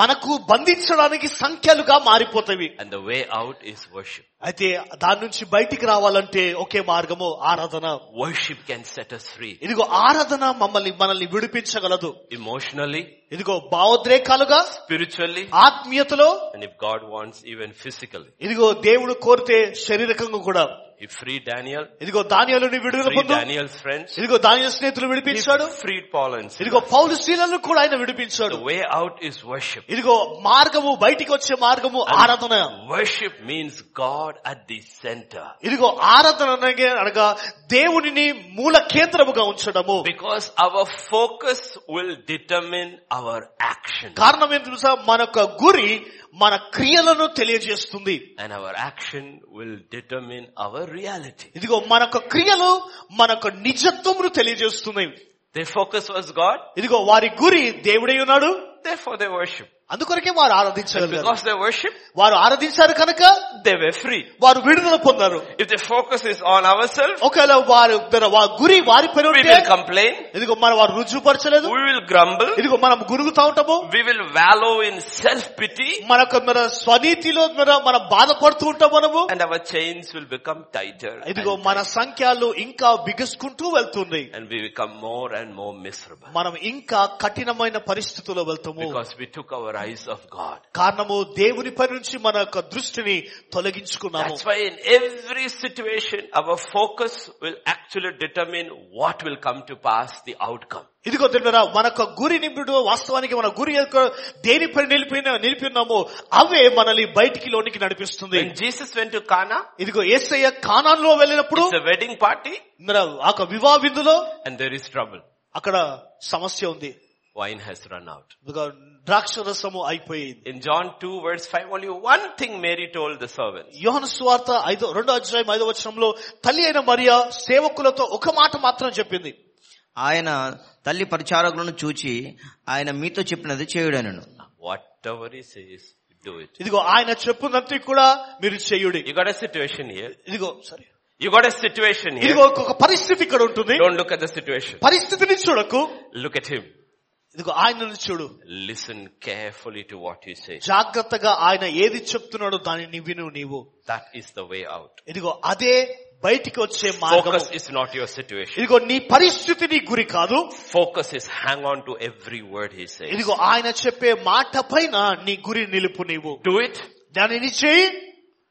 మనకు బంధించడానికి సంఖ్యలుగా మారిపోతాయి
And the way out is worship.
అయితే దాని నుంచి బయటికి రావాలంటే ఒకే మార్గము ఆరాధన
Worship can set us free.
ఇదిగో ఆరాధన మమ్మల్ని మనల్ని విడిపించగలదు
Emotionally,
ఇదిగో భావోద్రేకాలుగా
spiritually,
ఆత్మీయతలో
and if God wants, even physically.
ఇదిగో దేవుడు కోరితే శరీరకంగా కూడా
He freed Daniel,
ఇదిగో ధాన్యాలను విడుదల
freed
పొందు
Daniel's friends,
ఇదిగో ధాన్య స్నేహితులు
he
విడిపించాడు
freed Paul and Silas.
ఇదిగో పౌరు శీలను కూడా ఆయన విడిపించాడు
The way out is worship.
ఇదిగో మార్గము బయటికి వచ్చే మార్గము ఆరాధన
And worship means God at the center.
ఇదిగో ఆరాధన అనగా అనగా దేవునిని మూల కేంద్రముగా ఉంచడము
Because our focus will determine our action.
కారణం ఏంటి తెలుసా మన యొక్క గురి మన క్రియలను తెలియజేస్తుంది
And our action will determine our reality.
ఇదిగో మన యొక్క క్రియలు మన యొక్క నిజత్వమును తెలియజేస్తున్నాయి
Their focus was God,
ఇదిగో వారి గురి దేవుడై ఉన్నాడు
therefore they worship.
అందుకొరకే వారు ఆరాధించగలిగారు
Because they worship,
వారు ఆరాధించారు కనుక
they were free.
వారు విడుదల పొందారు
If the focus is on ourselves,
ఒకవేళ వారు మన వా- గురి వారి పైన
we
ఉంటే
will complain,
ఇదిగో మనం వారు రుజువుపరచలేదు
we will grumble,
ఇదిగో మనం గురుగుతా ఉంటాము
we will wallow in self-pity,
మనకు మన స్వనీతిలో మన మనం బాధపడుతూ ఉంటాం మనము
and our chains will become tighter
ఇదిగో
and,
మన సంఖ్యలు ఇంకా బిగుసుకుంటూ వెళ్తున్నాయి
and we become more and more miserable
మనం ఇంకా కఠినమైన పరిస్థితుల్లో వెళ్తాము
because we took our eyes off God.
కారణము దేవుని పని నుంచి మన యొక్క దృష్టిని తొలగించుకున్నాము
That's why in every situation our focus will actually determine what will come to pass, the outcome.
ఇదిగో తెలియరా మన యొక్క గురి నింపుడు వాస్తవానికి మన గురి యొక్క దేని పని నిలిపిన నిలిపి ఉన్నామో అవే మనల్ని బయటికి లోనికి నడిపిస్తుంది
When Jesus went to Cana,
ఇదిగో ఏసయ్య కానాన్లో వెళ్ళినప్పుడు
it's a wedding party
మరి ఆ యొక్క వివాహ విందులో
and there is trouble.
అక్కడ సమస్య ఉంది
wine has run out.
because ద్రాక్షరసము అయిపోయింది
In John 2 verse 5, only one thing Mary told the servants.
యోహన సువార్త ఐదో రెండో అధ్యాయం ఐదో వచనంలో తల్లి అయిన మరియా సేవకులతో ఒక మాట మాత్రం చెప్పింది
ఆయన తల్లి పరిచారకులను చూచి ఆయన మీతో చెప్పినది చేయుడనను
Whatever he says, do it.
ఇదిగో ఆయన చెప్పునంత కూడా మీరు చేయుడి
You got a situation here.
ఇదిగో సరే
You got a situation here.
ఇదిగో ఒక పరిస్థితి ఇక్కడ ఉంటుంది
Don't look at the situation.
పరిస్థితిని చూడకు
Look at him.
ఇదిగో ఆయనను చూడు
Listen carefully to what he says.
జాగ్రత్తగా ఆయన ఏది చెప్తున్నాడో దానిని విను నీవు
That is the way out.
ఇదిగో అదే బయటికి వచ్చే మార్గం
Focus is not your situation.
ఇదిగో నీ పరిస్థితి నీ గురి కాదు
Focus is hang on to every word he says.
ఇదిగో ఆయన చెప్పే మాట పైన నీ గురి నిలుపు నీవు
Do it.
దానిని చేయి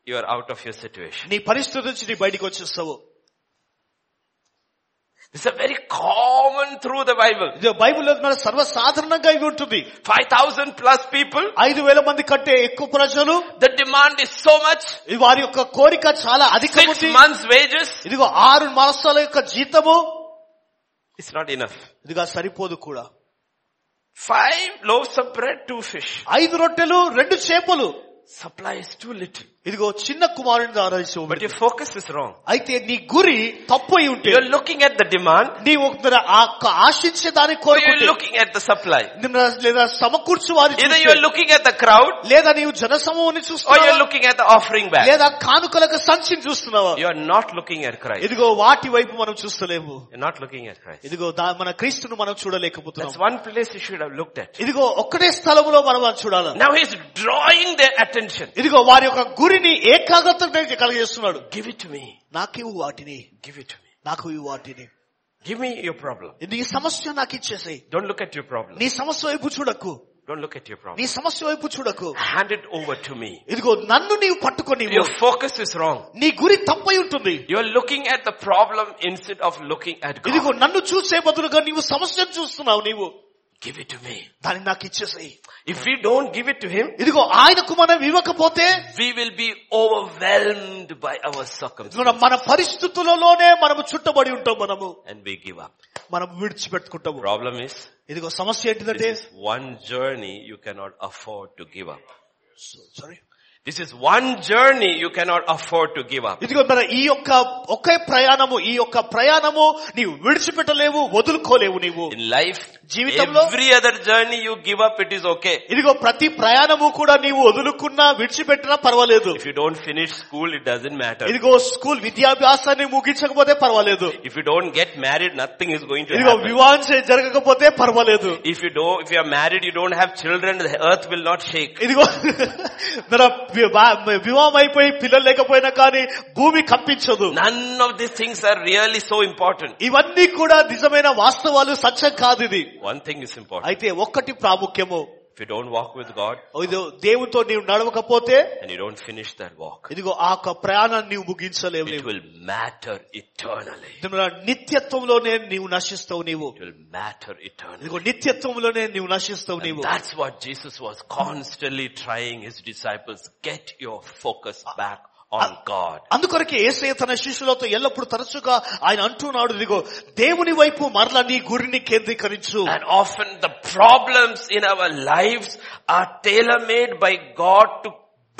You are out of your situation.
నీ పరిస్థితి నుంచి నీ బయటికి వచ్చేస్తావు
This is a very common through the Bible.
ఇది బైబిల్లో మన సర్వసాధారణంగా ఇవి ఉంటుంది
5,000 plus people.
ఐదు వేల మంది కంటే ఎక్కువ ప్రజలు
The demand is so much.
ఇది వారి యొక్క కోరిక చాలా అధికం
Six
ఉంది.
months wages.
ఇదిగో ఆరు మాసాల యొక్క జీతము
It's not enough.
ఇదిగా సరిపోదు కూడా
Five loaves of bread, two fish.
ఐదు రొట్టెలు రెండు చేపలు
Supply is too little.
ఇదిగో చిన్న కుమారుని ఆరాధించి
But your focus is wrong.
అయితే నీ గురి తప్పు అయి ఉంటే
You're looking at the demand.
నీ ఒక ఆ యొక్క ఆశించే దాని
Or you're
కోరుకుంటే
looking at the supply.
నిన్న లేదా సమకూర్చు వారి
Either you're looking at the crowd
లేదా నీవు జనసమూహాన్ని
or you're
చూస్తున్నావా
looking at the offering bag.
లేదా కానుకలకు సంచిని చూస్తున్నావా
You're not looking at Christ.
ఇదిగో వాటి వైపు మనం చూస్తలేము
You're not looking at Christ.
ఇదిగో దా- మన క్రీస్తును మనం
That's
చూడలేకపోతున్నాం
one place you should have looked at.
ఇదిగో ఒక్కటే స్థలములో మనం అది చూడాలి
Now he's drawing their attention.
ఇదిగో వారి యొక్క గురిని ఏకాగ్రత కలగజేస్తున్నాడు
Give it to me.
నాకివ్వు వాటిని
Give it to me.
నాకు ఇవ్వు వాటిని
Give me your problem.
నీ సమస్య నాకు ఇచ్చేసేయ్
Don't look at your problem.
నీ సమస్య వైపు చూడకు
Don't look at your problem.
నీ సమస్య వైపు చూడకు
Hand it over to me.
ఇదిగో నన్ను నీవు పట్టుకొని
Your focus is wrong.
నీ గురి తప్పై ఉంటుంది
You're looking at the problem instead of looking at
ఇదిగో
God.
నన్ను చూసే బదులుగా నీవు సమస్యను చూస్తున్నావు నీవు
Give it to me.
దాన్ని నాకు ఇచ్చేసేయ్
If we don't give it to Him,
ఇదిగో ఆయనకు మనం ఇవ్వకపోతే
we will be overwhelmed by our circumstances
మనం మన పరిస్థితులలోనే మనము చుట్టబడి ఉంటాం మనము
and we give up.
మనం విడిచిపెట్టుకుంటాము
Problem is,
ఇదిగో సమస్య ఏంటిదంటే
this is one journey you cannot afford to give up.
Sorry
This is one journey you cannot afford to give up.
ఇదిగో మన ఈ యొక్క ఒకే ప్రయాణము ఈ యొక్క ప్రయాణము నీవు విడిచిపెట్టలేవు వదులుకోలేవు నీవు
In life,
జీవితంలో-
every other journey you give up, it is okay.
ఇదిగో ప్రతి ప్రయాణము కూడా నీవు వదులుకున్నా విడిచిపెట్టినా పర్వాలేదు
If you don't finish school, it doesn't matter.
ఇదిగో స్కూల్ విద్యాభ్యాసాన్ని ముగించకపోతే పర్వాలేదు
If you don't get married, nothing is going to
ఇదిగో
happen.
వివాహం చే- జరగకపోతే పర్వాలేదు
If you don't, if you are married, you don't have children, the earth will not shake.
ఇదిగో [LAUGHS] మన వివా- వివాహం అయిపోయి పిల్లలు లేకపోయినా కానీ భూమి కంపించదు
None of these things are really so important.
ఇవన్నీ కూడా నిజమైన వాస్తవాలు సత్యం కాదు ఇది
One thing is important.
అయితే ఒక్కటి ప్రాముఖ్యము
If you don't walk with God
ఇదో దేవుతో నీవు నడవకపోతే
and you don't finish that walk,
ఇదిగో ఆ యొక్క ప్రయాణాన్ని నీవు ముగించలేవు
it
నీవు
will matter eternally.
ఇదిగో నిత్యత్వంలోనే నీవు నశిస్తావు నీవు
It will matter eternally.
ఇదిగో నిత్యత్వంలోనే నీవు నశిస్తావు
And
నీవు
that's what Jesus was constantly trying his disciples. Get your focus back on God.
అందుకొరకే ఏసయ్య తన శిష్యులతో ఎల్లప్పుడు తరచుగా ఆయన అంటున్నాడు ఇదిగో దేవుని వైపు మరలా నీ గురిని కేంద్రీకరించు
And often the problems in our lives are tailor-made by God to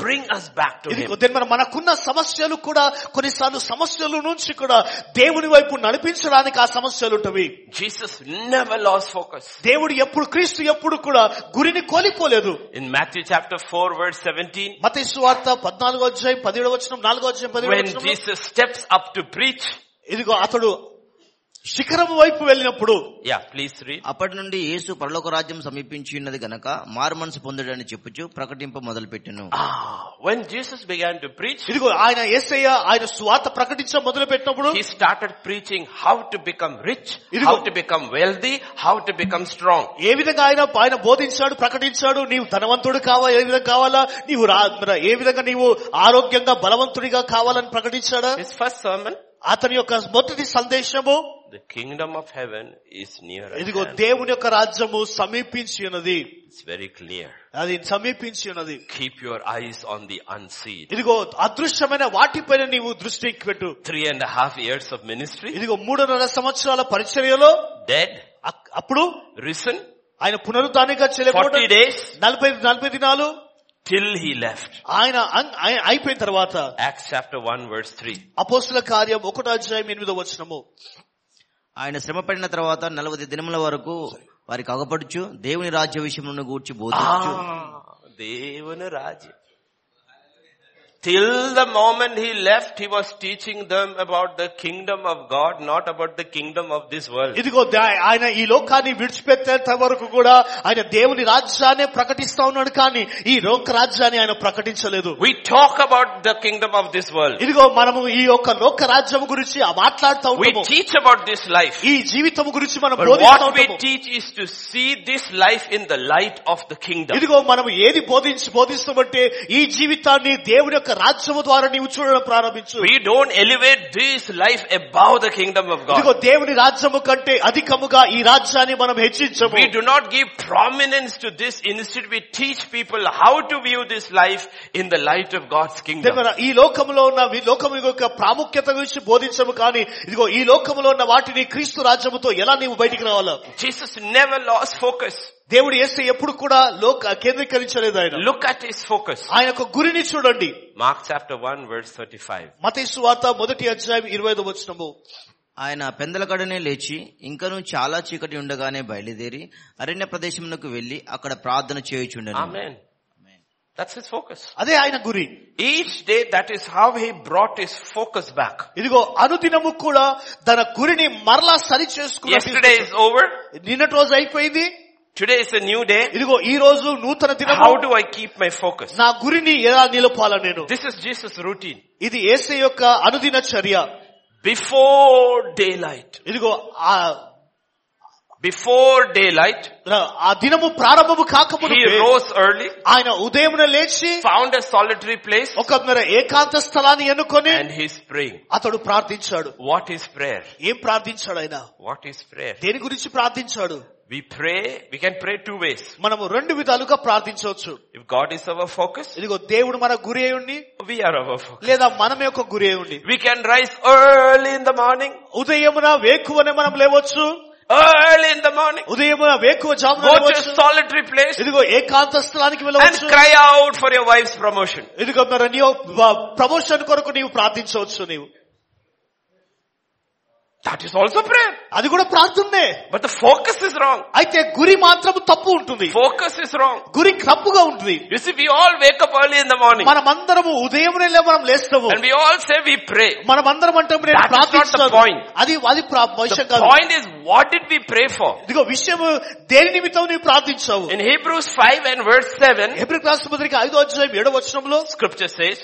bring us back to
ఇదిగో
Him.
దేని మన మనకున్న సమస్యలు కూడా కొన్నిసార్లు సమస్యల నుంచి కూడా దేవుని వైపు నడిపించడానికి ఆ సమస్యలు ఉంటవి
Jesus never lost focus.
దేవుడు ఎప్పుడు క్రీస్తు ఎప్పుడు కూడా గురిని కోల్పోలేదు
In Matthew chapter 4 verse 17,
మత వార్త పద్నాలుగో అధ్యాయం పదిహేడు వచ్చిన నాలుగో అధ్యాయం
when
పదిహేడు
Jesus steps up to preach,
ఇదిగో అతడు శిఖరం వైపు వెళ్ళినప్పుడు
yeah, please read.
అప్పటి నుండి యేసు పరలోక రాజ్యం సమీపించి ఉన్నది గనక మారు మనసు పొందడని చెప్పుచు ప్రకటింప మొదలుపెట్టెను
Ah, when Jesus began to preach,
ఇదిగో ఆయన ఏసయ్య ఆయన స్వాత ప్రకటించడం మొదలు పెట్టినప్పుడు
he started preaching how to become rich,
Idigo.
how to become wealthy, how to become strong.
ఏ విధంగా ఆయన ఆయన బోధించాడు ప్రకటించాడు నీవు ధనవంతుడు కావా ఏ విధంగా కావాలా నీవు రా మరి ఏ విధంగా నీవు ఆరోగ్యంగా బలవంతుడిగా కావాలని ప్రకటించాడా
His first sermon,
అతని యొక్క మొదటి సందేశము
the kingdom of heaven is near at
ఇదిగో
hand.
దేవుని యొక్క రాజ్యము సమీపించి ఉన్నది
It's very clear.
అది సమీపించి ఉన్నది
Keep your eyes on the unseen.
ఇదిగో అదృశ్యమైన వాటిపైన నీవు దృష్టి పెట్టు
Three and a half years of ministry,
ఇదిగో మూడున్నర సంవత్సరాల పరిచర్యలో
dead,
అక్- అప్పుడు
risen,
ఆయన పునరుద్ధానిగా చెలగొట్ట
40 days
నలభై నలభై దినాలు
till he left.
ఆయన అం- ఆయన అయిపోయిన తర్వాత
Acts chapter 1 verse 3.
అపోస్తుల కార్యం ఒకటో అధ్యాయం ఎనిమిదో వచనము
ఆయన శ్రమ పడిన తర్వాత నలభై దినముల వరకు వారికి అగపడుచు దేవుని రాజ్య విషయమును గూర్చి బోధించు
Ah, Devana Rajya. Till the moment he left, he was teaching them about the kingdom of God, not about the kingdom of this world.
ఇదిగో దా- ఆయన ఈ లోకాన్ని విడిచిపెట్టేంత వరకు కూడా ఆయన దేవుని రాజ్యాన్ని ప్రకటిస్తా ఉన్నాడు కానీ ఈ లోక రాజ్యాన్ని ఆయన ప్రకటించలేదు
We talk about the kingdom of this world.
ఇదిగో మనము ఈ యొక్క లోక రాజ్యం గురించి ఆ మాట్లాడుతా
We
ఉంటాము
teach about this life.
ఈ జీవితం గురించి మనం
But
బోధిస్తా
what we
ఉంటాము
teach is to see this life in the light of the kingdom.
ఇదిగో మనం ఏది బోధించి బోధిస్తామంటే ఈ జీవితాన్ని దేవుని యొక్క రాజ్యము ద్వారా నీవు చూడడం ప్రారంభించు
We don't elevate this life above the kingdom of
ఇదిగో
God.
దేవుని రాజ్యము కంటే అధికముగా ఈ రాజ్యాన్ని మనం హెచ్చించము
We do not give prominence to this. Instead, we teach people how to view this life in the light of God's kingdom.
దేవుని ఈ లోకములో ఉన్న ఈ లోకము యొక్క ప్రాముఖ్యత గురించి బోధించము కానీ ఇదిగో ఈ లోకములో ఉన్న వాటిని క్రీస్తు రాజ్యముతో ఎలా నీవు బయటికి రావాలో
Jesus never lost focus.
దేవుడు ఏసే ఎప్పుడు కూడా లోక కేంద్రీకరించలేదు ఆయన
Look at his focus.
ఆయన యొక్క గురిని చూడండి
Mark chapter 1 verse 35.
మతయి సువార్త మొదటి అధ్యాయం ఇరవై ఐదు వచ్చినము
ఆయన పెందలకడనే లేచి ఇంకను చాలా చీకటి ఉండగానే బయలుదేరి అరణ్య ప్రదేశమునకు వెళ్లి అక్కడ ప్రార్థన చేయుచుండెను
Amen. That's his focus.
అదే ఆయన గురి
Each day that is how he brought his focus back.
ఇదిగో అనుదినము కూడా తన గురిని మరలా సరి
Yesterday
చేసుకున్న
is over.
నిన్నటి రోజు అయిపోయింది
Today is a new day.
ఇదిగో ఈ రోజు నూతన దినము
How do I keep my focus?
నా గురిని ఎలా నిలపాల నేను
This is Jesus' routine.
ఇది ఏసే యొక్క అనుదిన చర్య
Before daylight.
ఇదిగో ఆ
Before daylight,
ఆ దినము ప్రారంభము
he
కాకముందు
rose early,
ఆయన ఉదయమున లేచి
found a solitary place,
ఒక మేర ఏకాంత స్థలాన్ని ఎన్నుకొని
and he's praying.
అతడు ప్రార్థించాడు
What is prayer?
ఏం ప్రార్థించాడు ఆయన
What is prayer?
దేని గురించి ప్రార్థించాడు
We pray, we can pray two ways.
మనము రెండు విధాలుగా ప్రార్థించవచ్చు
If God is our focus,
ఇదిగో దేవుడు మన గురి అయి ఉండి
we are our focus.
లేదా మనమే ఒక గురి అయి ఉండి
We can rise early in the morning,
ఉదయమున వేకువనే మనం లేవచ్చు
early in the morning,
ఉదయమున వేకువ జామున
go to
లేవచ్చు
a solitary place
ఇదిగో ఏకాంత స్థలానికి
and
వెళ్ళవచ్చు
cry out for your wife's promotion.
ఇదిగో మరి నీ ప్రమోషన్ కొరకు నీవు ప్రార్థించవచ్చు నీవు
That is also prayer.
అది కూడా ప్రార్థనే
But the focus is wrong.
అయితే గురి మాత్రం తప్పు ఉంటుంది
Focus is wrong.
గురి తప్పుగా ఉంటుంది
You see, we all wake up early in the morning
మనమందరము ఉదయమునే లే- మనం లేస్తాము
and we all say we pray.
మనమందరం అంటే
That is
నేను
not the
ప్రార్థిస్తాను
point.
అది అది ప్రా-
The
విషయం కాదు
point is, what did we pray for?
ఇదిగో విషయము దేని నిమిత్తం నీవు ప్రార్థించావు
In Hebrews 5 and verse 7,
హెబ్రి రాష్ట్రపతికి ఐదో అధ్యాయం ఏడో వచనంలో
scripture says,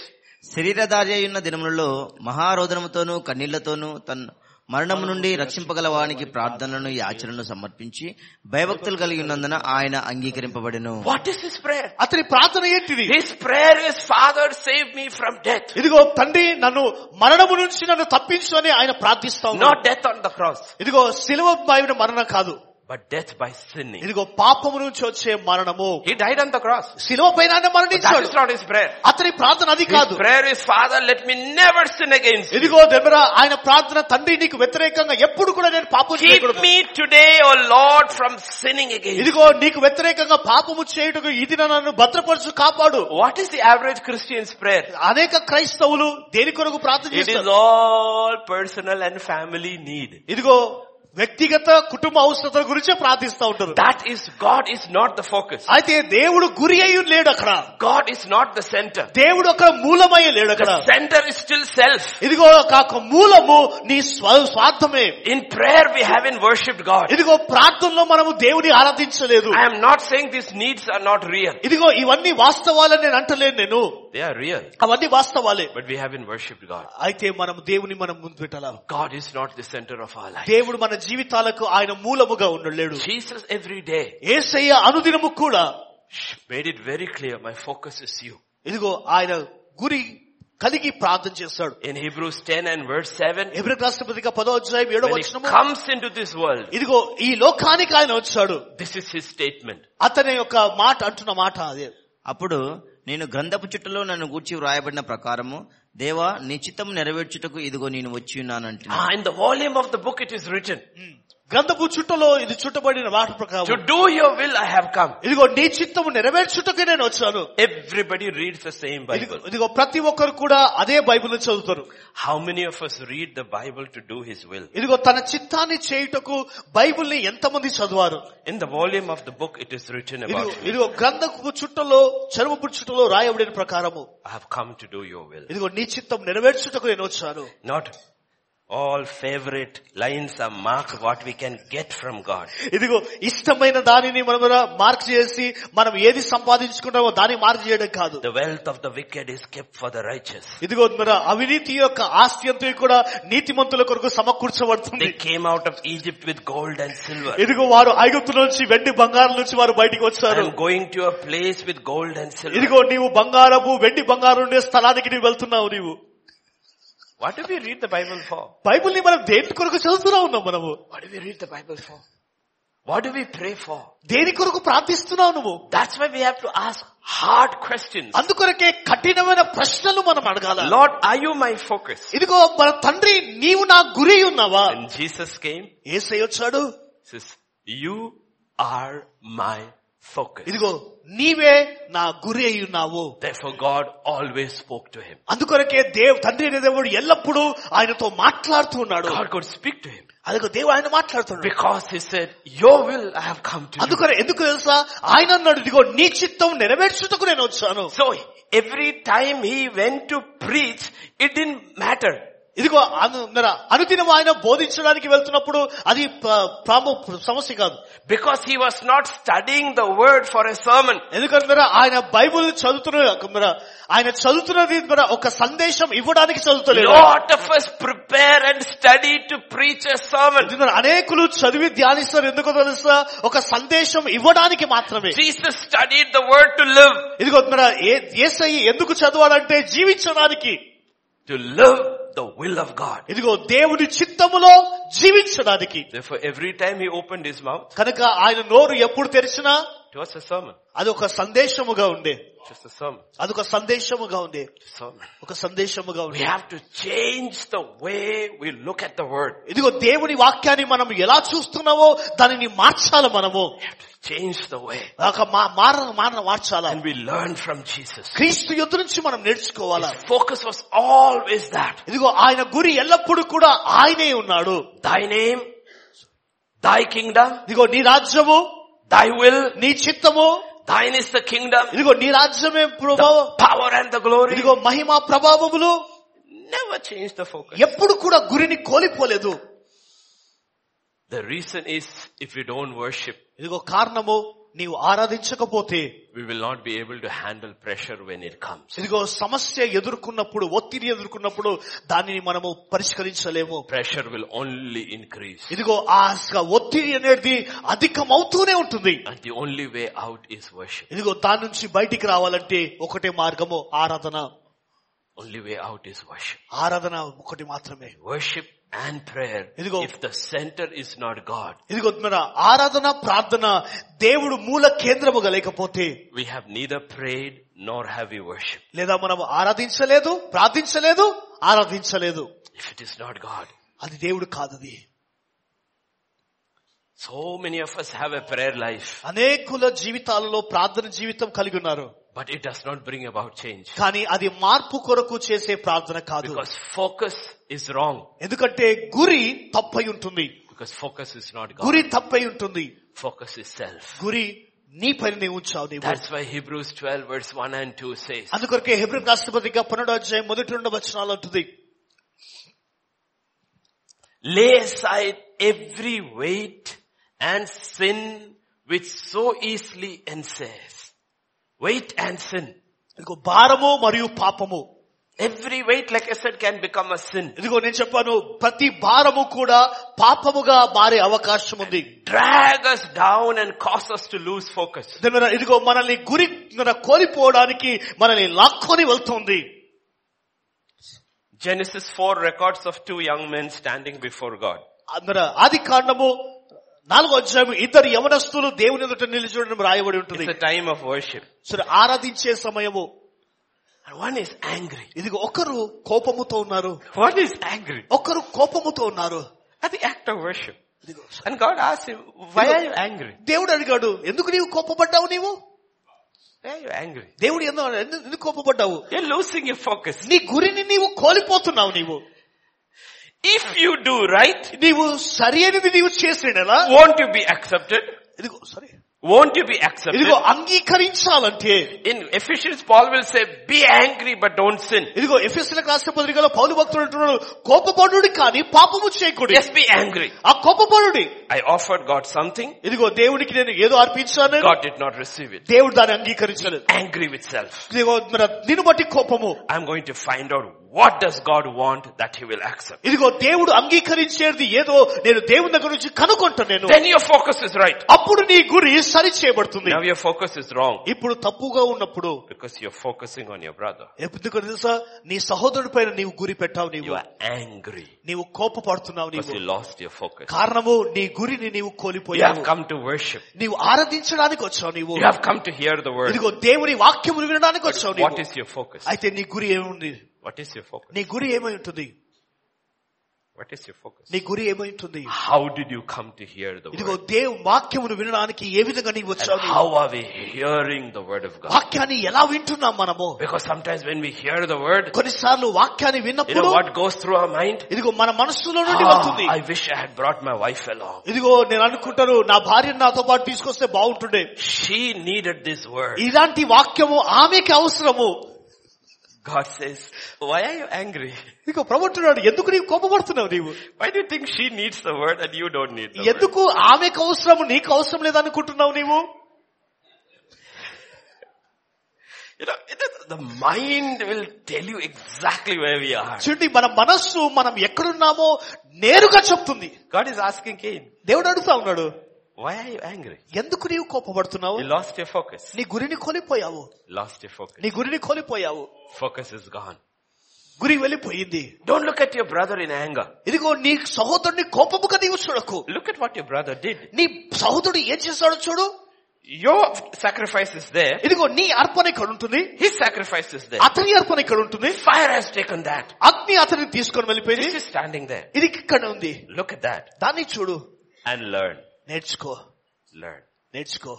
శరీరధార్య ఉన్న దినములలో మహారోదనముతోనూ కన్నీళ్లతోనూ తన మరణము నుండి రక్షింపగల వానికి ప్రార్థనలను యాచనను సమర్పించి భయభక్తులు కలిగి ఉన్నందున ఆయన అంగీకరింపబడెను
what is his prayer?
అతని ప్రార్థన ఏంటిది
His prayer is, Father, save me from death.
ఇదిగో తండ్రి నన్ను మరణము నుంచి నన్ను తప్పించు అని ఆయన ప్రార్థిస్తా ఉన్నాడు
Not death on the cross,
ఇదిగో శిలువ పైన మరణం కాదు
but death by sinning.
ఇదిగో పాపము నుంచి వచ్చే మరణము
He died on the cross.
శిలువ పైన ఆయన
But that
మరణించాడు
is not his prayer.
అతని ప్రార్థన అది
His
కాదు
prayer is, Father, let me never sin against you.
ఇదిగో దెబరా ఆయన ప్రార్థన తండ్రి నీకు వ్యతిరేకంగా ఎప్పుడు కూడా నేను పాపం
Keep
చేయకూడదు
me today, O Lord, from sinning against you.
ఇదిగో నీకు వ్యతిరేకంగా పాపము చేయుటకు ఇది నన్ను భద్రపరచు కాపాడు
What is the average Christian's prayer?
అనేక క్రైస్తవులు దేని కొరకు ప్రార్థన
It is
చేస్తారు
all personal and family need.
ఇదిగో వ్యక్తిగత కుటుంబ అవసరతల గురించే ప్రార్థిస్తా ఉంటారు
That is, God is not the focus.
అయితే దేవుడు గురి అయి లేడు అక్కడ
God is not the center.
దేవుడు అక్కడ మూలమై లేడు అక్కడ
The center is still self.
ఇదిగో కాక మూలము నీ స్వ- స్వార్థమే
In prayer we haven't worshipped God.
ఇదిగో ప్రార్థనలో మనము దేవుని ఆరాధించలేదు
I am not saying these needs are not real.
ఇదిగో ఇవన్నీ వాస్తవాలని నేను అంటలేను నేను
They are real.
అవన్నీ వాస్తవాలే
But we haven't worshipped God.
అయితే మనం దేవుని మనం ముందు పెట్టాల
God is not the center of our life.
దేవుడు మన జీవితాలకు ఆయన మూలముగా ఉండలేడు
Jesus every day
ఏసయ్య అనుదినము కూడా
made it very clear, my focus is you.
ఇదిగో ఆయన గురి కలిగి ప్రార్థన చేస్తాడు
In Hebrews 10 and verse 7,
ఎబ్రి రాష్ట్రపతిగా పదో అధ్యాయం ఏడో
when he
వచనము
comes into this world,
ఇదిగో ఈ లోకానికి ఆయన వచ్చాడు
this is his statement.
అతని యొక్క మాట అంటున్న మాట అదే
అప్పుడు నేను గంధపు చుట్టలో నన్ను గూర్చి వ్రాయబడిన ప్రకారము దేవా నిశ్చితం నెరవేర్చుటకు ఇదిగో నేను వచ్చి ఉన్నానంటున్నాను
Ah, in the volume of the book it is written.
గంధపు చుట్టలో ఇది చుట్టబడిన మాట
To
ప్రకారం
do your will I have come.
ఇదిగో నీ చిత్తము నెరవేర్చుటకే నేను వచ్చాను
Everybody reads the same
ఇదిగో-
Bible.
ఇదిగో ప్రతి ఒక్కరు కూడా అదే బైబిల్ చదువుతారు
How many of us read the Bible to do His will?
ఇదిగో తన చిత్తాన్ని చేయుటకు బైబిల్ ని ఎంతమంది చదివారు
In the volume of the book it is written
ఇదిగో
about me.
ఇదిగో గ్రంథపు చుట్టలో చరువు చుట్టలో రాయబడిన ప్రకారము
I have come to do your will.
ఇదిగో నీ చిత్తం నెరవేర్చుటకు నేను వచ్చాను
Not all favorite lines are marked what we can get from God.
ఇదిగో ఇష్టమైన దానిని మనం మార్క్ చేసి మనం ఏది సంపాదించుకుంటామో దాన్ని మార్క్ చేయడం కాదు
The wealth of the wicked is kept for the righteous.
ఇదిగో మన అవినీతి యొక్క ఆస్తి అంతా కూడా నీతిమంతుల కొరకు సమకూర్చబడుతుంది
They came out of Egypt with gold and silver.
ఇదిగో వారు ఐగుప్తు నుంచి వెండి బంగారం నుంచి వారు బయటికి వచ్చారు
I'm going to a place with gold and silver.
ఇదిగో నీవు బంగారపు వెండి బంగారం ఉండే స్థలానికి నీవు వెళ్తున్నావు నీవు
What do we read the Bible for?
Bible ని మనం దేని కొరకు చదువుతూనే ఉన్నాం మనము
What do we read the Bible for? What do we pray for?
దేని కొరకు ప్రార్థిస్తున్నావు నువ్వు
That's why we have to ask hard questions.
అందుకొరకే కఠినమైన ప్రశ్నలు మనం అడగాల
Lord, are you my focus?
ఇదిగో మన తండ్రి నీవు నా గురి ఉన్నావా
And Jesus came,
ఏసై వచ్చాడు
says, you are my focus.
ఇదిగో నీవే నా గురి అయి ఉన్నావు
Therefore God always spoke to him.
అందుకొరకే దేవ్ తండ్రి అనే దేవుడు ఎల్లప్పుడూ ఆయనతో మాట్లాడుతూ ఉన్నాడు
God could speak to him
అదిగో దేవు ఆయన మాట్లాడుతున్నాడు
because he said, your will I have come to do.
అందుకనే ఎందుకు తెలుసా ఆయన అన్నాడు ఇదిగో నీ చిత్తం నెరవేర్చుటకు నేను వచ్చాను
So every time he went to preach, it didn't matter.
ఇదిగో అను- మరి అనుదినం ఆయన బోధించడానికి వెళ్తున్నప్పుడు అది ప్ర- ప్రాము సమస్య కాదు
Because he was not studying the word for a sermon.
ఎందుకంటే మరి ఆయన బైబుల్ చదువుతున్న మరి ఆయన చదువుతున్నది మరి ఒక సందేశం ఇవ్వడానికి చదువుతలేదు
Lot of us prepare and study to preach a sermon.
ఎందుకంటే అనేకులు చదివి ధ్యానిస్తారు ఎందుకో తెలుసా ఒక సందేశం ఇవ్వడానికి మాత్రమే
Jesus studied the word to live.
ఇదిగో మన ఏసై ఎందుకు చదవాలంటే జీవించడానికి
To live the will of God.
ఇదిగో దేవుని చిత్తములో జీవించడానికి
Therefore every time he opened his mouth,
కనుక ఆయన నోరు ఎప్పుడు తెరిచినా
it was a sermon.
అదొక సందేశముగా ఉండే
Just a sermon.
అదొక సందేశముగా ఉండే
Sermon.
ఒక సందేశముగా
We
ఉండే
have to change the way we look at the word.
ఇదిగో దేవుని వాక్యాన్ని మనం ఎలా చూస్తున్నామో దానిని మార్చాలి మనము
We have to change the way.
ఒక మా- మార మార మార్చాలా
And we learn from Jesus.
క్రీస్తు యొద్ద నుంచి మనం నేర్చుకోవాలా
His focus was always that.
ఇదిగో ఆయన గురి ఎల్లప్పుడూ కూడా ఆయనే ఉన్నాడు
Thy name, thy kingdom,
ఇదిగో నీ రాజ్యము
thy will,
నీ చిత్తము
thine is the kingdom,
ఇదిగో నీ రాజ్యమే ప్రభావం
the power and the glory.
ఇదిగో మహిమ ప్రభావములు
Never change the focus.
ఎప్పుడు కూడా గురిని కోల్పోలేదు
The reason is if we don't worship,
ఇదిగో కారణము నీవు ఆరాధించకపోతే
we will not be able to handle pressure when it comes.
ఇదిగో సమస్య ఎదుర్కొన్నప్పుడు ఒత్తిడి ఎదుర్కొన్నప్పుడు దానిని మనము పరిష్కరించలేము
Pressure will only increase.
ఇదిగో ఆ స- ఒత్తిడి అనేది అధికమవుతూనే ఉంటుంది
And the only way out is worship.
ఇదిగో దాని నుంచి బయటికి రావాలంటే ఒకటే మార్గము ఆరాధన
Only way out is worship.
ఆరాధన ఒకటి మాత్రమే
Worship and prayer.
ఇదిగో.
If the center is not God,
ఇదిగో మన ఆరాధన ప్రార్థన దేవుడు మూల కేంద్రముగా లేకపోతే
we have neither prayed nor have we worshiped.
లేదా మనం ఆరాధించలేదు ప్రార్థించలేదు ఆరాధించలేదు
If it is not God,
అది దేవుడు కాదది
so many of us have a prayer life,
అనేకుల జీవితాలలో ప్రార్థన జీవితం కలిగి ఉన్నారు
but it does not bring about change
కానీ అది మార్పు కొరకు చేసే ప్రార్థన కాదు
because focus is wrong.
ఎందుకంటే గురి తప్పై ఉంటుంది
Because focus is not God.
గురి తప్పై ఉంటుంది
Focus is self.
గురి నీ పైన నీవు ఉంచావు నీవు
That's why Hebrews 12 verse 1 and 2 says,
అందుకొరకే హెబ్రి రాష్ట్రపతిగా పన్నెండో అధ్యాయం మొదటి రెండు వచనాలు ఉంటుంది
lay aside every weight and sin which so easily ensnares. Weight and sin.
ఇదిగో భారము మరియు పాపము
Every weight, like I said, can become a sin.
ఇదిగో నేను చెప్పాను ప్రతి భారము కూడా పాపముగా మారే అవకాశం ఉంది
Drag us down and cause us to lose focus.
దాని మీద ఇదిగో మనల్ని గురి మన కోల్పోవడానికి మనల్ని లాక్కొని వెళ్తుంది
Genesis 4 records of two young men standing before God.
మన ఆది కాండము నాలుగో అధ్యాయం ఇద్దరు యవనస్తులు దేవుని ఎదుట నిలిచడం రాయబడి ఉంటుంది
It's a time of worship.
సరే ఆరాధించే సమయము
And one is angry.
ఇదిగో ఒకరు కోపముతో ఉన్నారు
One is angry
ఒకరు కోపముతో ఉన్నారు
at the act of worship.
ఇదిగో.
And God asked him, why are you angry?
దేవుడు అడిగాడు ఎందుకు నీవు కోపపడ్డావు నీవు
Why are you angry?
దేవుడు ఎందు- ఎందు- ఎందుకు కోపపడ్డావు
You're losing your focus.
నీ గురిని నీవు కోల్పోతున్నావు నీవు
If you do right,
నీవు సరి అయినది నీవు చేసినలా
won't you be accepted?
ఇదిగో sorry.
Won't you be
ఇదిగో
accepted?
అంగీకరించాలంటే
In Ephesians, Paul will say, be angry but don't sin.
ఇదిగో ఎఫ్ఎస్లకు రాసిన పత్రికలో పౌలు భక్తుడు అంటున్నాడు కోపపడుడి కానీ పాపము చేయకుడి
Just be angry.
ఆ కోపపడుడి
I offered God something.
ఇదిగో దేవుడికి నేను ఏదో అర్పించాను
God did not receive it.
దేవుడు దాన్ని అంగీకరించలేదు
Angry with self.
ఇదిగో మన నిన్ను బట్టి కోపము
I'm going to find out what does God want that he will accept.
ఇదిగో దేవుడు అంగీకరించేది ఏదో నేను దేవుని దగ్గర నుంచి కనుగొంటా నేను
Then your focus is right.
అప్పుడు నీ గురి సరి చేయబడుతుంది
Now your focus is wrong
ఇప్పుడు తప్పుగా ఉన్నప్పుడు
because you're focusing on your brother.
ఎందుకు తెలుసా నీ సహోదరుడి పైన నీవు గురి పెట్టావు
You
నీవు
are angry
నీవు కోపపడుతున్నావు
because you
నీవు
lost your focus.
కారణము నీ గురిని నీవు
You have
కోల్పోయావు
come to worship.
నీవు ఆరాధించడానికి వచ్చావు నీవు
You have come to hear the word.
ఇదిగో దేవుని వాక్యమును వినడానికి వచ్చావు
What
నీవు
is your focus?
అయితే నీ గురి ఏముంది
What is your focus?
నీ గురి ఏమై ఉంటుంది
What is your focus?
నీ గురి ఏమై ఉంటుంది
How did Ah, you come to hear the
ఇదిగో
word?
దేవు వాక్యమును వినడానికి ఏ విధంగా నీవు వచ్చావు
And
నీవు?
how are we hearing the word of God?
వాక్యాన్ని ఎలా వింటున్నాం మనము
Because sometimes when we hear the word,
కొన్నిసార్లు వాక్యాన్ని
you know
విన్నప్పుడు
what goes through our mind?
ఇదిగో మన మనస్సులో నుండి
Ah,
వస్తుంది
I wish I had brought my wife along.
ఇదిగో నేను అనుకుంటాను నా భార్యను నాతో పాటు తీసుకొస్తే బాగుంటుండే
She needed this word.
ఇలాంటి వాక్యము ఆమెకి అవసరము
God says, why are you angry?
ఇదిగో ప్రభుత్వనాడు ఎందుకు నీవు కోపపడుతున్నావు నీవు
Why do you think she needs the word and you don't need the word?
ఎందుకు ఆమెకు అవసరము నీకు అవసరం లేదనుకుంటున్నావు నీవు
You know, it is- the mind will tell you exactly where we are.
చూడండి మన మనస్సు మనం ఎక్కడున్నామో నేరుగా చెప్తుంది
God is asking Cain,
దేవుడు అడుగుతా ఉన్నాడు
why are you angry?
ఎందుకు నీవు కోపపడుతున్నావు
You lost your focus.
నీ గురిని కోల్పోయావు
Lost your focus.
నీ గురిని కోల్పోయావు
Focus is gone.
గురి వెళ్ళిపోయింది
Don't look at your brother in anger.
ఇదిగో నీ సహోదరుని కోపముగా నీవు చూడకు
Look at what your brother did.
నీ సహోదరుడు ఏం చేస్తాడో చూడు
Your sacrifice is there.
ఇదిగో నీ అర్పణ ఇక్కడ ఉంటుంది
His sacrifice is there.
అతని అర్పణ ఇక్కడ ఉంటుంది
Fire has taken that.
అగ్ని అతనిని తీసుకొని వెళ్ళిపోయింది
This is standing there.
ఇది ఇక్కడ ఉంది
Look at that
దాన్ని చూడు
and learn.
నేర్చుకో
Learn.
నేర్చుకో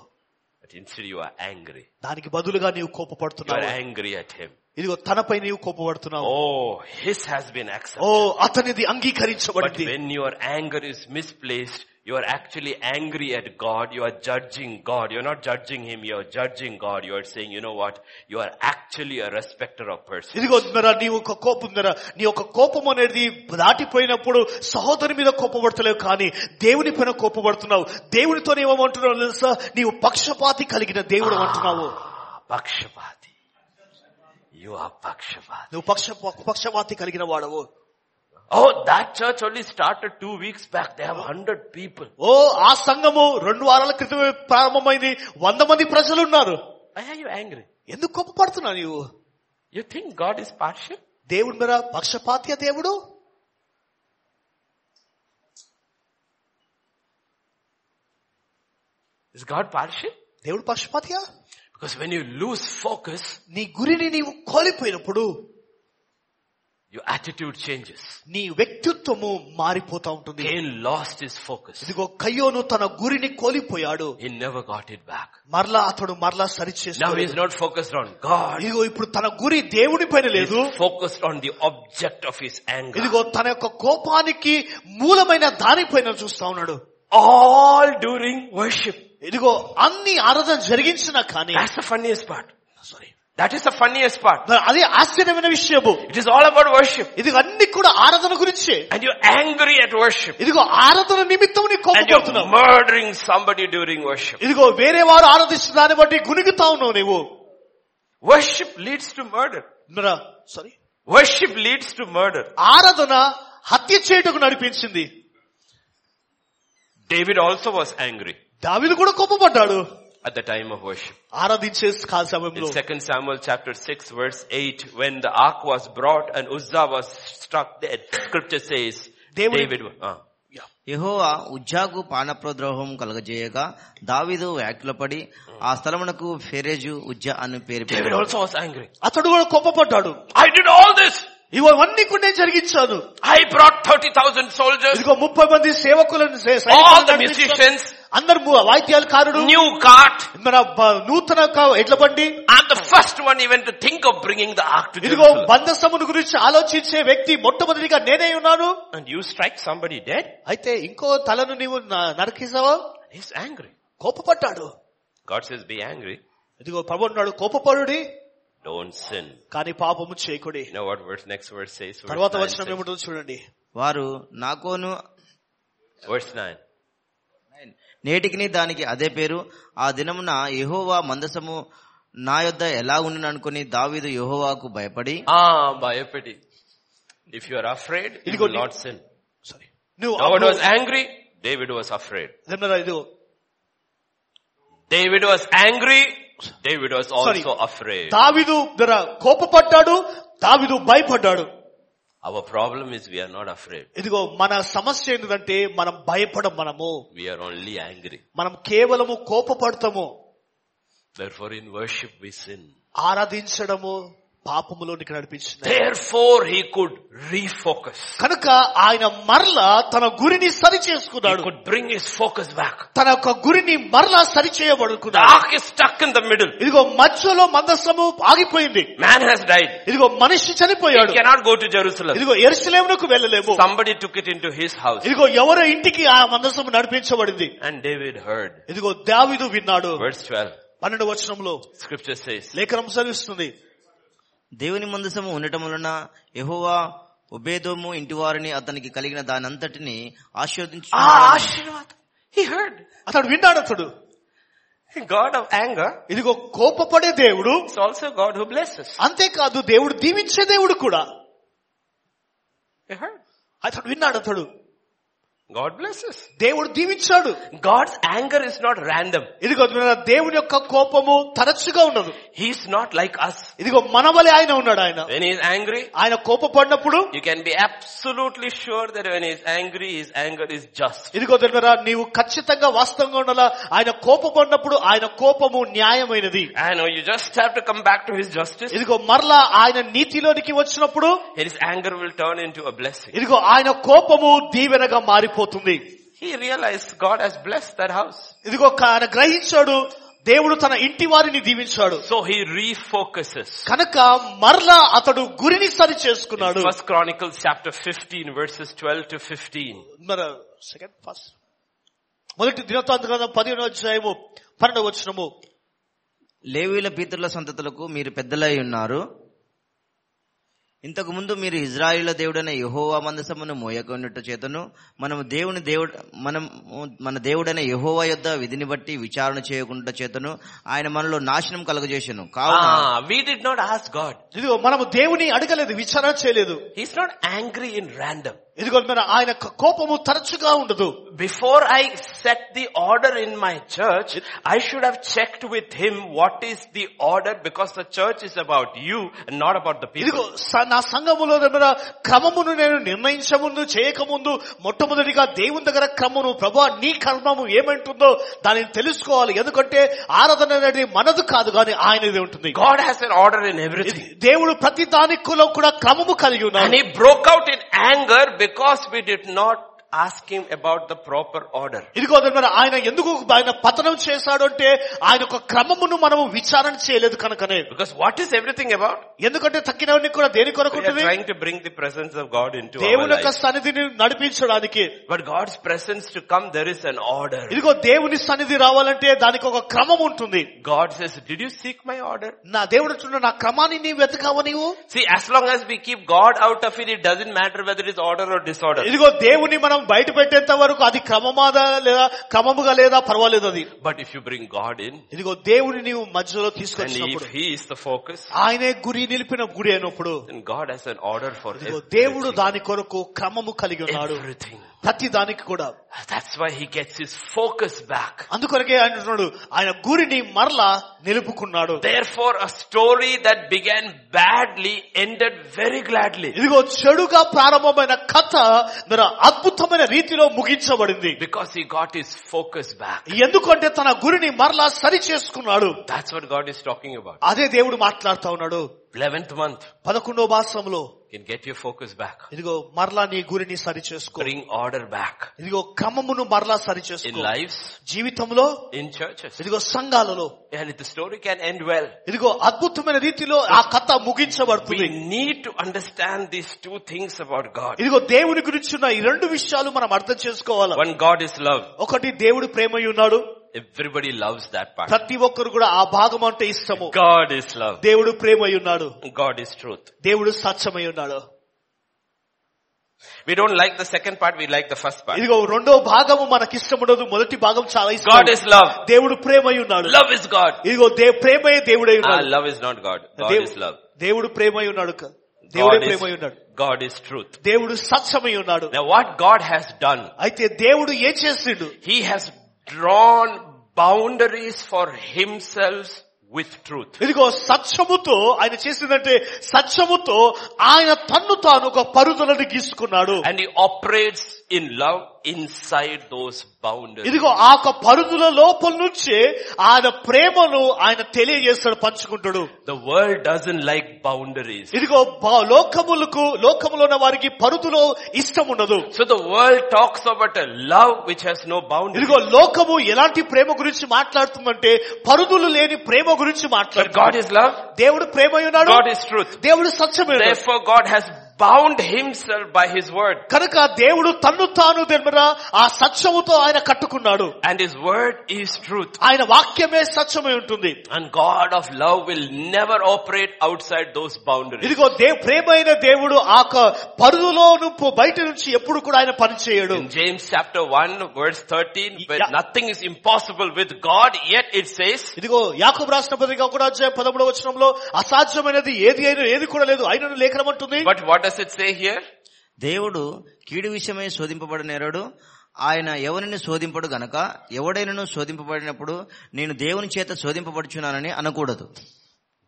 But instead you are angry.
దానికి బదులుగా నీవు
You are
కోపపడుతున్నావు
angry at him.
ఇదిగో తనపై నీవు కోపపడుతున్నావు
Oh, his has been
oh
accepted.
అతనిది
But
అంగీకరించబడింది
when your anger is misplaced, you are actually angry at God. You are judging God. You're not judging him. You're judging God. You are saying, you know what? You are actually a respecter of person.
ఇదిగో ఉందరా నీ ఒక కోపం ఉందరా నీ యొక్క కోపం అనేది దాటిపోయినప్పుడు సహోదరి మీద కోపపడతలేవు కానీ దేవుని పైన కోపపడుతున్నావు దేవునితో ఏమంటున్నావు తెలుసా నీవు పక్షపాతి కలిగిన దేవుడు అంటున్నావు
Ah, Pakshapati. You are Pakshapati.
నువ్వు పక్ష పక్షపాతి కలిగిన వాడవు
Oh, that church only started two weeks back. They have hundred people.
ఓ ఆ సంఘము రెండు వారాల క్రితమే ప్రారంభమైంది వంద మంది ప్రజలు ఉన్నారు
Why are you angry?
ఎందుకు కోపపడుతున్నావు నీవు
You think God is partial?
దేవుడి మీద పక్షపాతియ దేవుడు
Is God partial?
దేవుడు పక్షపాతియా
Because when you lose focus,
నీ గురిని నీవు కోల్పోయినప్పుడు
your attitude changes.
నీ వ్యక్తిత్వము మారిపోతా ఉంటుంది
Cain lost his focus.
ఇదిగో కయ్యోను తన గురిని కోల్పోయాడు
He never got it back.
మరలా అతడు మరలా సరి
Now he's
చేస్తాడు
not focused on God.
ఇదిగో ఇప్పుడు తన గురి దేవుడి పైన
He's
లేదు
focused on the object of his anger.
ఇదిగో తన యొక్క కోపానికి మూలమైన దానిపైన చూస్తా ఉన్నాడు
All during worship.
ఇదిగో అన్ని ఆరాధన జరిగించినా కానీ
That's the funniest part. Sorry. That is the funniest part.
మరి అదే ఆశ్చర్యమైన విషయము
It is all about worship.
ఇదిగో అన్ని కూడా ఆరాధన గురించే
And you're angry at worship.
ఇదిగో ఆరాధన నిమిత్తం నీ
And you're
కోపడుతున్నావు
murdering somebody during worship.
ఇదిగో వేరే వారు ఆరాధిస్తున్న దాన్ని బట్టి గుణిగుతా ఉన్నావు నువ్వు
Worship leads to murder.
Sorry
Worship leads to murder.
ఆరాధన హత్య చేయటకు నడిపించింది
David also was angry
దావిదు కూడా కోపపడ్డాడు
at the time of worship.
ఆరాధించే కాల
In
సమయంలో
2 Samuel chapter 6 verse 8, when the ark was brought and Uzzah was struck dead, scripture says,
దేవుని-
David, ah.
యెహోవా ఉజ్జాకు పానప్రద్రోహం కలగజేయగా దావీదు వ్యాకులపడి ఆ స్థలమునకు ఫెరేజు ఉజ్జా అని పేరు
David
పెట్టాడు.
also was angry.
అతడు కూడా కోపపడ్డాడు
I did all this.
ఇవన్నీ కూడా నేను జరిగించాను
I brought 30,000 soldiers,
ఇదిగో ముప్పై మంది సేవకులను సే-
all the
సైనికులను నడిపించాను.
musicians,
అందరు ము- వాయిద్యాలకారుడు
new cart.
మన బ- నూతన కా- ఎడ్ల బండి
I'm the first one even to think of bringing the ark to
ఇదిగో
Jerusalem.
బంధస్తమును గురించి ఆలోచించే వ్యక్తి మొట్టమొదటిగా నేనే ఉన్నాను
And you strike somebody dead,
అయితే ఇంకో తలను నీవు న- నరికేసావా
he's angry.
కోపపడ్డాడు
God says be angry,
ఇదిగో ప్రభు అన్నాడు కోపపడుడి
don't sin.
కానీ పాపము చేయకుడి
You know what verse, next verse says? Verse
తర్వాత
9
వచ్చిన
says-
ఏముంటుందో చూడండి
వారు నాకోను
verse 9.
నేటికిని దానికి అదే పేరు ఆ దినమున యెహోవా మందసము నా యొద్ద ఎలా ఉండును అనుకుని దావీదు యెహోవాకు భయపడి
Ah, bhayapati. If you are afraid, you
Idigo
will
nee-
not sin.
Sorry నువ్వు
David was angry, David was afraid.
ఏమన్నారా ఇదిగో
David was angry, David was
Sorry.
also afraid.
దావిదు దగ్గర కోపపడ్డాడు దావిదు భయపడ్డాడు
Our problem is we are not afraid.
ఇదిగో మన సమస్య ఏంటంటే మనం భయపడం మనము
We are only angry.
మనం కేవలము కోపపడతాము
Therefore in worship we sin.
ఆరాధించడము పాపములోనికి నడిపించింది
Therefore he could refocus.
కనుక ఆయన మరల తన గురిని సరి
He
చేసుకున్నాడు
could bring his focus back.
తన యొక్క గురిని మరలా సరి
The
చేయబడుకున్నాడు
ark is stuck in the middle.
ఇదిగో మధ్యలో మందస్సము ఆగిపోయింది
Man has died.
ఇదిగో మనిషి చనిపోయాడు
He cannot go to Jerusalem.
ఇదిగో ఎరుసలేమునకు వెళ్ళలేము
Somebody took it into his house.
ఇదిగో ఎవరో ఇంటికి ఆ మందసము నడిపించబడింది
And David heard.
ఇదిగో దావిదు విన్నాడు
Verse 12.
పన్నెండు వచనంలో
Scripture says,
లేఖనం చదివిస్తుంది
దేవుని మందసము ఉండటం వలన యెహోవా ఉబేదోము ఇంటివారిని అతనికి కలిగిన దానంతటిని ఆశీర్వదించు
ఆ ఆశీర్వాదం Ah, he heard
అతడు విన్నాడు అతడు
god of anger
ఇదిగో కోపపడే దేవుడు
is also god who blesses
అంతేకాదు దేవుడు దీవించే దేవుడు కూడా
he heard
అతడు విన్నాడు అతడు
god blesses
దేవుడు దీవించాడు
god's anger is not random
ఇదిగో విన్నారా? దేవుని యొక్క కోపము తరచుగా ఉండదు
he's not like us
ఇదిగో మన వలె ఆయన ఉన్నాడు ఆయన
when he is angry
ఆయన కోపపడినప్పుడు
you can be absolutely sure that when he is angry his anger is just
ఇదిగో తెలివరా నీవు ఖచ్చితంగా వాస్తవంగా ఉండాలా ఆయన కోపపడినప్పుడు ఆయన కోపము న్యాయమైనది
i know you just have to come back to his justice
ఇదిగో మరలా ఆయన నీతిలోనికి వచ్చినప్పుడు
his anger will turn into a blessing
ఇదిగో ఆయన కోపము దీవెనగా మారిపోతుంది
he realized god has blessed that house
ఇదిగో క- ఆయన గ్రహించాడు దేవుడు తన ఇంటి వారిని దీవించాడు
so he refocuses
కనుక మరలా అతడు గురిని సరి
In
చేసుకున్నాడు
first chronicles chapter 15 verses 12 to 15
మన సెకండ్ ఫస్ట్ మొదటి దినోత్తాంత గ్రంథం పదిహేను అధ్యాయము పన్నెండు వచ్చినము
లేవీల పీతరుల సంతతులకు మీరు పెద్దలై ఉన్నారు ఇంతకు ముందు మీరు ఇజ్రాయిల దేవుడైన యెహోవా మందసమును మోయకొనుట చేతను మనము దేవుని దేవుడు మనం మన దేవుడైన యెహోవా యొద్ద విధిని బట్టి విచారణ చేయకుండా చేతను ఆయన మనలో నాశనం కలుగజేసెను కావున
Ah, we did not ask God.
ఇదిగో మనము దేవుని అడగలేదు విచారణ చేయలేదు
He's not angry in random.
ఇదిగో మన ఆయన క- కోపము తరచుగా ఉండదు
Before I set the order in my church, I should have checked with him what is the order because the church is about you and not about the
ఇదిగో
people.
స- నా సంఘములో దగ్గర క్రమమును నేను నిర్ణయించముందు చేయకముందు మొట్టమొదటిగా దేవుని దగ్గర క్రమము ప్రభా నీ కర్మము ఏమంటుందో దానిని తెలుసుకోవాలి ఎందుకంటే ఆరాధన అనేది మనది కాదు కానీ ఆయనది ఉంటుంది
God has an order in everything.
దేవుడు ప్రతి దానిలో కూడా క్రమము కలిగి
And
ఉన్నాడు
he broke out in anger because we did not ask him about the proper order.
ఇదిగో దగ్గర ఆయన ఎందుకు ఆయన పతనం చేశాడు అంటే ఆయన యొక్క క్రమమును మనము విచారణ చేయలేదు కనుకనే
Because what is everything about?
ఎందుకంటే తక్కినవన్నీ కూడా దేని కొరకు
We are
ఉంటుంది
trying to bring the presence of God into our
దేవుని యొక్క
life.
సన్నిధిని నడిపించడానికి
But God's presence to come, there is an order.
ఇదిగో దేవుని సన్నిధి రావాలంటే దానికి ఒక క్రమం ఉంటుంది
God says, did you seek my order?
నా దేవుడు చూడు నా క్రమాన్ని నీవు వెతకావు నీవు
See, as long as we keep God out of it, it doesn't matter whether it's order or disorder.
ఇదిగో దేవుని మనం బయట పెట్టేంత వరకు అది క్రమమాదా లేదా క్రమముగా లేదా పర్వాలేదు అది
But if you bring God in,
ఇదిగో దేవుని నీవు మధ్యలో
and if
తీసుకొచ్చినప్పుడు
He is the focus,
ఆయనే గురి నిలిపిన గురి అయినప్పుడు
then God has an order for
ఇదిగో
everything.
దేవుడు దాని కొరకు క్రమము కలిగి ఉన్నాడు
Everything.
ప్రతి దానికి కూడా
That's why he gets his focus back.
అందుకొరకే అంటున్నాడు ఆయన గురిని మరలా నిలుపుకున్నాడు
Therefore, a story that began badly ended very gladly.
ఇదిగో చెడుగా ప్రారంభమైన కథ మరి అద్భుతమైన రీతిలో ముగించబడింది
Because he got his focus back.
ఎందుకంటే తన గురిని మరలా సరి చేసుకున్నాడు
That's what God is talking about.
అదే దేవుడు మాట్లాడుతా ఉన్నాడు
11th month
పదకొండో మాసంలో
can get your focus back.
ఇదిగో మరలా నీ గురిని సరి చేసుకో
Bring order back
ఇదిగో క్రమమును మరలా సరి
in
చేసుకో
lives,
జీవితంలో
in churches.
ఇదిగో సంఘాలలో
And the story can end well.
ఇదిగో అద్భుతమైన రీతిలో ఆ కథ ముగించబడుతుంది
We need to understand these two things about God.
ఇదిగో దేవుని గురించి ఉన్న ఈ రెండు విషయాలు మనం అర్థం చేసుకోవాలి
One God is love.
ఒకటి దేవుడు ప్రేమై ఉన్నాడు
Everybody loves that part.
ప్రతి ఒక్కరు కూడా ఆ భాగం అంటే ఇష్టము
God is love.
దేవుడు ప్రేమై ఉన్నాడు
God is truth.
దేవుడు సత్యమై ఉన్నాడు
We don't like the second part, we like the first part.
ఇదిగో రెండో భాగము మనకి ఇష్టం ఉండదు మొదటి భాగం చాలా
God
ఇష్టం
is love.
దేవుడు ప్రేమై ఉన్నాడు
Love is God.
ఇదిగో దే ప్రేమయే దేవుడై
Ah,
ఉన్నాడు
love is not God. God
దేవు-
is love.
దేవుడు ప్రేమై ఉన్నాడు దేవుడే
God
ప్రేమై
is,
ఉన్నాడు
God is truth.
దేవుడు సత్యమై ఉన్నాడు
Now what God has done,
అయితే దేవుడు ఏం చేసిండు
He has drawn boundaries for Himself with truth.
ఇదిగో సత్యముతో ఆయన చేసిందంటే సత్యముతో ఆయన తన్ను తాను ఒక పరుదలను గీసుకున్నాడు
And He operates in love inside those boundaries.
ఇదిగో ఆ యొక్క పరుదుల లోపల నుంచే ఆయన ప్రేమను ఆయన తెలియజేస్తాడు పంచుకుంటాడు
The world doesn't like boundaries.
ఇదిగో బా- లోకములకు లోకములో ఉన్న వారికి పరుదులో ఇష్టం ఉండదు
So the world talks about a love which has no boundaries.
ఇదిగో లోకము ఎలాంటి ప్రేమ గురించి మాట్లాడుతుందంటే పరుదులు లేని ప్రేమ గురించి
But God
మాట్లాడుతుంది
is love.
దేవుడు ప్రేమై ఉన్నాడు
God is truth.
దేవుడు సత్యమైన
Therefore God has bound Himself by His word.
కనుక దేవుడు తన్ను తాను దెబ్బర ఆ సత్యముతో ఆయన కట్టుకున్నాడు
And His word is truth.
ఆయన వాక్యమే సత్యమై ఉంటుంది
And God of love will never operate outside those boundaries.
ఇదిగో దే ప్రేమైన దేవుడు ఆ యొక్క పరుదులో నువ్వు బయట నుంచి ఎప్పుడు కూడా ఆయన పనిచేయడు
In James chapter 1 verse 13, where
Yeah.
nothing is impossible with God, yet it says,
ఇదిగో యాకబు రాష్ట్ర పత్రిక కూడా అధ్యాయం పదమూడవ వచనంలో అసాధ్యమైనది ఏది అయినా ఏది కూడా లేదు అయినను లేఖనం అంటుంది
but what does it say here?
దేవుడు కీడు విషయమై శోధింపబడినేరడు ఆయన ఎవరిని శోధింపడు గనక ఎవడైనను శోధింపబడినప్పుడు నేను దేవుని చేత శోధింపబడుచున్నానని అనకూడదు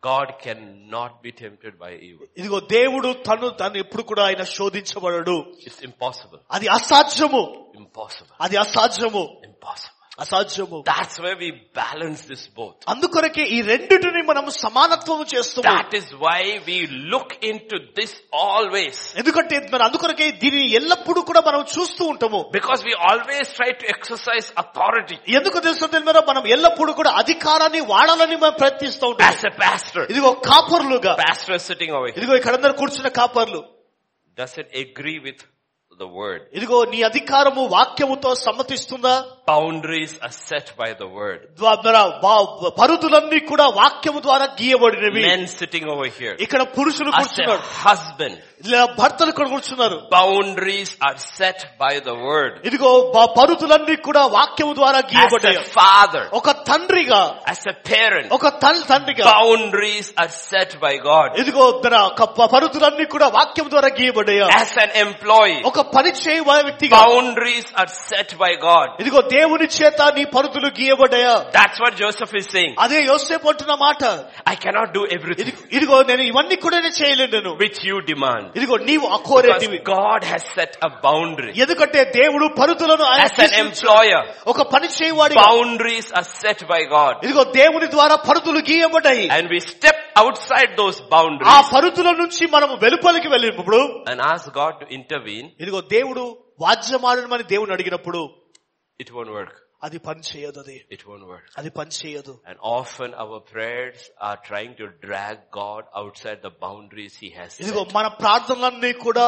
God cannot be tempted by evil.
ఇదిగో దేవుడు తను తను ఎప్పుడు కూడా ఆయన శోధించబడడు
It's impossible.
అది అసాధ్యము
Impossible.
అది అసాధ్యము
Impossible.
అసాధ్యము
That's where we balance this both.
అందుకొరకే ఈ రెండిటిని మనం సమానత్వము చేస్తాము
That is why we look into this always.
ఎందుకంటే మరి అందుకొరకే దీనిని ఎల్లప్పుడూ కూడా మనం చూస్తూ ఉంటాము
Because we always try to exercise authority
ఎందుకు తెలుస్తుంది మేడం మనం ఎల్లప్పుడూ కూడా అధికారాన్ని వాడాలని మనం ప్రయత్నిస్తూ ఉంటాం
as a pastor.
ఇదిగో కాపర్లుగా
Pastor is sitting over here.
ఇదిగో ఇక్కడ అందరు కూర్చున్న కాపర్లు
Does it agree with the word?
ఇదిగో నీ అధికారము వాక్యముతో సమ్మతిస్తుందా
boundaries are set by the word.
ద్వా- మన బా- పరుదులన్నీ కూడా వాక్యము ద్వారా గీయబడినవి
Men sitting over here.
ఇక్కడ పురుషులు
As a
కూర్చున్నారు
husband,
ఇలా భర్తలు ఇక్కడ కూర్చున్నారు
boundaries are set by the word.
ఇదిగో బా- పరుదులన్నీ కూడా వాక్యము ద్వారా
As
గీయబడ్డాయి
a father,
ఒక తండ్రిగా
as a parent,
ఒక తల్- తండ్రిగా
boundaries are set by God.
ఇదిగో మన ఒక ప- పరుదులన్నీ కూడా వాక్యం ద్వారా గీయబడ్డాయి
As an employee,
ఒక పని చేయ వ్యక్తిగా
boundaries are set by God.
ఇదిగో దేవుని చేత నీ పరుదులు గీయబడ్డాయా
That's what Joseph is saying.
అదే యోసేపు అంటున్న మాట
I cannot do everything
ఇది- ఇదిగో నేను ఇవన్నీ కూడా నేను చేయలేను నేను
which you demand.
ఇదిగో నీవు
Because
అకోరేటివి
God has set a boundary.
ఎందుకంటే దేవుడు పరుదులను ఆయన
As an
సృష్టించాడు.
employer,
ఒక పని చేయవాడి
boundaries are set by God.
ఇదిగో దేవుని ద్వారా పరుదులు గీయబడ్డాయి
And we step outside those boundaries.
ఆ పరుదుల నుంచి మనము వెలుపలికి వెళ్ళినప్పుడు
and ask God to intervene,
ఇదిగో దేవుడు వాద్యమాడమని దేవుని అడిగినప్పుడు
it won't work.
అది పని చేయదు అది
It won't work.
అది పని చేయదు
And often our prayers are trying to drag God outside the boundaries He has set.
ఇదిగో మన ప్రార్థనలన్నీ కూడా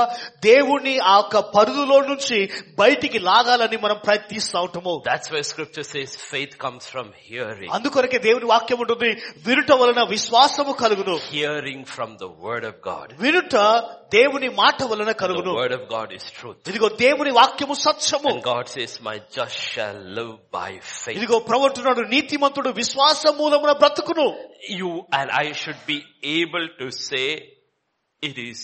దేవుని ఆ యొక్క పరిధిలో నుంచి బయటికి లాగాలని మనం ప్రయత్నిస్తూ ఉంటాము
That's why scripture says faith comes from hearing.
అందుకొరకే దేవుని వాక్యం ఉంటుంది వినుట వలన విశ్వాసము కలుగును
Hearing from the Word of God.
వినుట దేవుని మాట వలన
The
కలుగును
Word of God is truth.
ఇదిగో దేవుని వాక్యము సత్యము
And God says, my just shall live by faith.
ఇదిగో ప్రవర్తున్నాడు నీతిమంతుడు విశ్వాస మూలమున బ్రతుకును
You and I should be able to say, it is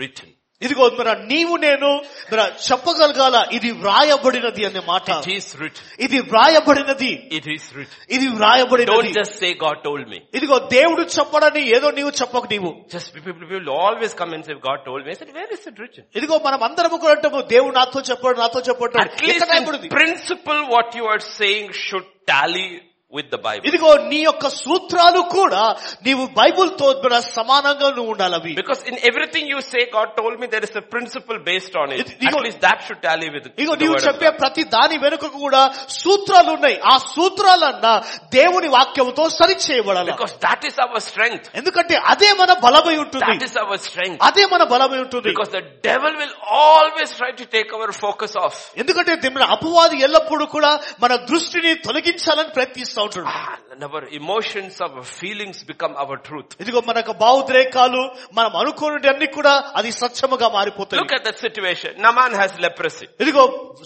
written.
ఇదిగో మన నీవు నేను మన చెప్పగలగాల ఇది వ్రాయబడినది అనే మాట
It is written.
ఇది వ్రాయబడినది
It is written.
ఇది
Don't
వ్రాయబడినది
just say God told me.
ఇదిగో దేవుడు చెప్పడని ఏదో నీవు చెప్పకు నీవు
Just people, people always come and say God told me. I said, where is it written?
ఇదిగో మనం అందరం కూడా అంటాము దేవుడు నాతో చెప్పాడు నాతో చెప్పాడు
At least
ఎక్కడ
in
రాయబడింది?
principle what you are saying should tally with the Bible.
ఇదిగో నీ యొక్క సూత్రాలు కూడా నీవు బైబుల్ తో మన సమానంగా నువ్వు ఉండాలి అవి
Because in everything you say, God told me there is a principle based on it.
It- you know-
At least that should tally with the
ఇదిగో
word
నీవు
of
చెప్పే
God.
ప్రతి దాని వెనుక కూడా సూత్రాలు ఉన్నాయి ఆ సూత్రాలన్నా దేవుని వాక్యంతో సరి చేయబడాలి
Because that is our strength.
ఎందుకంటే అదే మన బలమై ఉంటుంది
That is our strength.
అదే మన బలమై ఉంటుంది
Because the devil will always try to take our focus off.
ఎందుకంటే దేవుని అపవాది ఎల్లప్పుడూ కూడా మన దృష్టిని తొలగించాలని ప్రయత్నిస్తూ ఉంటాడు
Ah, and our emotions, our feelings become our truth.
ఇదిగో మన యొక్క భావోద్రేకాలు మనం అనుకునేటన్ని కూడా అది సత్యముగా మారిపోతాయి
Look at that situation. Naman has leprosy.
ఇదిగో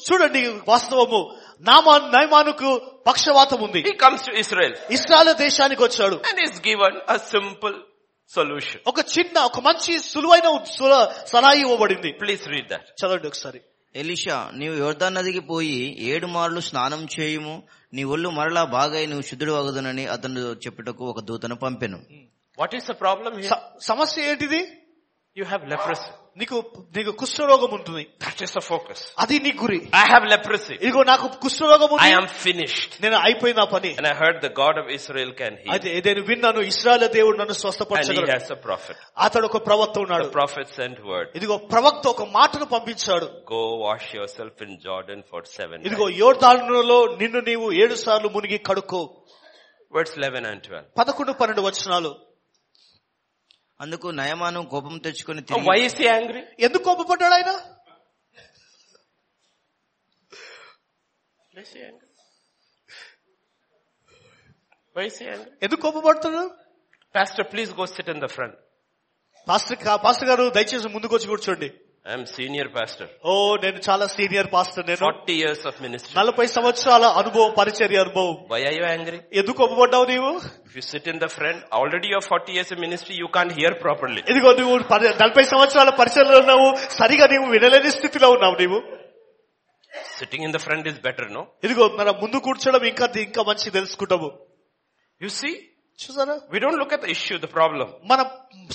చూడండి వాస్తవము నామా నైమానుకు పక్షవాతం ఉంది
He comes to Israel
Israel దేశానికి వచ్చాడు
and is given a simple solution.
ఒక చిన్న ఒక మంచి సులువైన సుల- సలహా ఇవ్వబడింది
Please read that.
చదవండి ఒకసారి
ఎలిషా నీవు యోర్దాన్ నదికి పోయి ఏడు మార్లు స్నానం చేయుము నీ ఒళ్ళు మరలా బాగై నువ్వు శుద్ధుడు అగుదునని అతను చెప్పుటకు ఒక దూతను పంపెను
What is the problem here?
స- సమస్య ఏంటిది
You have leprosy.
నీకు నీకు కుష్ఠరోగం ఉంటుంది
That is the focus.
అది నీ గురి
I have leprosy.
ఇదిగో నాకు కుష్ఠరోగం
I
ఉంది
am finished.
నేను అయిపోయిన పని
And I heard the God of Israel can heal.
అయితే నేను విన్నాను ఇస్రాయల్ దేవుడు నన్ను
And he
స్వస్థపరచగలడు
has a prophet.
అతడు ఒక ప్రవక్త ఉన్నాడు
The prophet sent word.
ఇదిగో ప్రవక్త ఒక మాటను పంపించాడు
Go wash yourself in Jordan for seven
ఇదిగో
days.
యోర్దానులో నిన్ను నీవు ఏడు సార్లు మునిగి కడుక్కో
Verse 11 and 12.
పదకొండు పన్నెండు వచనాలు
అందుకు నయమాను కోపం తెచ్చుకొని
Oh,
తిరిగి
why is he angry?
ఎందుకు కోపపడ్డాడు ఆయన
Why is he angry? Why is he angry?
ఎందుకు కోపపడుతున్నాడు
Pastor, please go sit in the front.
Pastor కా- పాస్టర్ గారు దయచేసి ముందుకు వచ్చి కూర్చోండి
I am senior pastor.
ఓ నేను చాలా సీనియర్ పాస్టర్ నేను
40 years of ministry.
నలభై సంవత్సరాల అనుభవం పరిచర్య అనుభవం
Why are you angry?
ఎందుకు కోపపడ్డావు నీవు
If you sit in the front, already you are 40 years of ministry, you can't hear properly.
ఇదిగో నువ్వు పరి- నలభై సంవత్సరాల పరిచయలో ఉన్నావు సరిగా నీవు వినలేని స్థితిలో ఉన్నావు నీవు
Sitting in the front is better, no?
ఇదిగో మన ముందు కూర్చోడం ఇంకా ఇంకా మంచి తెలుసుకుంటాము
You see,
చూసారా
we don't look at the issue, the problem.
మన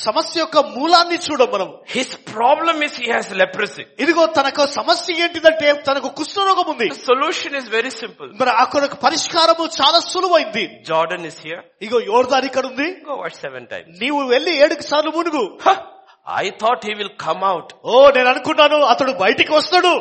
సమస్య యొక్క మూలాన్ని చూడం మనం
His problem is he has leprosy.
ఇదిగో తనకు సమస్య ఏంటిదంటే తనకు కుష్ఠరోగం ఉంది
The solution is very simple.
మరి అక్కడ పరిష్కారము చాలా సులువైంది
Jordan is here.
ఇగో యోర్దాన్ ఇక్కడ ఉంది
Go watch seven times.
నీవు వెళ్ళి ఏడుకు సార్లు మునుగు
Huh, I thought he will come out.
ఓ నేను అనుకున్నాను అతడు బయటికి వస్తాడు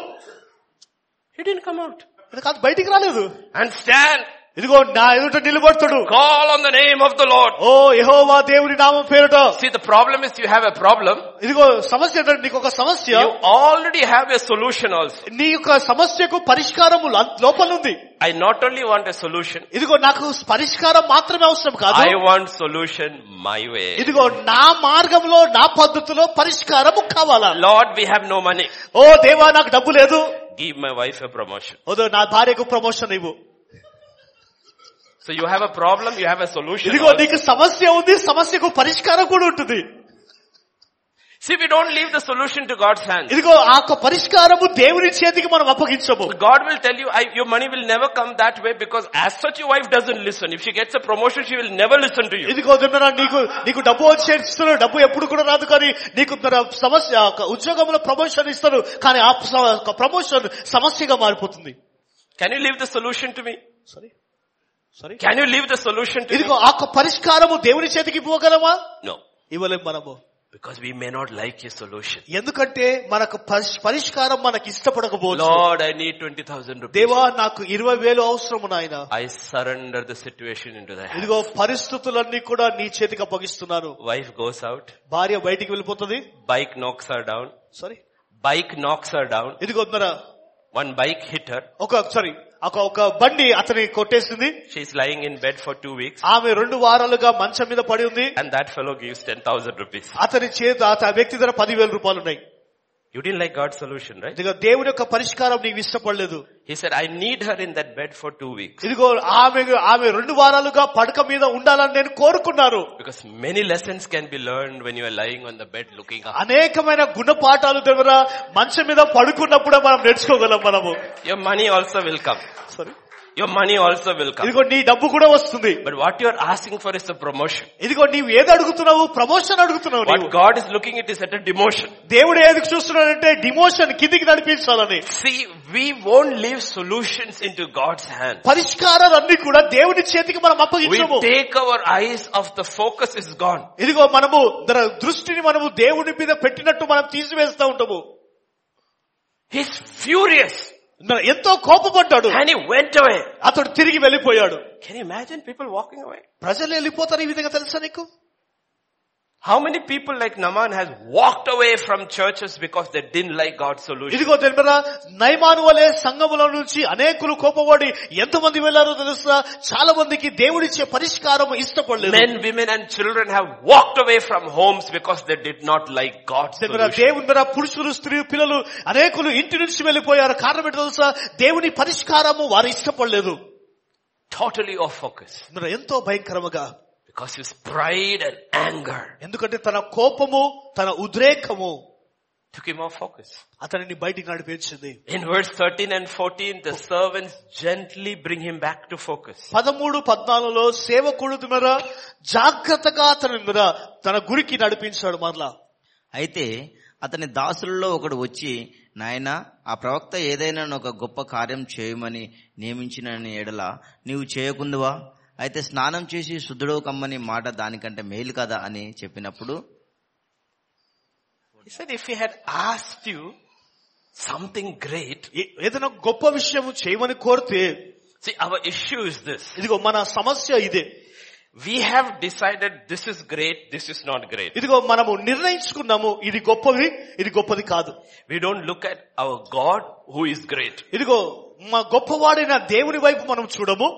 He didn't come out.
ఇది కాదు బయటికి రాలేదు
And stand.
ఇదిగో నా ఎదుట నిలబడతాడు
Call on the name of the Lord.
ఓ యెహోవా దేవుని నామం పేరుట
See, the problem is you have a problem.
ఇదిగో సమస్య ఏంటంటే నీకు ఒక సమస్య
You already have a solution also.
నీ యొక్క సమస్యకు పరిష్కారము లో- లోపల ఉంది
I not only want a solution,
ఇదిగో నాకు పరిష్కారం మాత్రమే అవసరం
I
కాదు
want solution my way.
ఇదిగో నా మార్గంలో నా పద్ధతిలో పరిష్కారము కావాలా
Lord, we have no money.
ఓ దేవా నాకు డబ్బు లేదు
Give my wife a promotion.
ఓ దేవా, నా భార్యకు ప్రమోషన్ ఇవ్వు
So you have a problem, you have a solution.
ఇదిగో
also.
నీకు సమస్య ఉంది సమస్యకు పరిష్కారం కూడా ఉంటుంది
See, we don't leave the solution to God's hands.
ఇదిగో ఆ యొక్క పరిష్కారము దేవుని చేతికి మనం అప్పగించము
God will tell you, I, your money will never come that way because as such your wife doesn't listen. If she gets a promotion, she will never listen to you.
ఇదిగో దిన్నరా నీకు నీకు డబ్బు వచ్చి ఇస్తున్నారు డబ్బు ఎప్పుడు కూడా రాదు కానీ నీకు దిన్నరా సమస్య ఒక ఉద్యోగంలో ప్రమోషన్ ఇస్తారు కానీ ఆ ప్రమోషన్ సమస్యగా మారిపోతుంది
Can you leave the solution to me?
సరే సరే
Can you leave the solution to me?
ఇదిగో ఆ యొక్క పరిష్కారము దేవుని చేతికి ఇవ్వగలమా
No.
ఇవ్వలేం మనము
Because we may not like your solution.
ఎందుకంటే మనకు పరిష్- పరిష్కారం మనకు ఇష్టపడకపోవచ్చు
Lord, I need 20,000 rupees.
దేవా నాకు ఇరవై వేలు అవసరము నాయన
I surrender the situation into the hands.
ఇదిగో పరిస్థితులన్నీ కూడా నీ చేతికి అప్పగిస్తున్నాను
Wife goes out.
భార్య బయటికి వెళ్ళిపోతుంది
Bike knocks her down.
Sorry
Bike knocks her down.
ఇదిగో ఉన్నారా
One bike hit her.
ఒక సారీ ఒక ఒక బండి అతని కొట్టేసింది
She's lying in bed for two weeks.
ఆమె రెండు వారాలుగా మంచం మీద పడి ఉంది
And that fellow gives 10,000 rupees.
అతని చేత ఆ వ్యక్తి ధర పదివేల రూపాయలు ఉన్నాయి
You didn't like God's solution, right?
ఇదిగో దేవుని యొక్క పరిష్కారం నీకు ఇష్టపడలేదు
He said, I need her in that bed for two weeks
ఇదిగో ఆమె ఆమె రెండు వారాలుగా పడక మీద ఉండాలని నేను కోరుకున్నాను
because many lessons can be learned when you are lying on the bed looking up.
అనేకమైన గుణపాఠాలు దగ్గర మంచం మీద పడుకున్నప్పుడే మనం నేర్చుకోగలం మనము
Your money also will come.
సరే
Your money also will come.
ఇదిగో నీ డబ్బు కూడా వస్తుంది
But what you are asking for is a promotion.
ఇదిగో నీవు ఏది అడుగుతున్నావు ప్రమోషన్ అడుగుతున్నావు నీవు
What God is looking at is at a demotion.
దేవుడు ఏది చూస్తున్నాడంటే డిమోషన్ కిందికి నడిపించాలని
See, we won't leave solutions into God's hand.
పరిష్కారాలన్నీ కూడా దేవుని చేతికి మనం
We
అప్పగించము
take our eyes off the focus is gone.
ఇదిగో మనము మన దృష్టిని మనము దేవుని మీద పెట్టినట్టు మనం తీసివేస్తా ఉంటాము
He's furious
నా- ఎంతో కోపపడ్డాడు
and he went away.
అతడు తిరిగి వెళ్ళిపోయాడు
Can you imagine people walking away?
ప్రజలు వెళ్ళిపోతారు ఈ విధంగా తెలుసా నీకు
How many people like Naaman has walked away from churches because they didn't like God's solution?
ఇదిగో తెలుపరా నైమాను వలె సంఘముల నుంచి అనేకులు కోపపడి ఎంతమంది వెళ్ళారో తెలుసా చాలా మందికి దేవుడిచ్చే పరిష్కారం ఇష్టపడలేదు
Men, women and children have walked away from homes because they did not like God's
తెలుపరా
solution.
దేవుని మీద పురుషులు స్త్రీ పిల్లలు అనేకులు ఇంటి నుంచి వెళ్ళిపోయారు కారణం ఏంటో తెలుసా దేవుని పరిష్కారము వారు ఇష్టపడలేదు
Totally off focus.
మరి ఎంతో భయంకరముగా
Because his pride and anger
ఎందుకంటే తన కోపము తన ఉద్రేకము
took him off focus.
అతనిని బయటికి నడిపించింది
In verse 13 and 14, the servants gently bring him back to focus.
పదమూడు పద్నాలుగులో సేవకుడు మీద జాగ్రత్తగా అతని మీద తన గురికి నడిపించాడు మరలా
అయితే అతని దాసులలో ఒకడు వచ్చి నాయనా ఆ ప్రవక్త ఏదైనా ఒక గొప్ప కార్యం చేయమని నియమించిన ఎడల నీవు చేయకుందువా అయితే స్నానం చేసి శుద్ధుడో కమ్మని మాట దానికంటే మేలు కదా అని చెప్పినప్పుడు
He said, if he had asked you something great,
ఏ- ఏదైనా గొప్ప విషయం చేయమని కోరితే
see, our issue is this.
ఇదిగో మన సమస్య ఇదే
We have decided this is great, this is not great.
ఇదిగో మనము నిర్ణయించుకున్నాము ఇది గొప్పది ఇది గొప్పది కాదు
We don't look at our God who is great.
ఇదిగో మా గొప్పవాడైన దేవుని వైపు మనం చూడము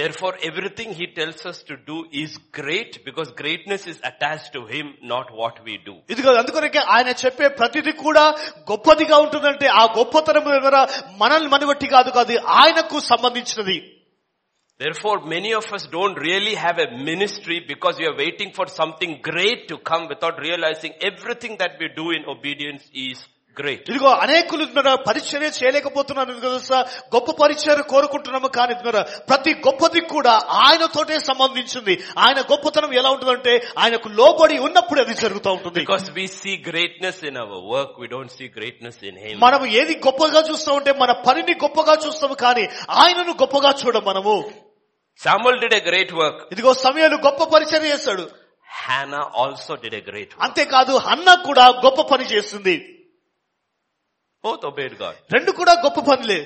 Therefore, everything he tells us to do is great because greatness is attached to him, not what we do.
ఇదిగో అందుకొరకే ఆయన చెప్పే ప్రతిదీ కూడా గొప్పదిగా ఉంటుందంటే ఆ గొప్పతనం ద్వారా మనల్ని మనబట్టి కాదు కాదు ఆయనకు సంబంధించినది
Therefore, many of us don't really have a ministry because we are waiting for something great to come without realizing everything that we do in obedience is great.
ఇదిగో అనేకులు ద్వారా పరిచర్య చేయలేకపోతున్నాను ఇదిగో తెలుసా గొప్ప పరిచర్య కోరుకుంటున్నాము కానీ ద్వారా ప్రతి గొప్పది కూడా ఆయనతోటే సంబంధించింది ఆయన గొప్పతనం ఎలా ఉంటుందంటే ఆయనకు లోబడి ఉన్నప్పుడు అది జరుగుతూ ఉంటుంది
Because we see greatness in our work, we don't see greatness in Him.
మనం ఏది గొప్పగా చూస్తా ఉంటే మన పనిని గొప్పగా చూస్తాము కానీ ఆయనను గొప్పగా చూడం మనము
Samuel did a great work.
ఇదిగో సమయాలు గొప్ప పరిచర్య చేస్తాడు
Hannah also did a great work.
అంతేకాదు అన్న కూడా గొప్ప పని చేస్తుంది
Both obeyed God.
రెండు కూడా గొప్ప పనులే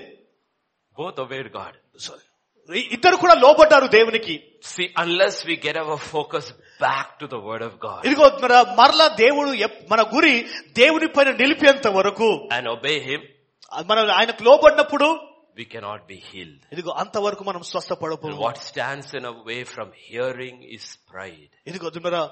Both obeyed God.
ఇ- ఇద్దరు కూడా లోబడ్డారు దేవునికి
See, unless we get our focus back to the Word of God
ఇదిగో మన మరలా దేవుడు ఎప్- మన గురి దేవుని పైన నిలిపేంత వరకు
and obey Him,
మనం ఆయనకు లోబడినప్పుడు
we cannot be healed.
ఇదిగో అంతవరకు మనం స్వస్థపడము
And what stands in our way from hearing is pride.
ఇదిగో దినరా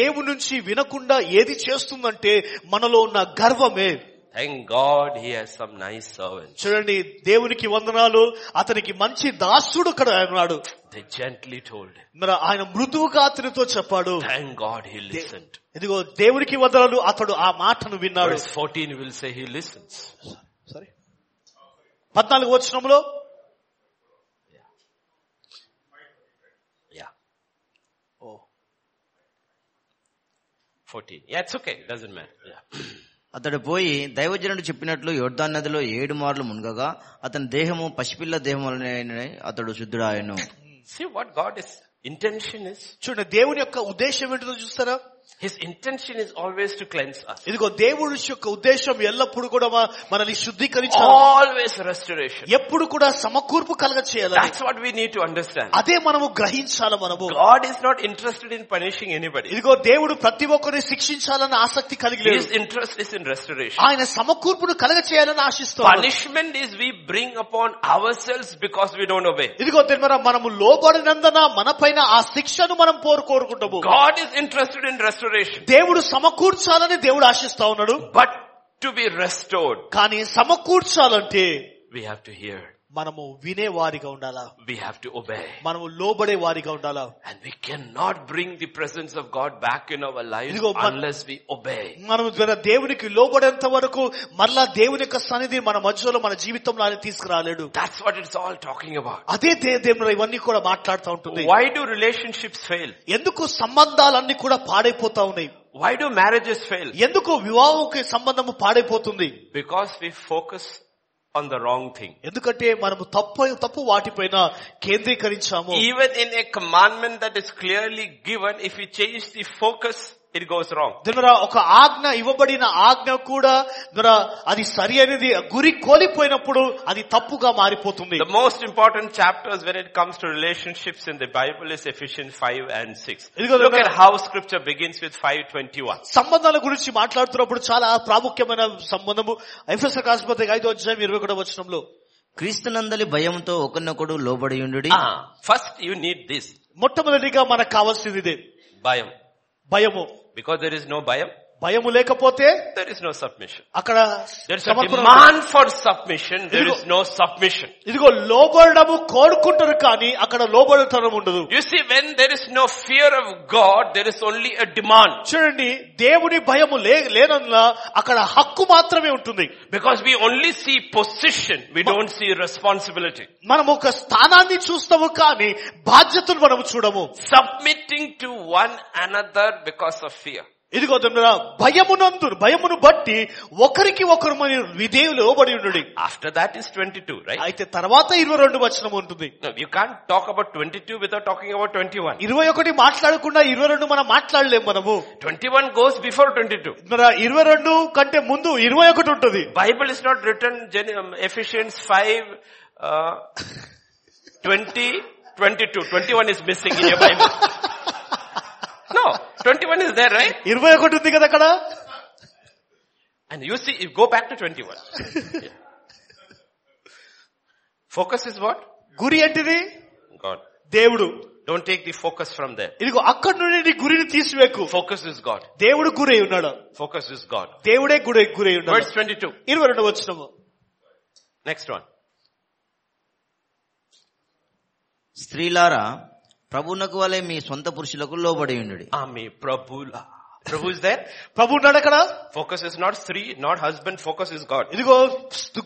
దేవుని నుంచి వినకుండా ఏది చేస్తుందంటే మనలో ఉన్న గర్వమే
Thank God he has some nice servants.
చూడండి దేవునికి వందనాలు అతనికి మంచి దాసుడు ఇక్కడ ఉన్నాడు
They gently told him.
మరి ఆయన మృదువుగా అతనితో చెప్పాడు
Thank God he listened.
ఇదిగో దేవునికి వందనాలు అతడు ఆ మాటను విన్నాడు
Verse 14 will say he listens.
Sorry పద్నాలుగు వచనంలో
Yeah. Oh. 14. Yeah, it's okay. It doesn't matter. Yeah.
అతడు పోయి దైవజనుడు చెప్పినట్లు యోర్ధాన్ నదిలో ఏడు మార్లు మునగగా అతని దేహము పసిపిల్ల దేహం వలన అతడు శుద్ధుడాయను
See what God is intention is?
చూడండి దేవుని యొక్క ఉద్దేశం ఏంటో చూస్తారా
His intention is always to cleanse us.
ఇదిగో దేవుడి యొక్క ఉద్దేశం ఎల్లప్పుడు కూడా మ- మనల్ని శుద్ధీకరించాలి
Always restoration.
ఎప్పుడు కూడా సమకూర్పు కలగ చేయాలి
That's what we need to understand.
అదే మనము గ్రహించాలి మనము
God is not interested in punishing anybody.
ఇదిగో దేవుడు ప్రతి ఒక్కరిని శిక్షించాలన్న ఆసక్తి కలిగి లేదు
His interest is in restoration.
ఆయన సమకూర్పును కలగ చేయాలని ఆశిస్తాడు
Punishment is we bring upon ourselves because we don't obey.
ఇదిగో తెలిమరా మనము లోబడినందున మన పైన ఆ శిక్షను మనం పోరు కోరుకుంటాము
God is interested in restoration.
దేవుడు సమకూర్చాలని దేవుడు ఆశిస్తా ఉన్నాడు
But to be restored,
కానీ సమకూర్చాలంటే
we have to hear.
మనము వినే వారిగా ఉండాలా
We have to obey.
మనము లోబడే వారిగా ఉండాలా
And we cannot bring the presence of God back in our lives
ఇదిగో మన-
unless we obey.
మనం మన దేవునికి లోబడేంత వరకు మరలా దేవుని యొక్క సన్నిధి మన మధ్యలో మన జీవితంలో ఆయన తీసుకురాలేడు
That's what it's all talking about.
అదే దే- దేవుడు ఇవన్నీ కూడా మాట్లాడుతూ ఉంటుంది
Why do relationships fail?
ఎందుకు సంబంధాలన్నీ కూడా పాడైపోతా ఉన్నాయి
Why do marriages fail?
ఎందుకు వివాహకి సంబంధము పాడైపోతుంది
Because we focus on the wrong thing.
ఎందుకంటే మనము తప్పు తప్పు వాటిపైన కేంద్రీకరించాము
Even in a commandment that is clearly given, if we change the focus, it goes wrong.
దినరా ఒక ఆజ్ఞ ఇవ్వబడిన ఆజ్ఞ కూడా దినరా అది సరి అనేది గురి కోల్పోయినప్పుడు అది తప్పుగా మారిపోతుంది
The most important chapters when it comes to relationships in the Bible is Ephesians 5 and 6.
ఇదిగో
Look
చూడండి.
at how scripture begins with 521.
సంబంధాల గురించి మాట్లాడుతున్నప్పుడు చాలా ప్రాముఖ్యమైన సంబంధము ఐఫెస్ కాస్పత్రి ఐదో అధ్యాయం ఇరవై ఒకటో వచనంలో
క్రీస్తునందలి భయంతో ఒకరినొకడు లోబడియుండుడి
Ah, first you need this,
మొట్టమొదటిగా మనకు కావాల్సింది ఇదే
bayam.
భయము
Because there is no bayam,
భయము లేకపోతే
there is no submission.
అక్కడ
There is a
సమర్పణ
demand for submission, there is no submission.
ఇదిగో లోబడము కోరుకుంటారు కానీ అక్కడ లోబడతనం ఉండదు
You see, when there is no fear of God, there is only a demand.
చూడండి దేవుని భయము లే లేనన్నా అక్కడ హక్కు మాత్రమే ఉంటుంది
Because we only see position, we
Ma-
don't see responsibility.
మనం ఒక స్థానాన్ని చూస్తాము కానీ బాధ్యతను మనం చూడము
Submitting to one another because of fear.
ఇదిగో తండ్రా భయమునందు భయమును బట్టి ఒకరికి ఒకరు మన విధేయులు లోబడి ఉండు
After that is 22, right?
అయితే తర్వాత ఇరవై రెండు వచనం ఉంటుంది
No, you can't talk about 22 without talking about 21.
ఇరవై ఒకటి మాట్లాడకుండా ఇరవై రెండు మనం మాట్లాడలేం మనము
21 goes before 22.
మన ఇరవై రెండు కంటే ముందు ఇరవై ఒకటి ఉంటుంది
Bible is not written Gen- um, Ephesians 5, [LAUGHS] uh, 20, 22. 21 is missing in your [LAUGHS] Bible. No, 21 is there, right?
ఇరవై ఒకటి ఉంది కదా అక్కడ
And you see, you go back to 21. Yeah. [LAUGHS] Focus is what?
గురి ఏంటిది
God.
దేవుడు
Don't take the focus from there.
ఇదిగో అక్కడి నుండి నీ గురిని తీసివేకు
Focus is God.
దేవుడు గురై ఉన్నాడు
Focus is God.
దేవుడే గురై గురై ఉన్నాడు
Verse 22.
ఇరవై రెండు వచ్చినము
Next one.
స్త్రీలారా ప్రభునకు వలె మీ సొంత పురుషులకు లోబడియుండుడి
Ami Prabhula. Prabhu is there.
ప్రభు ఉన్నాడు అక్కడ
Focus is not three, not husband. Focus is God.
ఇదిగో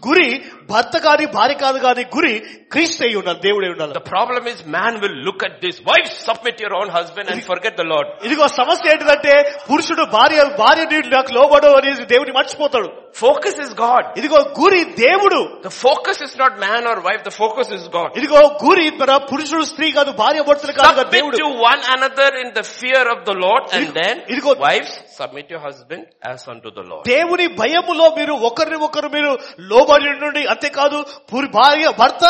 గురి భర్త కాని భార్య కాదు కాని గురి క్రీస్తు అయి ఉండాలి దేవుడే ఉండాలి
The problem is man will look at this. Wives, submit your own husband and forget the Lord.
ఇదిగో సమస్య ఏంటిదంటే పురుషుడు భార్య భార్య నీడు నాకు లోబడు అనేది దేవుని మర్చిపోతాడు
Focus is God.
ఇదిగో గురి దేవుడు
The focus is not man or wife. The focus is God.
ఇదిగో గురి మన పురుషుడు స్త్రీ కాదు భార్య భర్తలు కాదు కదా
Submit
దేవుడు
to one another in the fear of the Lord and then
ఇదిగో-
wives, submit your husband as unto the Lord.
దేవుని భయములో మీరు ఒకరిని ఒకరు మీరు లోబడి ఉండండి అంతేకాదు పురు- భార్య భర్త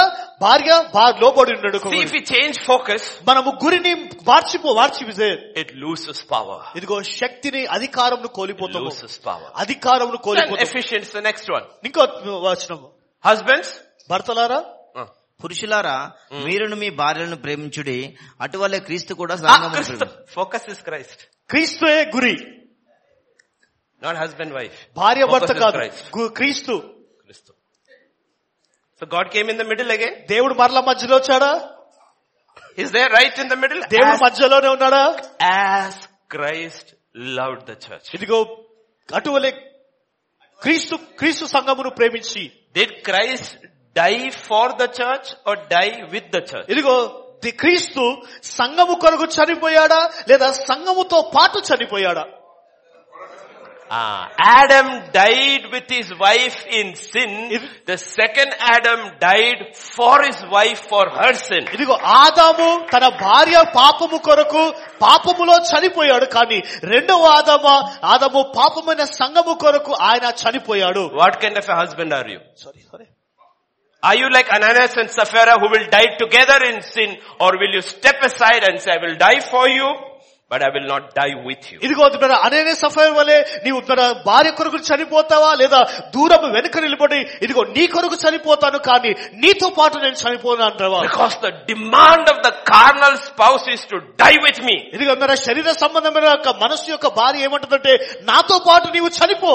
భార్య భా- లోబడి ఉండడు
See, if we change focus,
మనము గురిని మార్చిపో మార్చి విజయ్
it loses power.
ఇదిగో శక్తిని అధికారంను
It
కోల్పోతాము
loses power.
అధికారంను
Then
కోల్పోతాము
Ephesians, the next one.
ఇంకో వచనము
Husbands,
భర్తలారా
uh,
పురుషులారా మీరును మీ భార్యలను ప్రేమించుడి అటువలే క్రీస్తు కూడా
ah,
సంఘమును
Christ,
ప్రేమించును.
focus is Christ,
క్రీస్తుయే గురి
not husband, wife.
భార్య భర్త
Focus is
కాదు
Christ.
గు- క్రీస్తు
Christ. So God came in the middle again.
దేవుడు మరల మధ్యలో వచ్చాడా
He's there right in the middle.
దేవుడు
As,
మధ్యలోనే ఉన్నాడా
as Christ loved the church.
ఇదిగో అటువలే క్రీస్తు క్రీస్తు సంఘమును ప్రేమించి
Did Christ die for the church or die with the church?
ఇదిగో ది క్రీస్తు సంఘము కొరకు చనిపోయాడా లేదా సంఘముతో పాటు చనిపోయాడా
Ah, Adam died with his wife in sin.
If-
the second Adam died for his wife for her sin.
ఇదిగో ఆదాము తన భార్య పాపము కొరకు పాపములో చనిపోయాడు కానీ రెండవ ఆదామ ఆదాము పాపమైన సంఘము కొరకు ఆయన చనిపోయాడు
What kind of a husband are you?
Sorry sorry
Are you like Ananias and Sapphira who will die together in sin or will you step aside and say, I will die for you, but I will not die with you?
ఇదిగో మన అనేనే sapphire వలె నీవు మన భార్య కొరకు చనిపోతావా లేదా దూరం వెనుక నిలబడి ఇదిగో నీ కొరకు చనిపోతాను కానీ నీతో పాటు నేను చనిపోను అంటావా
Because the demand of the carnal spouse is to die with me.
ఇదిగో మన శరీర సంబంధమైన యొక్క మనస్సు యొక్క భార్య ఏమంటుందంటే నాతో పాటు నీవు చనిపో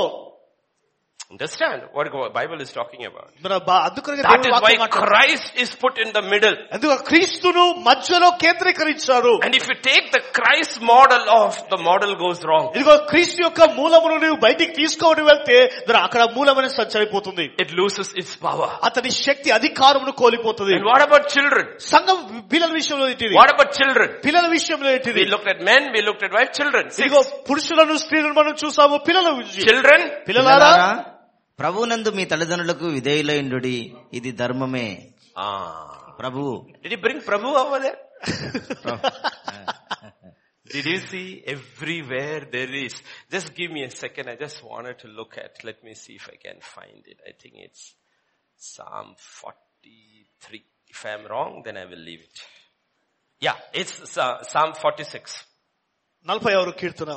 Understand what God- Bible is talking about.
మన బా- అందుకనే
That
దేవుడు
is why
వాక్యం మాట్లాడుతున్నాడు.
Christ is put in the middle.
అందుకు క్రీస్తును మధ్యలో కేంద్రీకరించారు
And if you take the Christ model off, the model goes wrong.
ఇదిగో క్రీస్తు యొక్క మూలమును నువ్వు బయటికి తీసుకోవడం వెళ్తే దాని అక్కడ మూలమనే సంచరిపోతుంది
It loses its power.
అతని శక్తి అధికారమును కోల్పోతుంది
And what about children?
సంఘం పిల్లల విషయంలో ఏంటిది
What about children?
పిల్లల విషయంలో ఏంటిది
We looked at men, we looked at wife, children. Six.
ఇదిగో పురుషులను స్త్రీలను మనం చూసాము పిల్లల గురించి.
Children,
పిల్లలారా
ప్రభునందు మీ తల్లిదండ్రులకు విధేయులైండు ఇది ధర్మమే
Ah.
Prabhu
Did you bring Prabhu over there? [LAUGHS] Did you see everywhere there is? Just give me a second. I just wanted to look at. Let me see if I can find it. I think it's Psalm 43. If I'm wrong, then I will leave it. Yeah, it's uh, Psalm 46.
నలభై ఆరు కీర్తన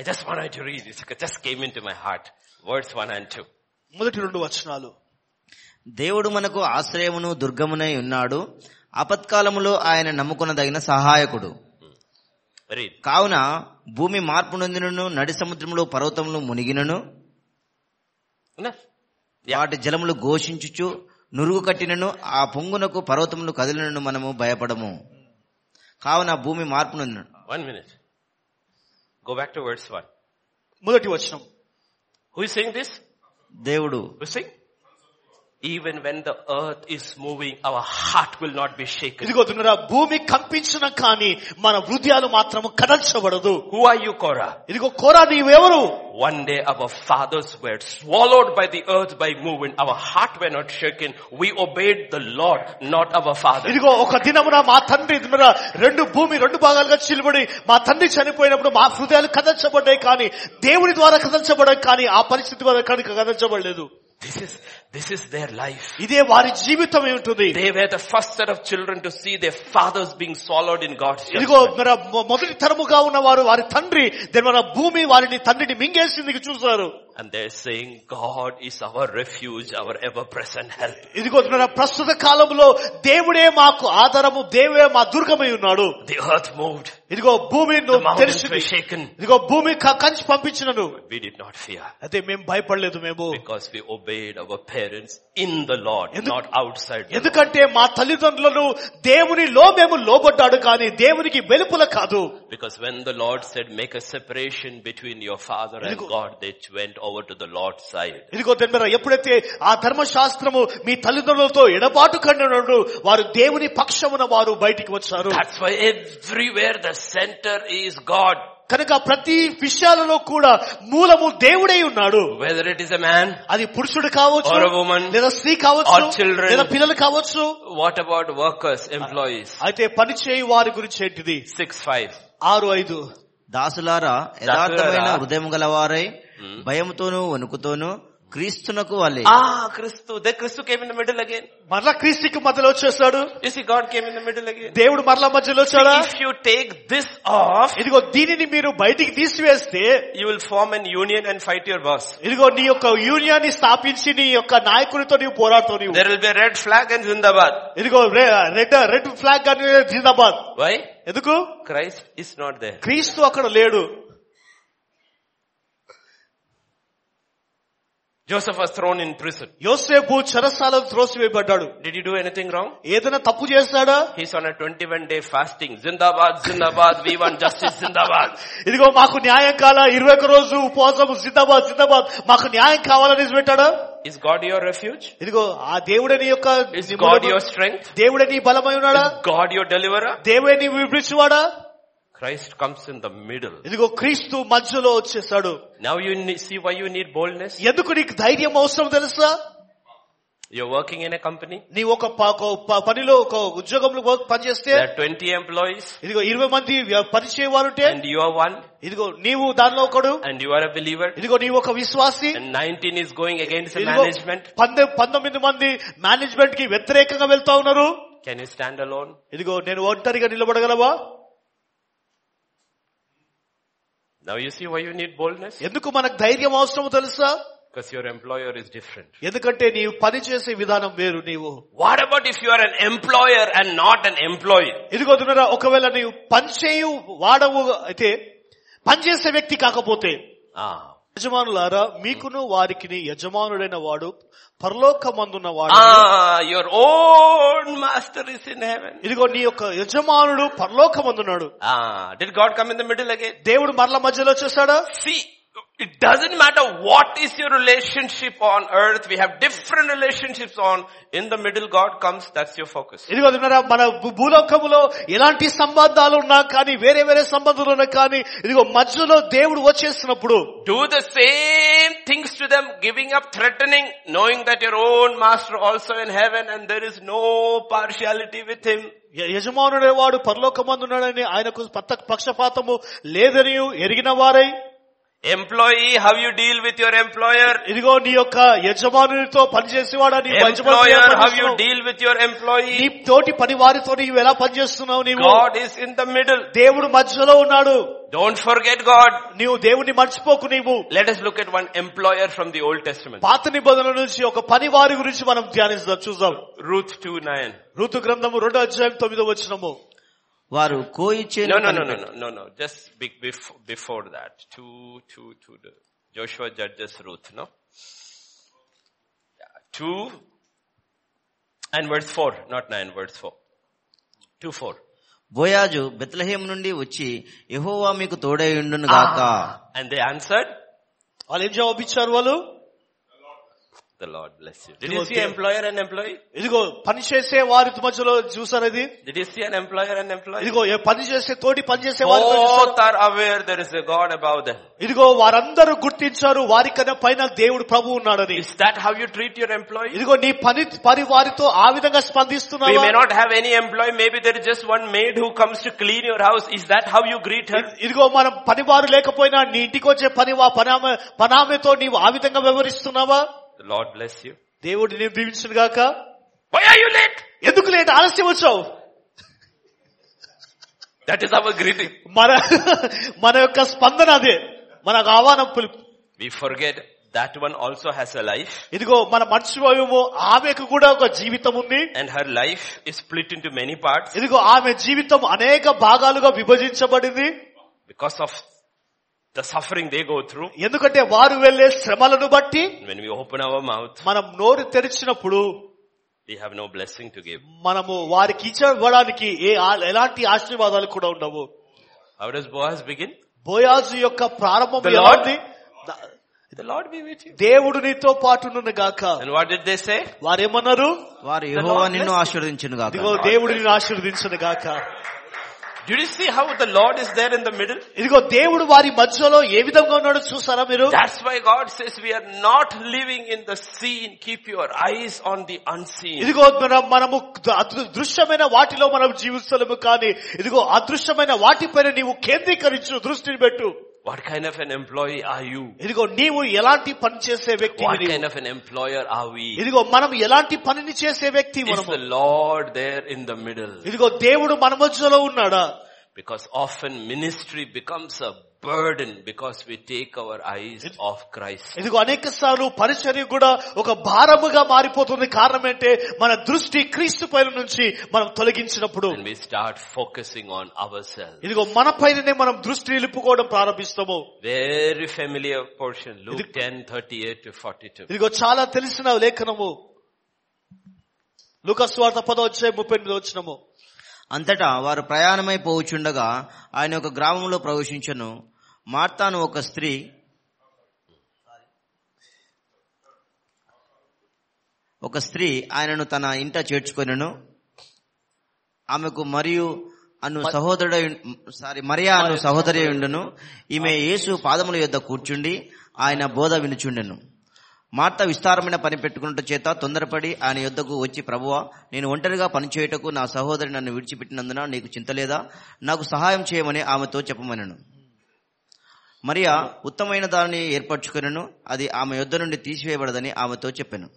I just wanted to read it. It just came into my heart. Words 1 and 2.
మొదటి రెండు వచనాలు
దేవుడు మనకు ఆశ్రయమును దుర్గమునై ఉన్నాడు ఆపత్కాలములో ఆయన నమ్ముకునదగిన సహాయకుడు
Read.
కావున భూమి మార్పు నొందినను నడి సముద్రంలో పర్వతములు మునిగినను
Enough.
వాటి జలములు ఘోషించుచు నురుగు కట్టినను ఆ పొంగునకు పర్వతములు కదిలినను మనము భయపడము కావున భూమి మార్పు నొందినను
One minute. Go back to verse 1.
మొదటి వచనం
Who is saying this?
దేవుడు
You see? Even when the earth is moving, our heart will not be shaken.
ఇదిగో దున్నరా భూమి కంపించిన కానీ మన హృదయాలు మాత్రము కదల్చబడదు
Who are you, Korah?
ఇదిగో కోరా నీవెవరు
One day our fathers were swallowed by the earth by moving. Our heart were not shaken. We obeyed the Lord, not our father.
ఇదిగో ఒక దినమున మా తండ్రి దినమున రెండు భూమి రెండు భాగాలుగా చిలుబడి మా తండ్రి చనిపోయినప్పుడు మా హృదయాలు కదల్చబడ్డాయి కానీ దేవుని ద్వారా కదల్చబడ్డాయి కానీ ఆ పరిస్థితి ద్వారా కనుక కదల్చబడలేదు
This is, this is their life.
ఇదే వారి జీవితం ఉంటుంది
They were the first set of children to see their fathers being swallowed in God's
ఇదిగో
judgment.
మన మొ- మొదటి తరముగా ఉన్న వారు వారి తండ్రి దాని మన భూమి వారిని తండ్రిని మింగేసింది చూసారు
And they're saying God is our refuge, our ever-present help.
ఇదిగో మన ప్రస్తుత కాలంలో దేవుడే మాకు ఆధారము దేవుడే మా దుర్గమై ఉన్నాడు
The earth moved.
ఇదిగో భూమి
The
నువ్వు
mountains were
తెరిచింది
shaken.
ఇదిగో భూమి క- Kanchi పంపించినను
We did not fear.
అయితే మేము భయపడలేదు మేము
Because we obeyed our parents in the Lord,
Endu-
not outside the Lord.
ఎందుకంటే మా తల్లిదండ్రులను దేవునిలో మేము లోబడ్డాడు కానీ దేవునికి వెలుపుల కాదు
Because when the Lord said, make a separation between your father and
Endu-
God, they went over to the Lord's side.
ఇదిగో తండ్రి ఎప్పుడైతే ఆ ధర్మశాస్త్రము మీ తల్లిదండ్రులతో ఎడబాటు కండినప్పుడు వారు దేవుని పక్షమున వారు బయటికి వచ్చారు
That's why everywhere the center is God.
కనుక ప్రతి విషయాలలో కూడా మూలము దేవుడే ఉన్నాడు
Whether it is a man,
అది పురుషుడు కావచ్చు
Or a woman.
లేదా స్త్రీ
Or
కావచ్చు
children.
లేదా పిల్లలు కావచ్చు
what about workers, employees?
అయితే పనిచేయి వారి గురించి ఏంటిది
Six, five.
ఆరు ఐదు
దాసులారా యథార్థమైన
దాసులారా.
హృదయం గలవారై భయముతోనూ వణుకుతోనూ క్రీస్తునకు వాళ్ళే
Ah, Christu. Then Christu came in the middle again.
మరలా క్రీస్తుకి మధ్యలో వచ్చేస్తాడు
You see, God came in the middle again.
దేవుడు మరలా మధ్యలో వచ్చాడా
If you take this off,
ఇదిగో దీనిని మీరు బయటికి తీసివేస్తే
you will form an union and fight your boss.
ఇదిగో నీ యొక్క యూనియన్ ని స్థాపించి నీ యొక్క నాయకునితో నీవు పోరాడుతావు నీవు
There will be a red flag in Zindabad.
ఇదిగో రె- రెడ్ రెడ్ ఫ్లాగ్ అని జిందాబాద్
Why?
ఎందుకు
Christ is not there.
క్రీస్తు అక్కడ లేడు
Joseph was thrown in prison.
యోసేపు చెరసాలను త్రోసివేయబడ్డాడు
Did he do anything wrong?
ఏదైనా తప్పు చేస్తాడా
He's on a 21 day fasting. Zindabad, Zindabad, we want justice, Zindabad.
ఇదిగో మాకు న్యాయం కాల ఇరవై ఒక్క రోజు ఉపవాసం జిందాబాద్ జిందాబాద్ మాకు న్యాయం కావాలని పెట్టాడా
Is God your refuge?
ఇదిగో ఆ దేవుడే నీ యొక్క
Is
నీ
God
మూలము-
your strength?
దేవుడే నీ బలమై ఉన్నాడా
Is God your deliverer?
దేవుడే నీ విడిపించువాడా
Christ comes in the middle.
ఇదిగో క్రీస్తు మధ్యలో వచ్చేసాడు
Now you ne- see why you need boldness?
ఎందుకు నీకు ధైర్యం అవసరం తెలుసా
You're working in a company.
నీ ఒక ప- ఒక ప- పనిలో ఒక ఉద్యోగంలో work పనిచేస్తే
There are 20 employees
ఇదిగో ఇరవై మంది వ్య- పనిచేయవారుంటే
and you are one
ఇదిగో నీవు దానిలో ఒకడు
and you are a believer
ఇదిగో నీవు ఒక విశ్వాసి
and 19 is going against the
ఇదిగో
management.
పందె పంతొమ్మిది మంది మేనేజ్మెంట్ కి వ్యతిరేకంగా వెళ్తా ఉన్నారు
Can you stand alone?
ఇదిగో నేను ఒంటరిగా నిలబడగలవా
Now you see why you need boldness?
ఎందుకు మనకు ధైర్యం అవసరం తెలుసా
Because your employer is different.
ఎందుకంటే నీవు పని చేసే విధానం వేరు నీవు
What about if you are an employer and not an employee?
ఇదిగో దున్నరా ఒకవేళ నీవు పనిచేయు వాడవు అయితే పనిచేసే వ్యక్తి కాకపోతే
Ah,
యజమానులారా మీకును వారికిని యజమానుడైన వాడు పరలోకమందున్న వాడు
Ah, your own master is in heaven.
ఇదిగో నీ యొక్క యజమానుడు పరలోకమందున్నాడు
Ah, did God come in the middle again?
దేవుడు మరల మధ్యలో వచ్చేసాడా
See, it doesn't matter what is your relationship on earth. We have different relationships on. In the middle, God comes. That's your focus.
ఇదిగో విన్నారా మన భూ- భూలోకములో ఎలాంటి సంబంధాలు ఉన్నా కానీ వేరే వేరే సంబంధాలు ఉన్నా కానీ ఇదిగో మధ్యలో దేవుడు వచ్చేసినప్పుడు
Do the same things to them, giving up, threatening, knowing that your own master also in heaven and there is no partiality with him.
య- యజమానుడే వాడు పరలోకమందున్నాడని ఆయనకు పత్త- పక్షపాతము లేదని ఎరిగిన వారై
Employee, how you deal with your employer.
ఇదిగో నీ యొక్క యజమానునితో పనిచేసేవాడా నీ యజమానితో
Employer,
ఎలా
how you
పనిచేస్తున్నావు?
deal with your
నీ
employee.
తోటి పని వారితో నీవు ఎలా పనిచేస్తున్నావు నీవు
God is in the middle.
దేవుడు మధ్యలో ఉన్నాడు
Don't forget God.
నీవు దేవుడిని మర్చిపోకు నీవు
Let us look at one employer from the Old Testament.
పాత నిబంధనల నుంచి ఒక పని వారి గురించి మనం ధ్యానిస్తాం చూద్దాం
Ruth 2 9.
ఋతు గ్రంథము రెండో అధ్యాయం తొమ్మిదో వచ్చినము
వారు కోయి చేను
No, no, no,
కనిపె-
no, no, no, no. Just be, before, before that. Two, two, two. the- Joshua judges Ruth, no? Yeah, two and verse four, not nine, verse four. Two four.
బోయాజు Bethlehem నుండి వచ్చి యెహోవా మీకు తోడై ఉండును గాక
And they answered,
వాళ్ళు ఏం జవాబిచ్చారు వాళ్ళు
the Lord bless you. Did you see employer and employee?
ఇదిగో పని చేసే వారి మధ్యలో చూసారు ఇది
Did you see an employer and employee?
ఇదిగో ఏ పని చేసే తోటి పని చేసే వారి
Both are aware there is a God above them.
ఇదిగో వారందరూ గుర్తించారు వారికన్నా పైన దేవుడు ప్రభు ఉన్నాడని
Is that how you treat your employee?
ఇదిగో నీ పని పని వారితో ఆ విధంగా
We may
స్పందిస్తున్నావు
not have any employee, maybe there is just one maid who comes to clean your house. Is that how you greet her?
ఇదిగో మనం పనివారు లేకపోయినా నీ ఇంటికి వచ్చే పని వా పనామె పనామెతో నీవు ఆ విధంగా వ్యవహరిస్తున్నావా
The Lord bless you.
దేవుడు నేను దీవించను గాక
Why are you late?
ఎందుకు లేట్ ఆలస్యం వచ్చావు
That is our greeting.
మన [LAUGHS] మన యొక్క స్పందన అదే మన ఆహ్వానం పిలుపు
We forget that one also has a life
ఇదిగో మన మర్చిపోయేమో ఆమెకు కూడా ఒక జీవితం ఉంది
and her life is split into many parts
ఇదిగో ఆమె జీవితం అనేక భాగాలుగా విభజించబడింది
because of the suffering they go through.
ఎందుకంటే వారు వెళ్లే శ్రమలను బట్టి
When we open our mouth,
మనం నోరు తెరిచినప్పుడు
we have no blessing to give.
మనము వారికి ఇచ్చడానికి ఏ ఆ- ఎలాంటి ఆశీర్వాదాలు కూడా ఉండవు
How does Boaz begin?
బోయాజు యొక్క ప్రారంభం
The
ఎలా
Lord-
ఉంది? The-
The Lord be with you.
దేవుడు నీతో పాటును గాక
And what did they say?
వారేమన్నారు
వారు యెహోవా నిన్ను ఆశీర్వదించును గాక
ఇదిగో దేవుడు నిన్ను ఆశీర్వదించను గాక
Did you see how the Lord is there in the middle?
ఇదిగో దేవుడు వారి మధ్యలో ఏ విధంగా ఉన్నాడో చూసారా మీరు
That's why God says we are not living in the seen. Keep your eyes on the unseen.
ఇదిగో మన- మనము ద- అదృ- దృశ్యమైన వాటిలో మనం జీవిస్తలేము కానీ ఇదిగో అదృశ్యమైన వాటిపైన నీవు కేంద్రీకరించు దృష్టిని పెట్టు
What kind of an employee are you?
ఇదిగో నీవు ఎలాంటి పని చేసే వ్యక్తి
What kind of an employer are we?
ఇదిగో మనం ఎలాంటి పనిని చేసే వ్యక్తి
Is
మనము
the Lord there in the middle?
ఇదిగో దేవుడు మన మధ్యలో ఉన్నాడా
Because often ministry becomes a burden because we take our eyes off Christ.
ఇదిగో అనేక సార్లు పరిచర్య కూడా ఒక భారముగా మారిపోతుంది కారణం ఏంటే మన దృష్టి క్రీస్తు పైన నుంచి మనం తొలగించినప్పుడు
And we start focusing on ourselves.
ఇదిగో మన పైననే మనం దృష్టి నిలుపుకోవడం ప్రారంభిస్తాము
Very familiar portion, Luke 10, 38 to 42.
ఇదిగో చాలా తెలిసిన లేఖనము లూకస్ వార్త పదో వచ్చే ముప్పై ఎనిమిది వచ్చినము
అంతటా వారు ప్రయాణమై పోవుచుండగా ఆయన ఒక గ్రామంలో ప్రవేశించను మార్తాను ఒక స్త్రీ ఒక స్త్రీ ఆయనను తన ఇంట చేర్చుకొనెను ఆమెకు మరియు అను సహోదరుడు సారీ మరియా అను సహోదరి ఉండును ఈమె యేసు పాదముల యొద్ద కూర్చుండి ఆయన బోధ వినుచుండెను మార్త విస్తారమైన పని పెట్టుకున్నట్టు చేత తొందరపడి ఆయన యొద్దకు వచ్చి ప్రభువా నేను ఒంటరిగా పనిచేయుటకు నా సహోదరి నన్ను విడిచిపెట్టినందున నీకు చింతలేదా నాకు సహాయం చేయమని ఆమెతో చెప్పమనను మరియా ఉత్తమైన దానిని ఏర్పరచుకొనెను అది ఆమె యొద్ద నుండి తీసివేయబడదని ఆమెతో చెప్పాను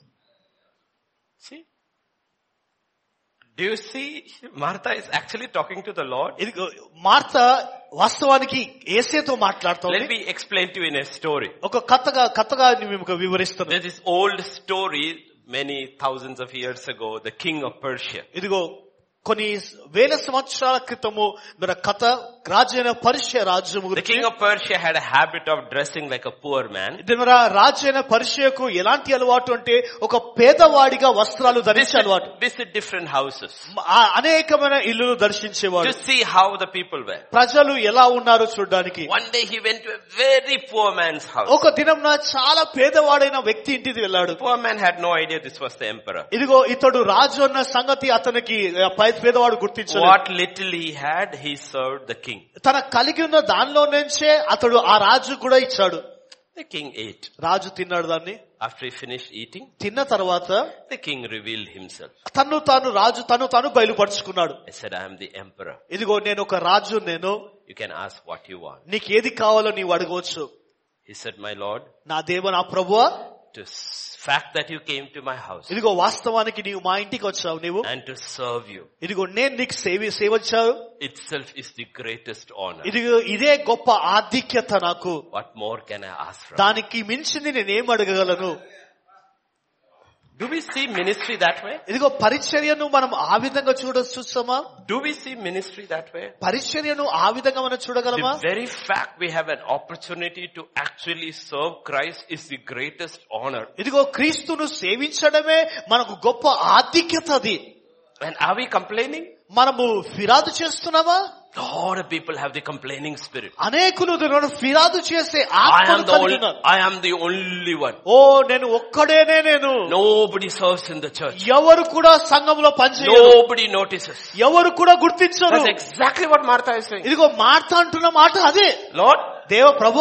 See? Do you see Martha is actually talking to the Lord?
ఇదిగో మార్త వాస్తవానికి ఏసేతో
Let
మాట్లాడుతుంది
me explain to you in a story.
ఒక కథగా కథగా మేము వివరిస్తున్నాం
There's this old story many thousands of years ago, the king of Persia.
ఇదిగో కొన్ని వేల సంవత్సరాల క్రితము మన కథ రాజైన పరిచయ రాజ్యము
The
గురించి
king of Persia had a habit of dressing like a poor man.
ఇది మన రాజైన పరిచయకు ఎలాంటి అలవాటు అంటే ఒక పేదవాడిగా వస్త్రాలు ధరించే అలవాటు
Visit different houses
ఆ అనేకమైన ఇల్లులు దర్శించేవాడు
to see how the people were.
ప్రజలు ఎలా ఉన్నారో చూడడానికి
One day he went to a very poor man's house.
ఒక దినం చాలా పేదవాడైన వ్యక్తి ఇంటికి వెళ్ళాడు
The poor man had no idea this was the emperor.
ఇదిగో ఇతడు రాజు అన్న సంగతి అతనికి ఆ, పై- పేదవాడు గుర్తించలేదు
What little he had, he served the king.
తన కలిగి ఉన్న దానిలో నుంచే అతడు ఆ రాజు కూడా ఇచ్చాడు
The king ate.
రాజు తిన్నాడు దాన్ని
After he finished eating,
తిన్న తర్వాత
the king revealed himself.
తను తాను రాజు తను తాను బయలుపరుచుకున్నాడు
I said, I am the emperor.
ఇదిగో నేను ఒక రాజు నేను
You can ask what you want.
నీకు ఏది కావాలో నీవు అడగవచ్చు
He said, my lord,
నా దేవ నా ప్రభువా
to s- fact that you came to my house
ఇదిగో వాస్తవానికి నీవు మా ఇంటికి వచ్చావు నీవు
and to serve you
ఇదిగో నేను నీకు సేవి సేవచ్చావు
itself is the greatest honor.
ఇదిగో ఇదే గొప్ప ఆధిక్యత నాకు
What more can I ask from?
దానికి మించింది నేనేం అడగగలను
Do we see ministry that way?
ఇదిగో పరిచర్యను మనం ఆ విధంగా చూడ చూస్తామా
Do we see ministry that way?
పరిచర్యను ఆ విధంగా మనం చూడగలమా
The very fact we have an opportunity to actually serve Christ is the greatest honor.
ఇదిగో క్రీస్తును సేవించడమే మనకు గొప్ప ఆధిక్యత అది
And are we complaining?
మనము ఫిరాదు చేస్తున్నామా
A lot of people have the complaining spirit.
అనేకులు ఇదిగో ఫిరాదు చేసే
I am
ఆత్మను
the
కలిగి
only,
ఉన్నారు
I am the only one.
ఓ నేను ఒక్కడేనే నేను
Nobody serves in the church.
ఎవరు కూడా సంఘంలో పనిచేయరు
Nobody notices.
ఎవరు కూడా గుర్తించరు
That's exactly what Martha is saying.
ఇదిగో మాట అంటున్న మాట అదే
Lord,
దేవ ప్రభు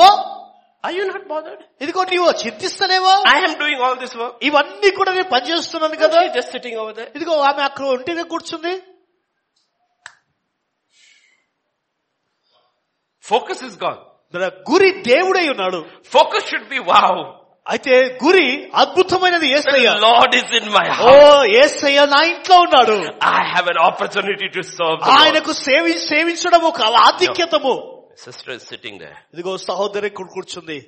are you not bothered?
ఇదిగో నీవు చింతిస్తలేవా
I am doing all this work.
ఇవన్నీ కూడా నేను పనిచేస్తున్నాను కదా
She's just sitting over there.
ఇదిగో ఆమె అక్కడ ఒంటిగా కూర్చుంది
Focus is gone.
మన గురి దేవుడై ఉన్నాడు
Focus should be wow.
అయితే గురి అద్భుతమైనది ఏసయ్య
The Lord is in my
oh
house.
ఏసయ్య నా ఇంట్లో ఉన్నాడు
I have an opportunity to serve the Lord.
ఆయనకు సేవి సేవించడం ఒక ఆధిక్యతము
Sister is sitting there,
ఇదిగో సహోదరి ఇక్కడ కూర్చుంది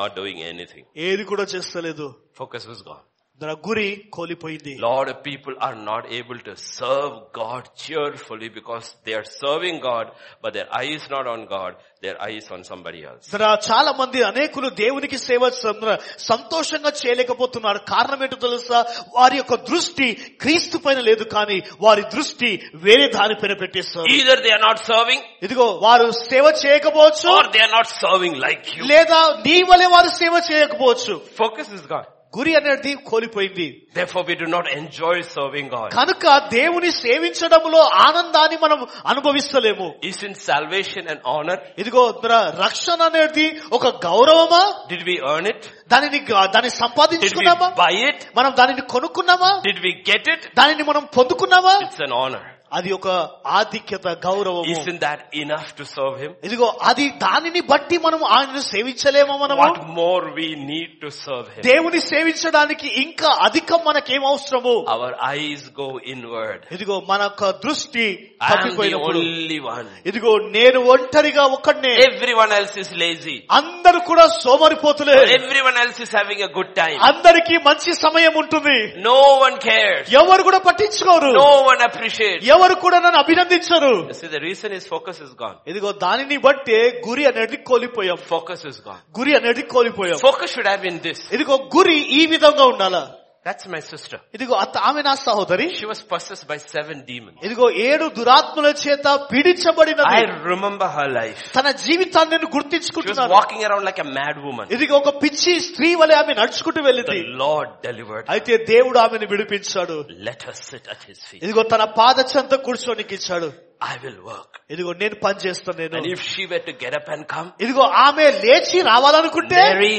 not doing anything.
ఏది కూడా చేస్తలేదు
Focus was gone.
తన గురి కోల్పోయింది
Lot of people are not able to serve God cheerfully because they are serving God, but their eye is not on God, their eye is on somebody else.
తన చాలా మంది అనేకులు దేవునికి సేవ చేస్తున్నారు. సంతోషంగా చేయలేకపోతున్నారు కారణం ఏంటో తెలుసా వారి యొక్క దృష్టి క్రీస్తు పైన లేదు కానీ వారి దృష్టి వేరే దానిపైన పెట్టేస్తారు
Either they are not serving
ఇదిగో వారు సేవ చేయకపోవచ్చు
or they are not serving like you.
లేదా నీ వలె వారు సేవ చేయకపోవచ్చు
Focus is gone.
గురి అనేది కోల్పోయింది
Therefore we do not enjoy serving God.
కనుక దేవుని సేవించడంలో ఆనందాన్ని మనం అనుభవిస్తలేము
Isn't salvation an honor?
ఇదిగో మన రక్షణ అనేది ఒక గౌరవమా
Did we earn it?
దానిని గ- దాన్ని
Did we
సంపాదించుకున్నామా
buy it?
మనం దానిని కొనుక్కున్నామా
Did we get it?
దానిని మనం పొందుకున్నామా
It's an honor.
అది ఒక ఆధిక్యత గౌరవము
Isn't that enough to serve Him?
ఇదిగో అది దానిని బట్టి మనం ఆయనను సేవించలేమా మనము
What more we need to serve Him?
దేవుని సేవించడానికి ఇంకా అధికం మనకేం అవసరము
Our eyes go inward.
ఇదిగో మన యొక్క దృష్టి
I am the
తప్పిపోయినప్పుడు
only one.
ఇదిగో నేను ఒంటరిగా ఒక్కడనే
Everyone else is lazy.
అందరూ కూడా సోమరిపోతులే
Everyone else is having a good time.
అందరికీ మంచి సమయం ఉంటుంది
No one cares.
ఎవరు కూడా పట్టించుకోరు
No one appreciates.
ఎవరు కూడా నన్ను అభినందించరు
You see, the reason is focus is gone.
ఇదిగో దానిని బట్టి గురి అనేది కోల్పోయాం
Focus is gone.
గురి అనేది కోల్పోయాం
Focus should have been this.
ఇదిగో గురి ఈ విధంగా ఉండాలా
That's my sister.
ఇదిగో అత్త ఆమె నా సహోదరి
She was possessed by seven demons.
ఇదిగో ఏడు దురాత్మల చేత
I
పీడించబడినది
remember her life.
తన జీవితాన్ని నేను
She was
గుర్తించుకుంటున్నాను
walking around like a mad woman.
ఇదిగో ఒక పిచ్చి స్త్రీ వలె ఆమె నడుచుకుంటూ వెళ్ళింది
The Lord delivered. her.
అయితే దేవుడు ఆమెను విడిపించాడు
Let her sit at his feet.
ఇదిగో తన పాదచంత కూర్చోనికి ఇచ్చాడు
I will work.
ఇదిగో నేను పని చేస్తాను
And
నేను
if she were to get up and come,
ఇదిగో ఆమె లేచి రావాలనుకుంటే
Mary,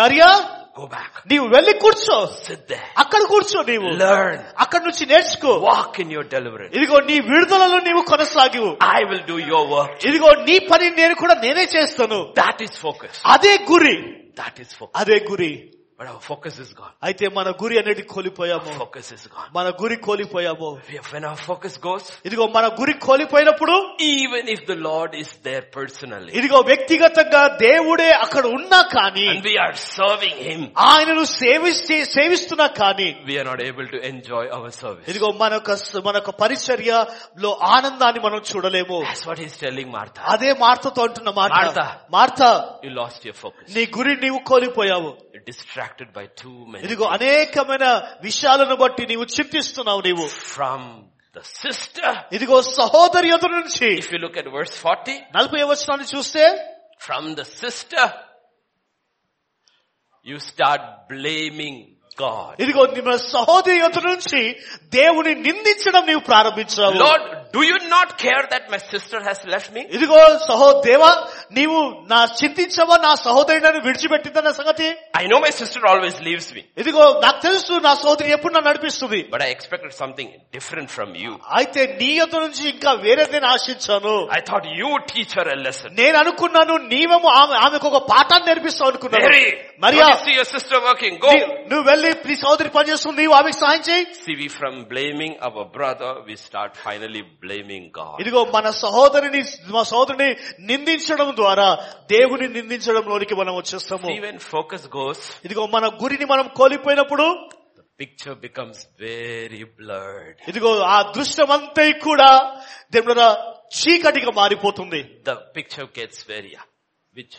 మరియా
go back.
నీవు వెళ్ళి కూర్చో
Sit there.
అక్కడ కూర్చో నీవు
Learn.
అక్కడ నుంచి నేర్చుకో
Walk in your deliverance.
ఇదిగో నీ విడుదలలో నీవు కొనసాగివు
I will do your work.
ఇదిగో నీ పని నేను కూడా నేనే చేస్తాను
That is focus.
అదే గురి
That is focus.
అదే గురి
But our focus is gone.
అయితే మన గురి అనేది కోల్పోయాము
Focus is gone.
మన గురి కోల్పోయాము
We- When our focus goes,
ఇదిగో మన గురి కోల్పోయినప్పుడు
even if the Lord is there personally,
ఇదిగో వ్యక్తిగతంగా దేవుడే అక్కడ ఉన్నా కానీ
and we are serving Him,
ఆయనను సేవిస్తే సేవిస్తున్నా కానీ
we are not able to enjoy our service.
ఇదిగో మన యొక్క మన యొక్క పరిచర్యలో ఆనందాన్ని మనం చూడలేము
That's what He's telling Martha.
అదే మార్తతో అంటున్న Martha
Martha.
Martha
You lost your focus.
నీ గురి నీవు కోల్పోయావు
You're distracted by too many
ఇదిగో
things.
అనేకమైన విషయాలను బట్టి నీవు చింతిస్తున్నావు నీవు
from the sister.
ఇదిగో సహోదరి ఎదురు నుంచి
If you look at verse 40,
నలభై వచనాన్ని చూస్తే
from the sister, you start blaming God.
ఇదిగో నీ మన సహోదరి ఎదురు నుంచి దేవుని నిందించడం నీవు ప్రారంభించావు
Lord, do you not care that my sister has left me?
ఇదిగో సహో దేవా నీవు నా చింతించవా నా సహోదరి నన్ను విడిచిపెట్టిందన్న సంగతి
I know my sister always leaves me,
ఇదిగో నాకు తెలుసు నా సహోదరి ఎప్పుడు నన్ను నడిపిస్తుంది
but I expected something different from you.
అయితే నీ ఎదురు నుంచి ఇంకా వేరేది నేను ఆశించాను
I thought you would teach her a lesson.
నేను అనుకున్నాను నీవేమో ఆమె ఆమెకు ఒక పాఠాన్ని నేర్పిస్తావు అనుకున్నాను
Mary,
Mariya
don't you see your sister working. Go.
నీ- నువ్వు వెళ్ళి నీ సహోదరి పని చేస్తుంది నీవు ఆమెకు సహాయం చేయి
See, we from blaming our brother, we start finally blaming God.
ఇదిగో మన సహోదరిని మా సహోదరిని నిందించడం ద్వారా దేవుని నిందించడంలోనికి మనం వచ్చేస్తాము
See, when focus goes,
ఇదిగో మన గురిని మనం కోల్పోయినప్పుడు
the picture becomes very blurred.
ఇదిగో ఆ దృశ్యం అంతా కూడా దేవుడ చీకటిగా మారిపోతుంది
the picture gets very, yeah, which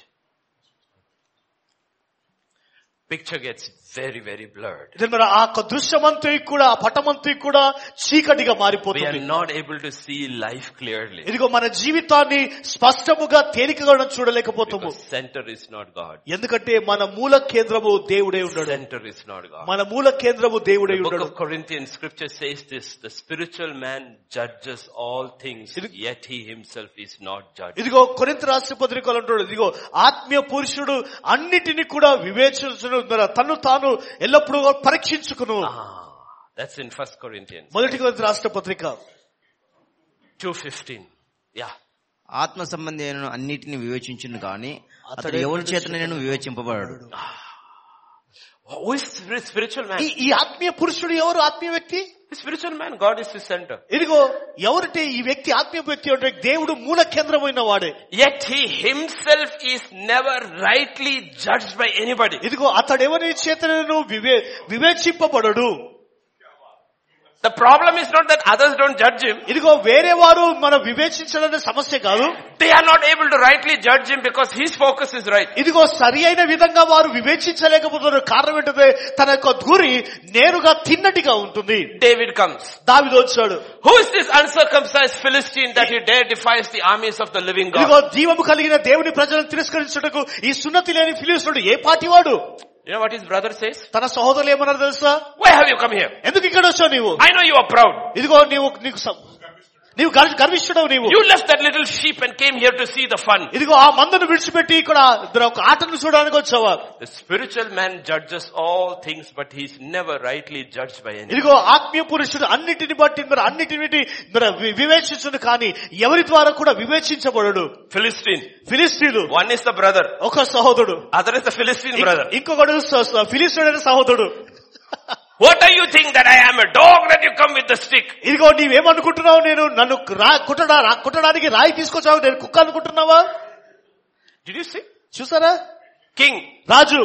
picture gets very, very blurred.
దేవుడ ఆ యొక్క దృశ్యం అంతా కూడా ఆ పటమంతా కూడా చీకటిగా
We are
మారిపోతుంది
not able to see life clearly
ఇదిగో మన జీవితాన్ని స్పష్టముగా తేలికగా మనం చూడలేకపోతాము
because center is not God.
ఎందుకంటే మన మూల కేంద్రము దేవుడే ఉన్నాడు
Center is not God.
మన మూల కేంద్రము దేవుడే
The book
ఉన్నాడు
of Corinthians scripture says this, the spiritual man judges all things,
Idu-
yet he himself is not judged.
ఇదిగో కొరింత రాష్ట్ర పత్రికలు అంటాడు ఇదిగో ఆత్మీయ పురుషుడు అన్నిటిని కూడా వివేచించును తను తాను ఎల్లప్పుడూ పరీక్షించుకును
Ah, that's in first Corinthians
మొదటి కొరింత రాష్ట్ర పత్రిక
2.15. Yeah.
ఆత్మ సంబంధి అయిన అన్నిటిని వివేచించును గాని అతడు ఎవరి చేతనైనా వివేచింపబడడు
Who is spir- spiritual man?
ఈ ఈ ఆత్మీయ పురుషుడు ఎవరు ఆత్మీయ వ్యక్తి
Spiritual man, God is his center.
ఇదిగో ఎవరంటే ఈ వ్యక్తి ఆత్మీయ వ్యక్తి అంటే దేవుడు మూల కేంద్రమైన వాడే
Yet he himself is never rightly judged by anybody.
ఇదిగో అతడు ఎవరి చేతనను వివే వివేచింపబడడు
The problem is not that others don't judge him.
ఇదిగో వేరే వారు మనం వివేచించడం అనే సమస్య కాదు
They are not able to rightly judge him because his focus is right.
ఇదిగో సరి అయిన విధంగా వారు వివేచించలేకపోతున్నారు కారణం ఏంటంటే తన యొక్క గురి నేరుగా తిన్నటిగా ఉంటుంది
David comes.
దావిదు వచ్చాడు
Who is this uncircumcised Philistine that he dare defies the armies of the living
ఇదిగో
God?
జీవము కలిగిన దేవుని ప్రజలను తిరస్కరించుటకు ఈ సున్నతి లేని ఫిలిస్తుడు ఏ పాటివాడు
You know what his brother says?
తన సహోదరులు ఏమన్నారు తెలుసా
Why have you come here?
ఎందుకు ఇక్కడ వచ్చావు నీవు
I know you are proud.
ఇదిగో నీవు నీకు సం- నీవు గర్వ- గర్విష్ఠుడవు నీవు
You left that little sheep and came here to see the fun.
ఇదిగో ఆ మందను విడిచిపెట్టి ఇక్కడ ఇక్కడ ఒక ఆటను చూడడానికి వచ్చావా
The spiritual man judges all things but he is never rightly judged by anyone.
ఇదిగో ఆత్మీయ పురుషుడు అన్నిటిని బట్టి మరి అన్నిటిని మరి వి- వివేచించును కానీ ఎవరి ద్వారా కూడా వివేచించబడడు
Philistine.
ఫిలిస్తీన్లు
One is the brother.
ఒక సహోదరుడు
Other is the Philistine brother.
ఇంకొకడు స- స- ఫిలిస్తీనుడైన సహోదరుడు
What do you think that I am a dog that you come with the stick?
ఇదిగో నీవేమనుకుంటున్నావు నేను నన్ను రా కుట్టడా రా- కుట్టడానికి రాయి తీసుకొచ్చావు నేను కుక్క అనుకుంటున్నావా
Did you see?
చూసారా
King,
Raju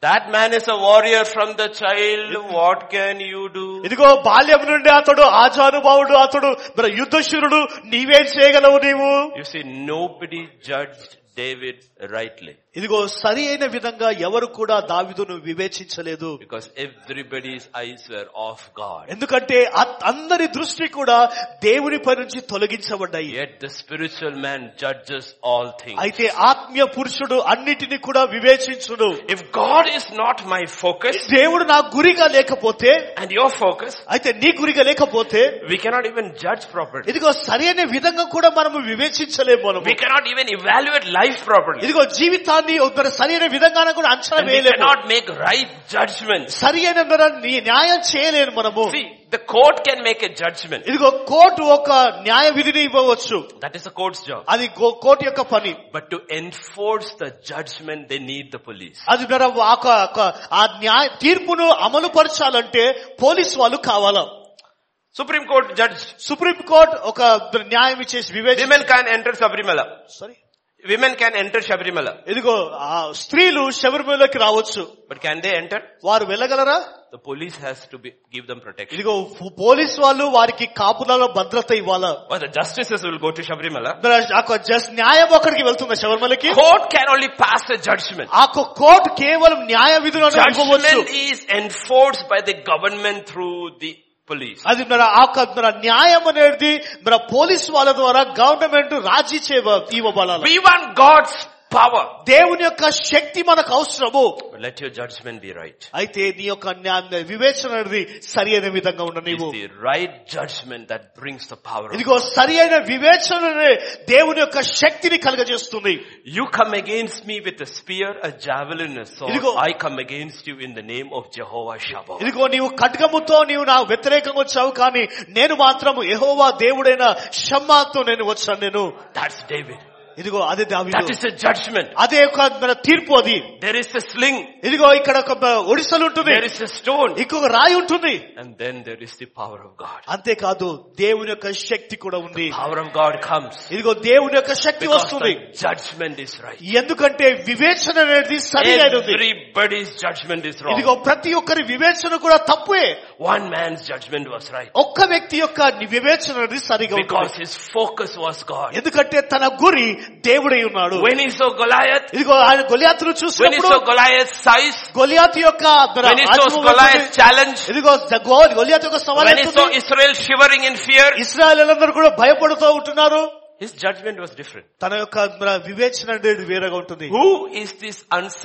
that man is a warrior from the child. What can you do?
ఇదిగో బాల్యం నుండి అతడు ఆజానుభావుడు అతడు మరి యుద్ధశూరుడు నీవేం చేయగలవు నీవు
You see, nobody judged David rightly
ఇదిగో సరి అయిన విధంగా ఎవరు కూడా దావిదును వివేచించలేదు
because everybody's eyes were off God.
ఎందుకంటే అ- అందరి దృష్టి కూడా దేవుని పై నుంచి తొలగించబడ్డాయి
Yet the spiritual man judges all things.
అయితే ఆత్మీయ పురుషుడు అన్నిటిని కూడా వివేచించుడు
If God is not my focus
దేవుడు నా గురిగా లేకపోతే
and your focus,
అయితే నీ గురిగా లేకపోతే
we cannot even judge properly.
ఇదిగో సరైన విధంగా కూడా మనము వివేచించలేము మనము
We cannot even evaluate life properly.
ఇదిగో జీవితాన్ని ఉద్దర సరైన విధంగా కూడా అంచనా
And we
వేయలేము
cannot make right judgments.
సరైన ధర నీ న్యాయం చేయలేను మనము
See, The court can make a judgment.
ఇదిగో కోర్టు ఒక న్యాయ విధిని ఇవ్వవచ్చు
That is the court's job.
అది గో- కోర్టు యొక్క పని
But to enforce the judgment, they need the police.
అది మన ఆ ఒక- ఒక- ఆ న్యాయ తీర్పును అమలు పరచాలంటే పోలీస్ వాళ్ళు కావాలా
Supreme Court judge,
supreme court ఒక న్యాయం ఇచ్చేసి వివేచన
women can enter Sabrimala.
Sorry
Women can enter Sabrimala.
ఇదిగో ఆ స్త్రీలు శబరిమలకి రావచ్చు
But can they enter?
వారు వెళ్ళగలరా
The police has to be, give them protection.
ఇదిగో పోలీస్ వాళ్ళు వారికి కాపులలో భద్రత ఇవ్వాలా
Or the justices will go to Sabrimala.
మరి ఆ యొక్క జస్ట్ న్యాయం అక్కడికి వెళ్తుంది శబరిమలకి
Court can only pass a judgment.
ఆ యొక్క కోర్టు కేవలం న్యాయ విధులను ఇవ్వవచ్చు
Judgment is enforced by the government through the police.
అది మన ఆ యొక్క మన న్యాయం అనేది మన పోలీస్ వాళ్ళ ద్వారా గవర్నమెంట్ రాజీ చేయ ఇవ్వబడాలి
We want God's power.
దేవుని యొక్క శక్తి మనకు అవసరము
But let your judgment be right.
అయితే నీ యొక్క న్యా- వివేచన అనేది సరి అయిన విధంగా ఉండ
It's
నీవు
the right judgment that brings the power. of
ఇదిగో సరి అయిన వివేచననే దేవుని యొక్క శక్తిని కలగజేస్తుంది
You come against me with a spear, a javelin, a sword.
ఇదిగో.
I come against you in the name of Jehovah Shabbat.
ఇదిగో నీవు ఖడ్గముతో నీవు నా వ్యతిరేకంగా వచ్చావు కానీ నేను మాత్రం యెహోవా దేవుడైన షమ్మాతో నేను వచ్చాను నేను
That's David.
ఇదిగో అదే
That
దావీదు
is a judgment.
అదే ఒక మన తీర్పు అది
There is a sling.
ఇదిగో ఇక్కడ ఒక ఒడిసలు ఉంటుంది
There is a stone.
ఇంకొక రాయి ఉంటుంది
And then there is the power of God.
అంతేకాదు దేవుని యొక్క శక్తి కూడా ఉంది
Power of God comes.
ఇదిగో దేవుని యొక్క శక్తి
Because
వస్తుంది
the judgment is right.
ఎందుకంటే వివేచన అనేది సరైనది ఉంది
Everybody's judgment is
ఇదిగో
wrong.
ప్రతి ఒక్కరి వివేచన కూడా తప్పే
One man's judgment was right.
ఒక్క వ్యక్తి యొక్క వివేచన అనేది సరిగా
Because
ఉంటుంది
his focus was God.
ఎందుకంటే తన గురి దేవుడై ఉన్నాడు
When he saw Goliath,
ఇదిగో ఆయన గొలియాతును
when he
చూసినప్పుడు
saw Goliath's size,
గొలియాతు యొక్క దర-
when he saw
ఆత్మ
Goliath's
ఉంటుంది.
challenge,
ఇదిగో ద- గో- గొలియాతు యొక్క సవాల్
when he saw Israel shivering in fear,
ఇస్రాయలందరూ కూడా భయపడుతూ ఉంటున్నారు
his judgment was different.
తన యొక్క మన వివేచన అనేది వేరేగా ఉంటుంది
Who is this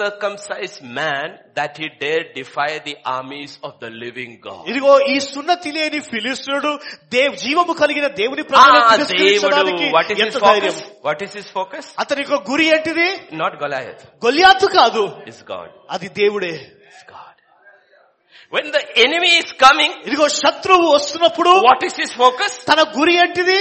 uncircumcised man that he dare defy the armies of the living God?
ఇదిగో ఈ సున్నతి లేని ఫిలిస్తుడు దేవ్ జీవము కలిగిన దేవుని ప్రజలను
Ah,
తిరస్కరించడానికి
Devudu. What is his
ఎంత ధైర్యం
focus? What is his focus?
అతని యొక్క గురి ఏంటిది
Not Goliath.
గొలియాతు కాదు
It's God.
అది దేవుడే
It's God. When the enemy is coming,
ఇదిగో శత్రువు వస్తున్నప్పుడు
what is his focus?
తన గురి ఏంటిది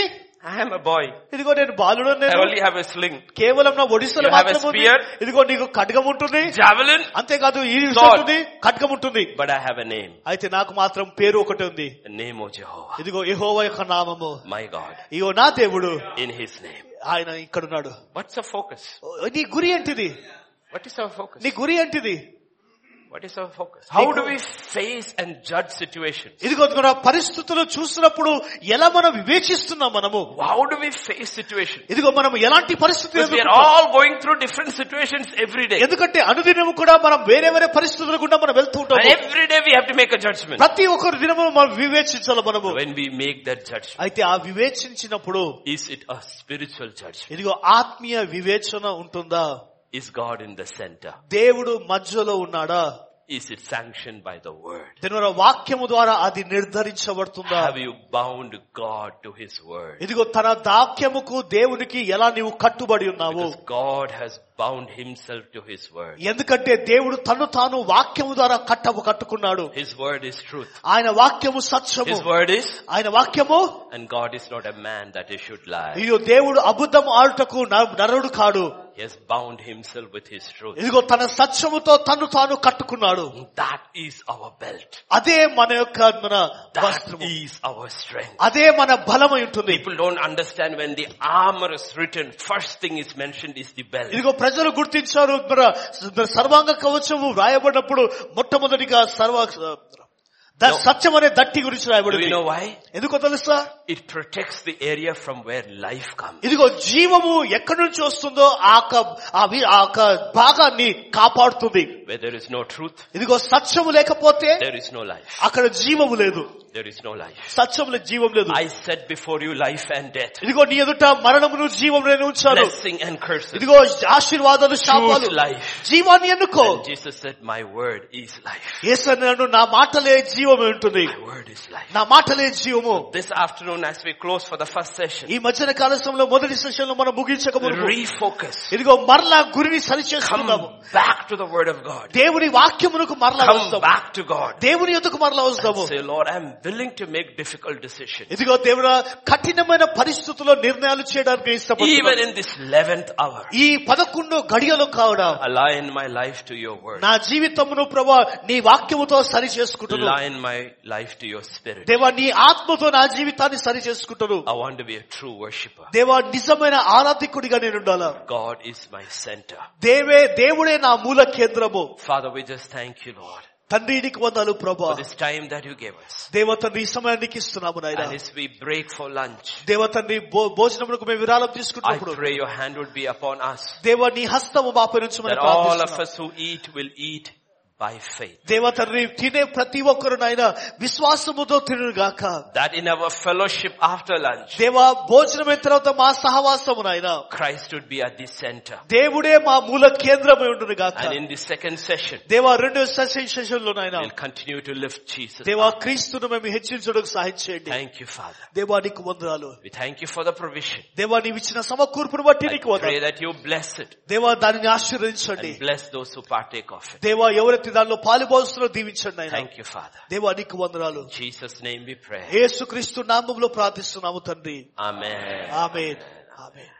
I am a boy.
ఇదిగో నేను బాలుడు
I
నేను
only have a sling.
కేవలం నా ఒడిస్సలు
You have a
మాత్రం ఉంది.
spear.
ఇదిగో నీకు ఖడ్గం ఉంటుంది
Javelin.
అంతేకాదు ఈ విషయం
Sword.
ఉంటుంది ఖడ్గం ఉంటుంది
But I have a name.
అయితే నాకు మాత్రం పేరు ఒకటి ఉంది
The name of Jehovah.
ఇదిగో యెహోవా యొక్క నామము
My God.
ఇగో నా దేవుడు
In his name.
ఆయన ఇక్కడున్నాడు
What's the focus?
నీ గురి ఏంటిది
What is our focus?
నీ గురి ఏంటిది
What is our focus? How do we face and judge situations?
ఇదిగో మన పరిస్థితులు చూసినప్పుడు ఎలా మనం వివేచిస్తున్నాం మనము
How do we face situations?
ఇదిగో మనం ఎలాంటి పరిస్థితులు
Because we are
ఎదుర్కొంటాం?
all going through different situations every day.
ఎందుకంటే అనుదినం కూడా మనం వేరే వేరే పరిస్థితుల గుండా మనం వెళ్తూ ఉంటాం
And every day we have to make a judgment.
ప్రతి ఒక్కరు దినము మనం వివేచించాలి మనము
When we make that judgment,
అయితే ఆ వివేచించినప్పుడు
is it a spiritual judgment?
ఇదిగో ఆత్మీయ వివేచన ఉంటుందా
Is God in the center?
దేవుడు మధ్యలో ఉన్నాడా
Is it sanctioned by the word?
దీని ద్వారా వాక్యము ద్వారా అది నిర్ధారించబడుతుందా
Have you bound God to his word?
ఇదిగో తన దాక్యముకు దేవునికి ఎలా నీవు కట్టుబడి ఉన్నావు
Because God has bound himself to his word.
ఎందుకంటే దేవుడు తను తాను వాక్యము ద్వారా కట్టము కట్టుకున్నాడు
His word is truth.
ఆయన వాక్యము సత్యము
His word is,
ఆయన వాక్యము
and God is not a man that he should lie.
ఇదిగో దేవుడు అబద్ధం ఆడుటకు న- నరుడు కాడు
He has bound himself with his truth.
ఇదిగో తన సత్యముతో తను తాను కట్టుకున్నాడు
That is our belt.
అదే మన యొక్క మన
That
వస్త్రము
is our strength.
అదే మన బలమై ఉంటుంది
People don't understand when the armor is written, first thing is mentioned is the belt.
ఇదిగో ప్రజలు గుర్తించారు మన మన సర్వాంగ కవచము వ్రాయబడినప్పుడు మొట్టమొదటిగా సర్వ ద-
No.
సత్యం అనే దట్టి గురించి
Do you
రాయబడింది
know why?
ఎందుకో తెలుసా
It protects the area from where life comes.
ఇదిగో జీవము ఎక్కడి నుంచి వస్తుందో ఆ యొక్క ఆ వి- ఆ యొక్క భాగాన్ని కాపాడుతుంది
Where there is no truth,
ఇదిగో సత్యము లేకపోతే
there is no life.
అక్కడ జీవము లేదు
There is no life.
సత్యములో జీవం లేదు
I set before you life and death,
ఇదిగో నీ ఎదుట మరణమును జీవమును ఉంచాను
blessing and curses.
ఇదిగో ఆశీర్వాదాలు శాపాలు
Choose life.
జీవాన్ని ఎన్నుకో
And Jesus said, my word is life.
ఏసన్నాడు నా మాటలే జీవము ఉంటుంది
My word is life.
నా మాటలే జీవము
This afternoon as we close for the first session,
ఈ మధ్యన కాల సమయంలో మొదటి సెషన్ లో మనం ముగించక ముందు
refocus.
ఇదిగో మరలా గురిని సరిచేసుకుందాము
Come back to the word of God.
దేవుని వాక్యమునకు మరలా
Come
వస్తాము
back to God.
దేవుని ఎందుకు మరలా వస్తాము
Say, Lord, I'm willing to make difficult decisions.
ఇదిగో దేవుడా కఠినమైన పరిస్థితుల్లో నిర్ణయాలు చేయడానికి
Even
ఇష్టపడుతున్నాను
in this 11th hour,
ఈ పదకొండో గడియలో కావడం
align my life to your word.
నా జీవితమును ప్రభా నీ వాక్యముతో సరి చేసుకుంటున్నాను
Align my life to your spirit.
దేవా నీ ఆత్మతో నా జీవితాన్ని సరి చేసుకుంటాను
I want to be a true worshipper.
దేవా నిజమైన ఆరాధికుడిగా నేను ఉండాలా
God is my center.
దేవే దేవుడే నా మూల కేంద్రము
Father, we just thank you, Lord,
తండ్రి నీకు వందాలు ప్రభా
for this time that you gave us.
దేవ తండ్రి ఈ సమయానికి ఇస్తున్నాము నాయన
And as we break for lunch,
దేవ తండ్రి భో- భోజనమునకు మేము విరాళం
I
తీసుకున్నప్పుడు
pray your hand would be upon us.
దేవ నీ హస్తము మాపై నుంచి
That all of
మనం
us who eat will eat by faith.
దేవ తండ్రి తినే ప్రతి ఒక్కరు నాయన విశ్వాసముతో తినుగాక
That in our fellowship after lunch,
దేవ భోజనమైన తర్వాత మా సహవాసము నాయన
Christ would be at the center.
దేవుడే మా మూల కేంద్రం ఉండును గాక
And in the second session,
దేవ రెండు సెషన్ సెషన్ లో నాయన
we'll continue to lift Jesus.
దేవా క్రీస్తును మేము హెచ్చించడానికి సహాయం చేయండి
Thank you, Father.
దేవా నీకు వందనాలు
We thank you for the provision.
దేవా నీవు ఇచ్చిన సమకూర్పును బట్టి
I
నీకు
pray
వందనాలు
that you bless it
దేవా దానిని ఆశీర్వదించండి
and bless those who partake of it.
దేవా ఎవరైతే దానిలో పాలుబోస్తున్నారో దీవించండి ఆయన
Thank you, Father.
దేవా నీకు వందనాలు
In Jesus' name we pray.
యేసుక్రీస్తు నామంలో ప్రార్థిస్తున్నాము తండ్రి
Amen.
Amen amen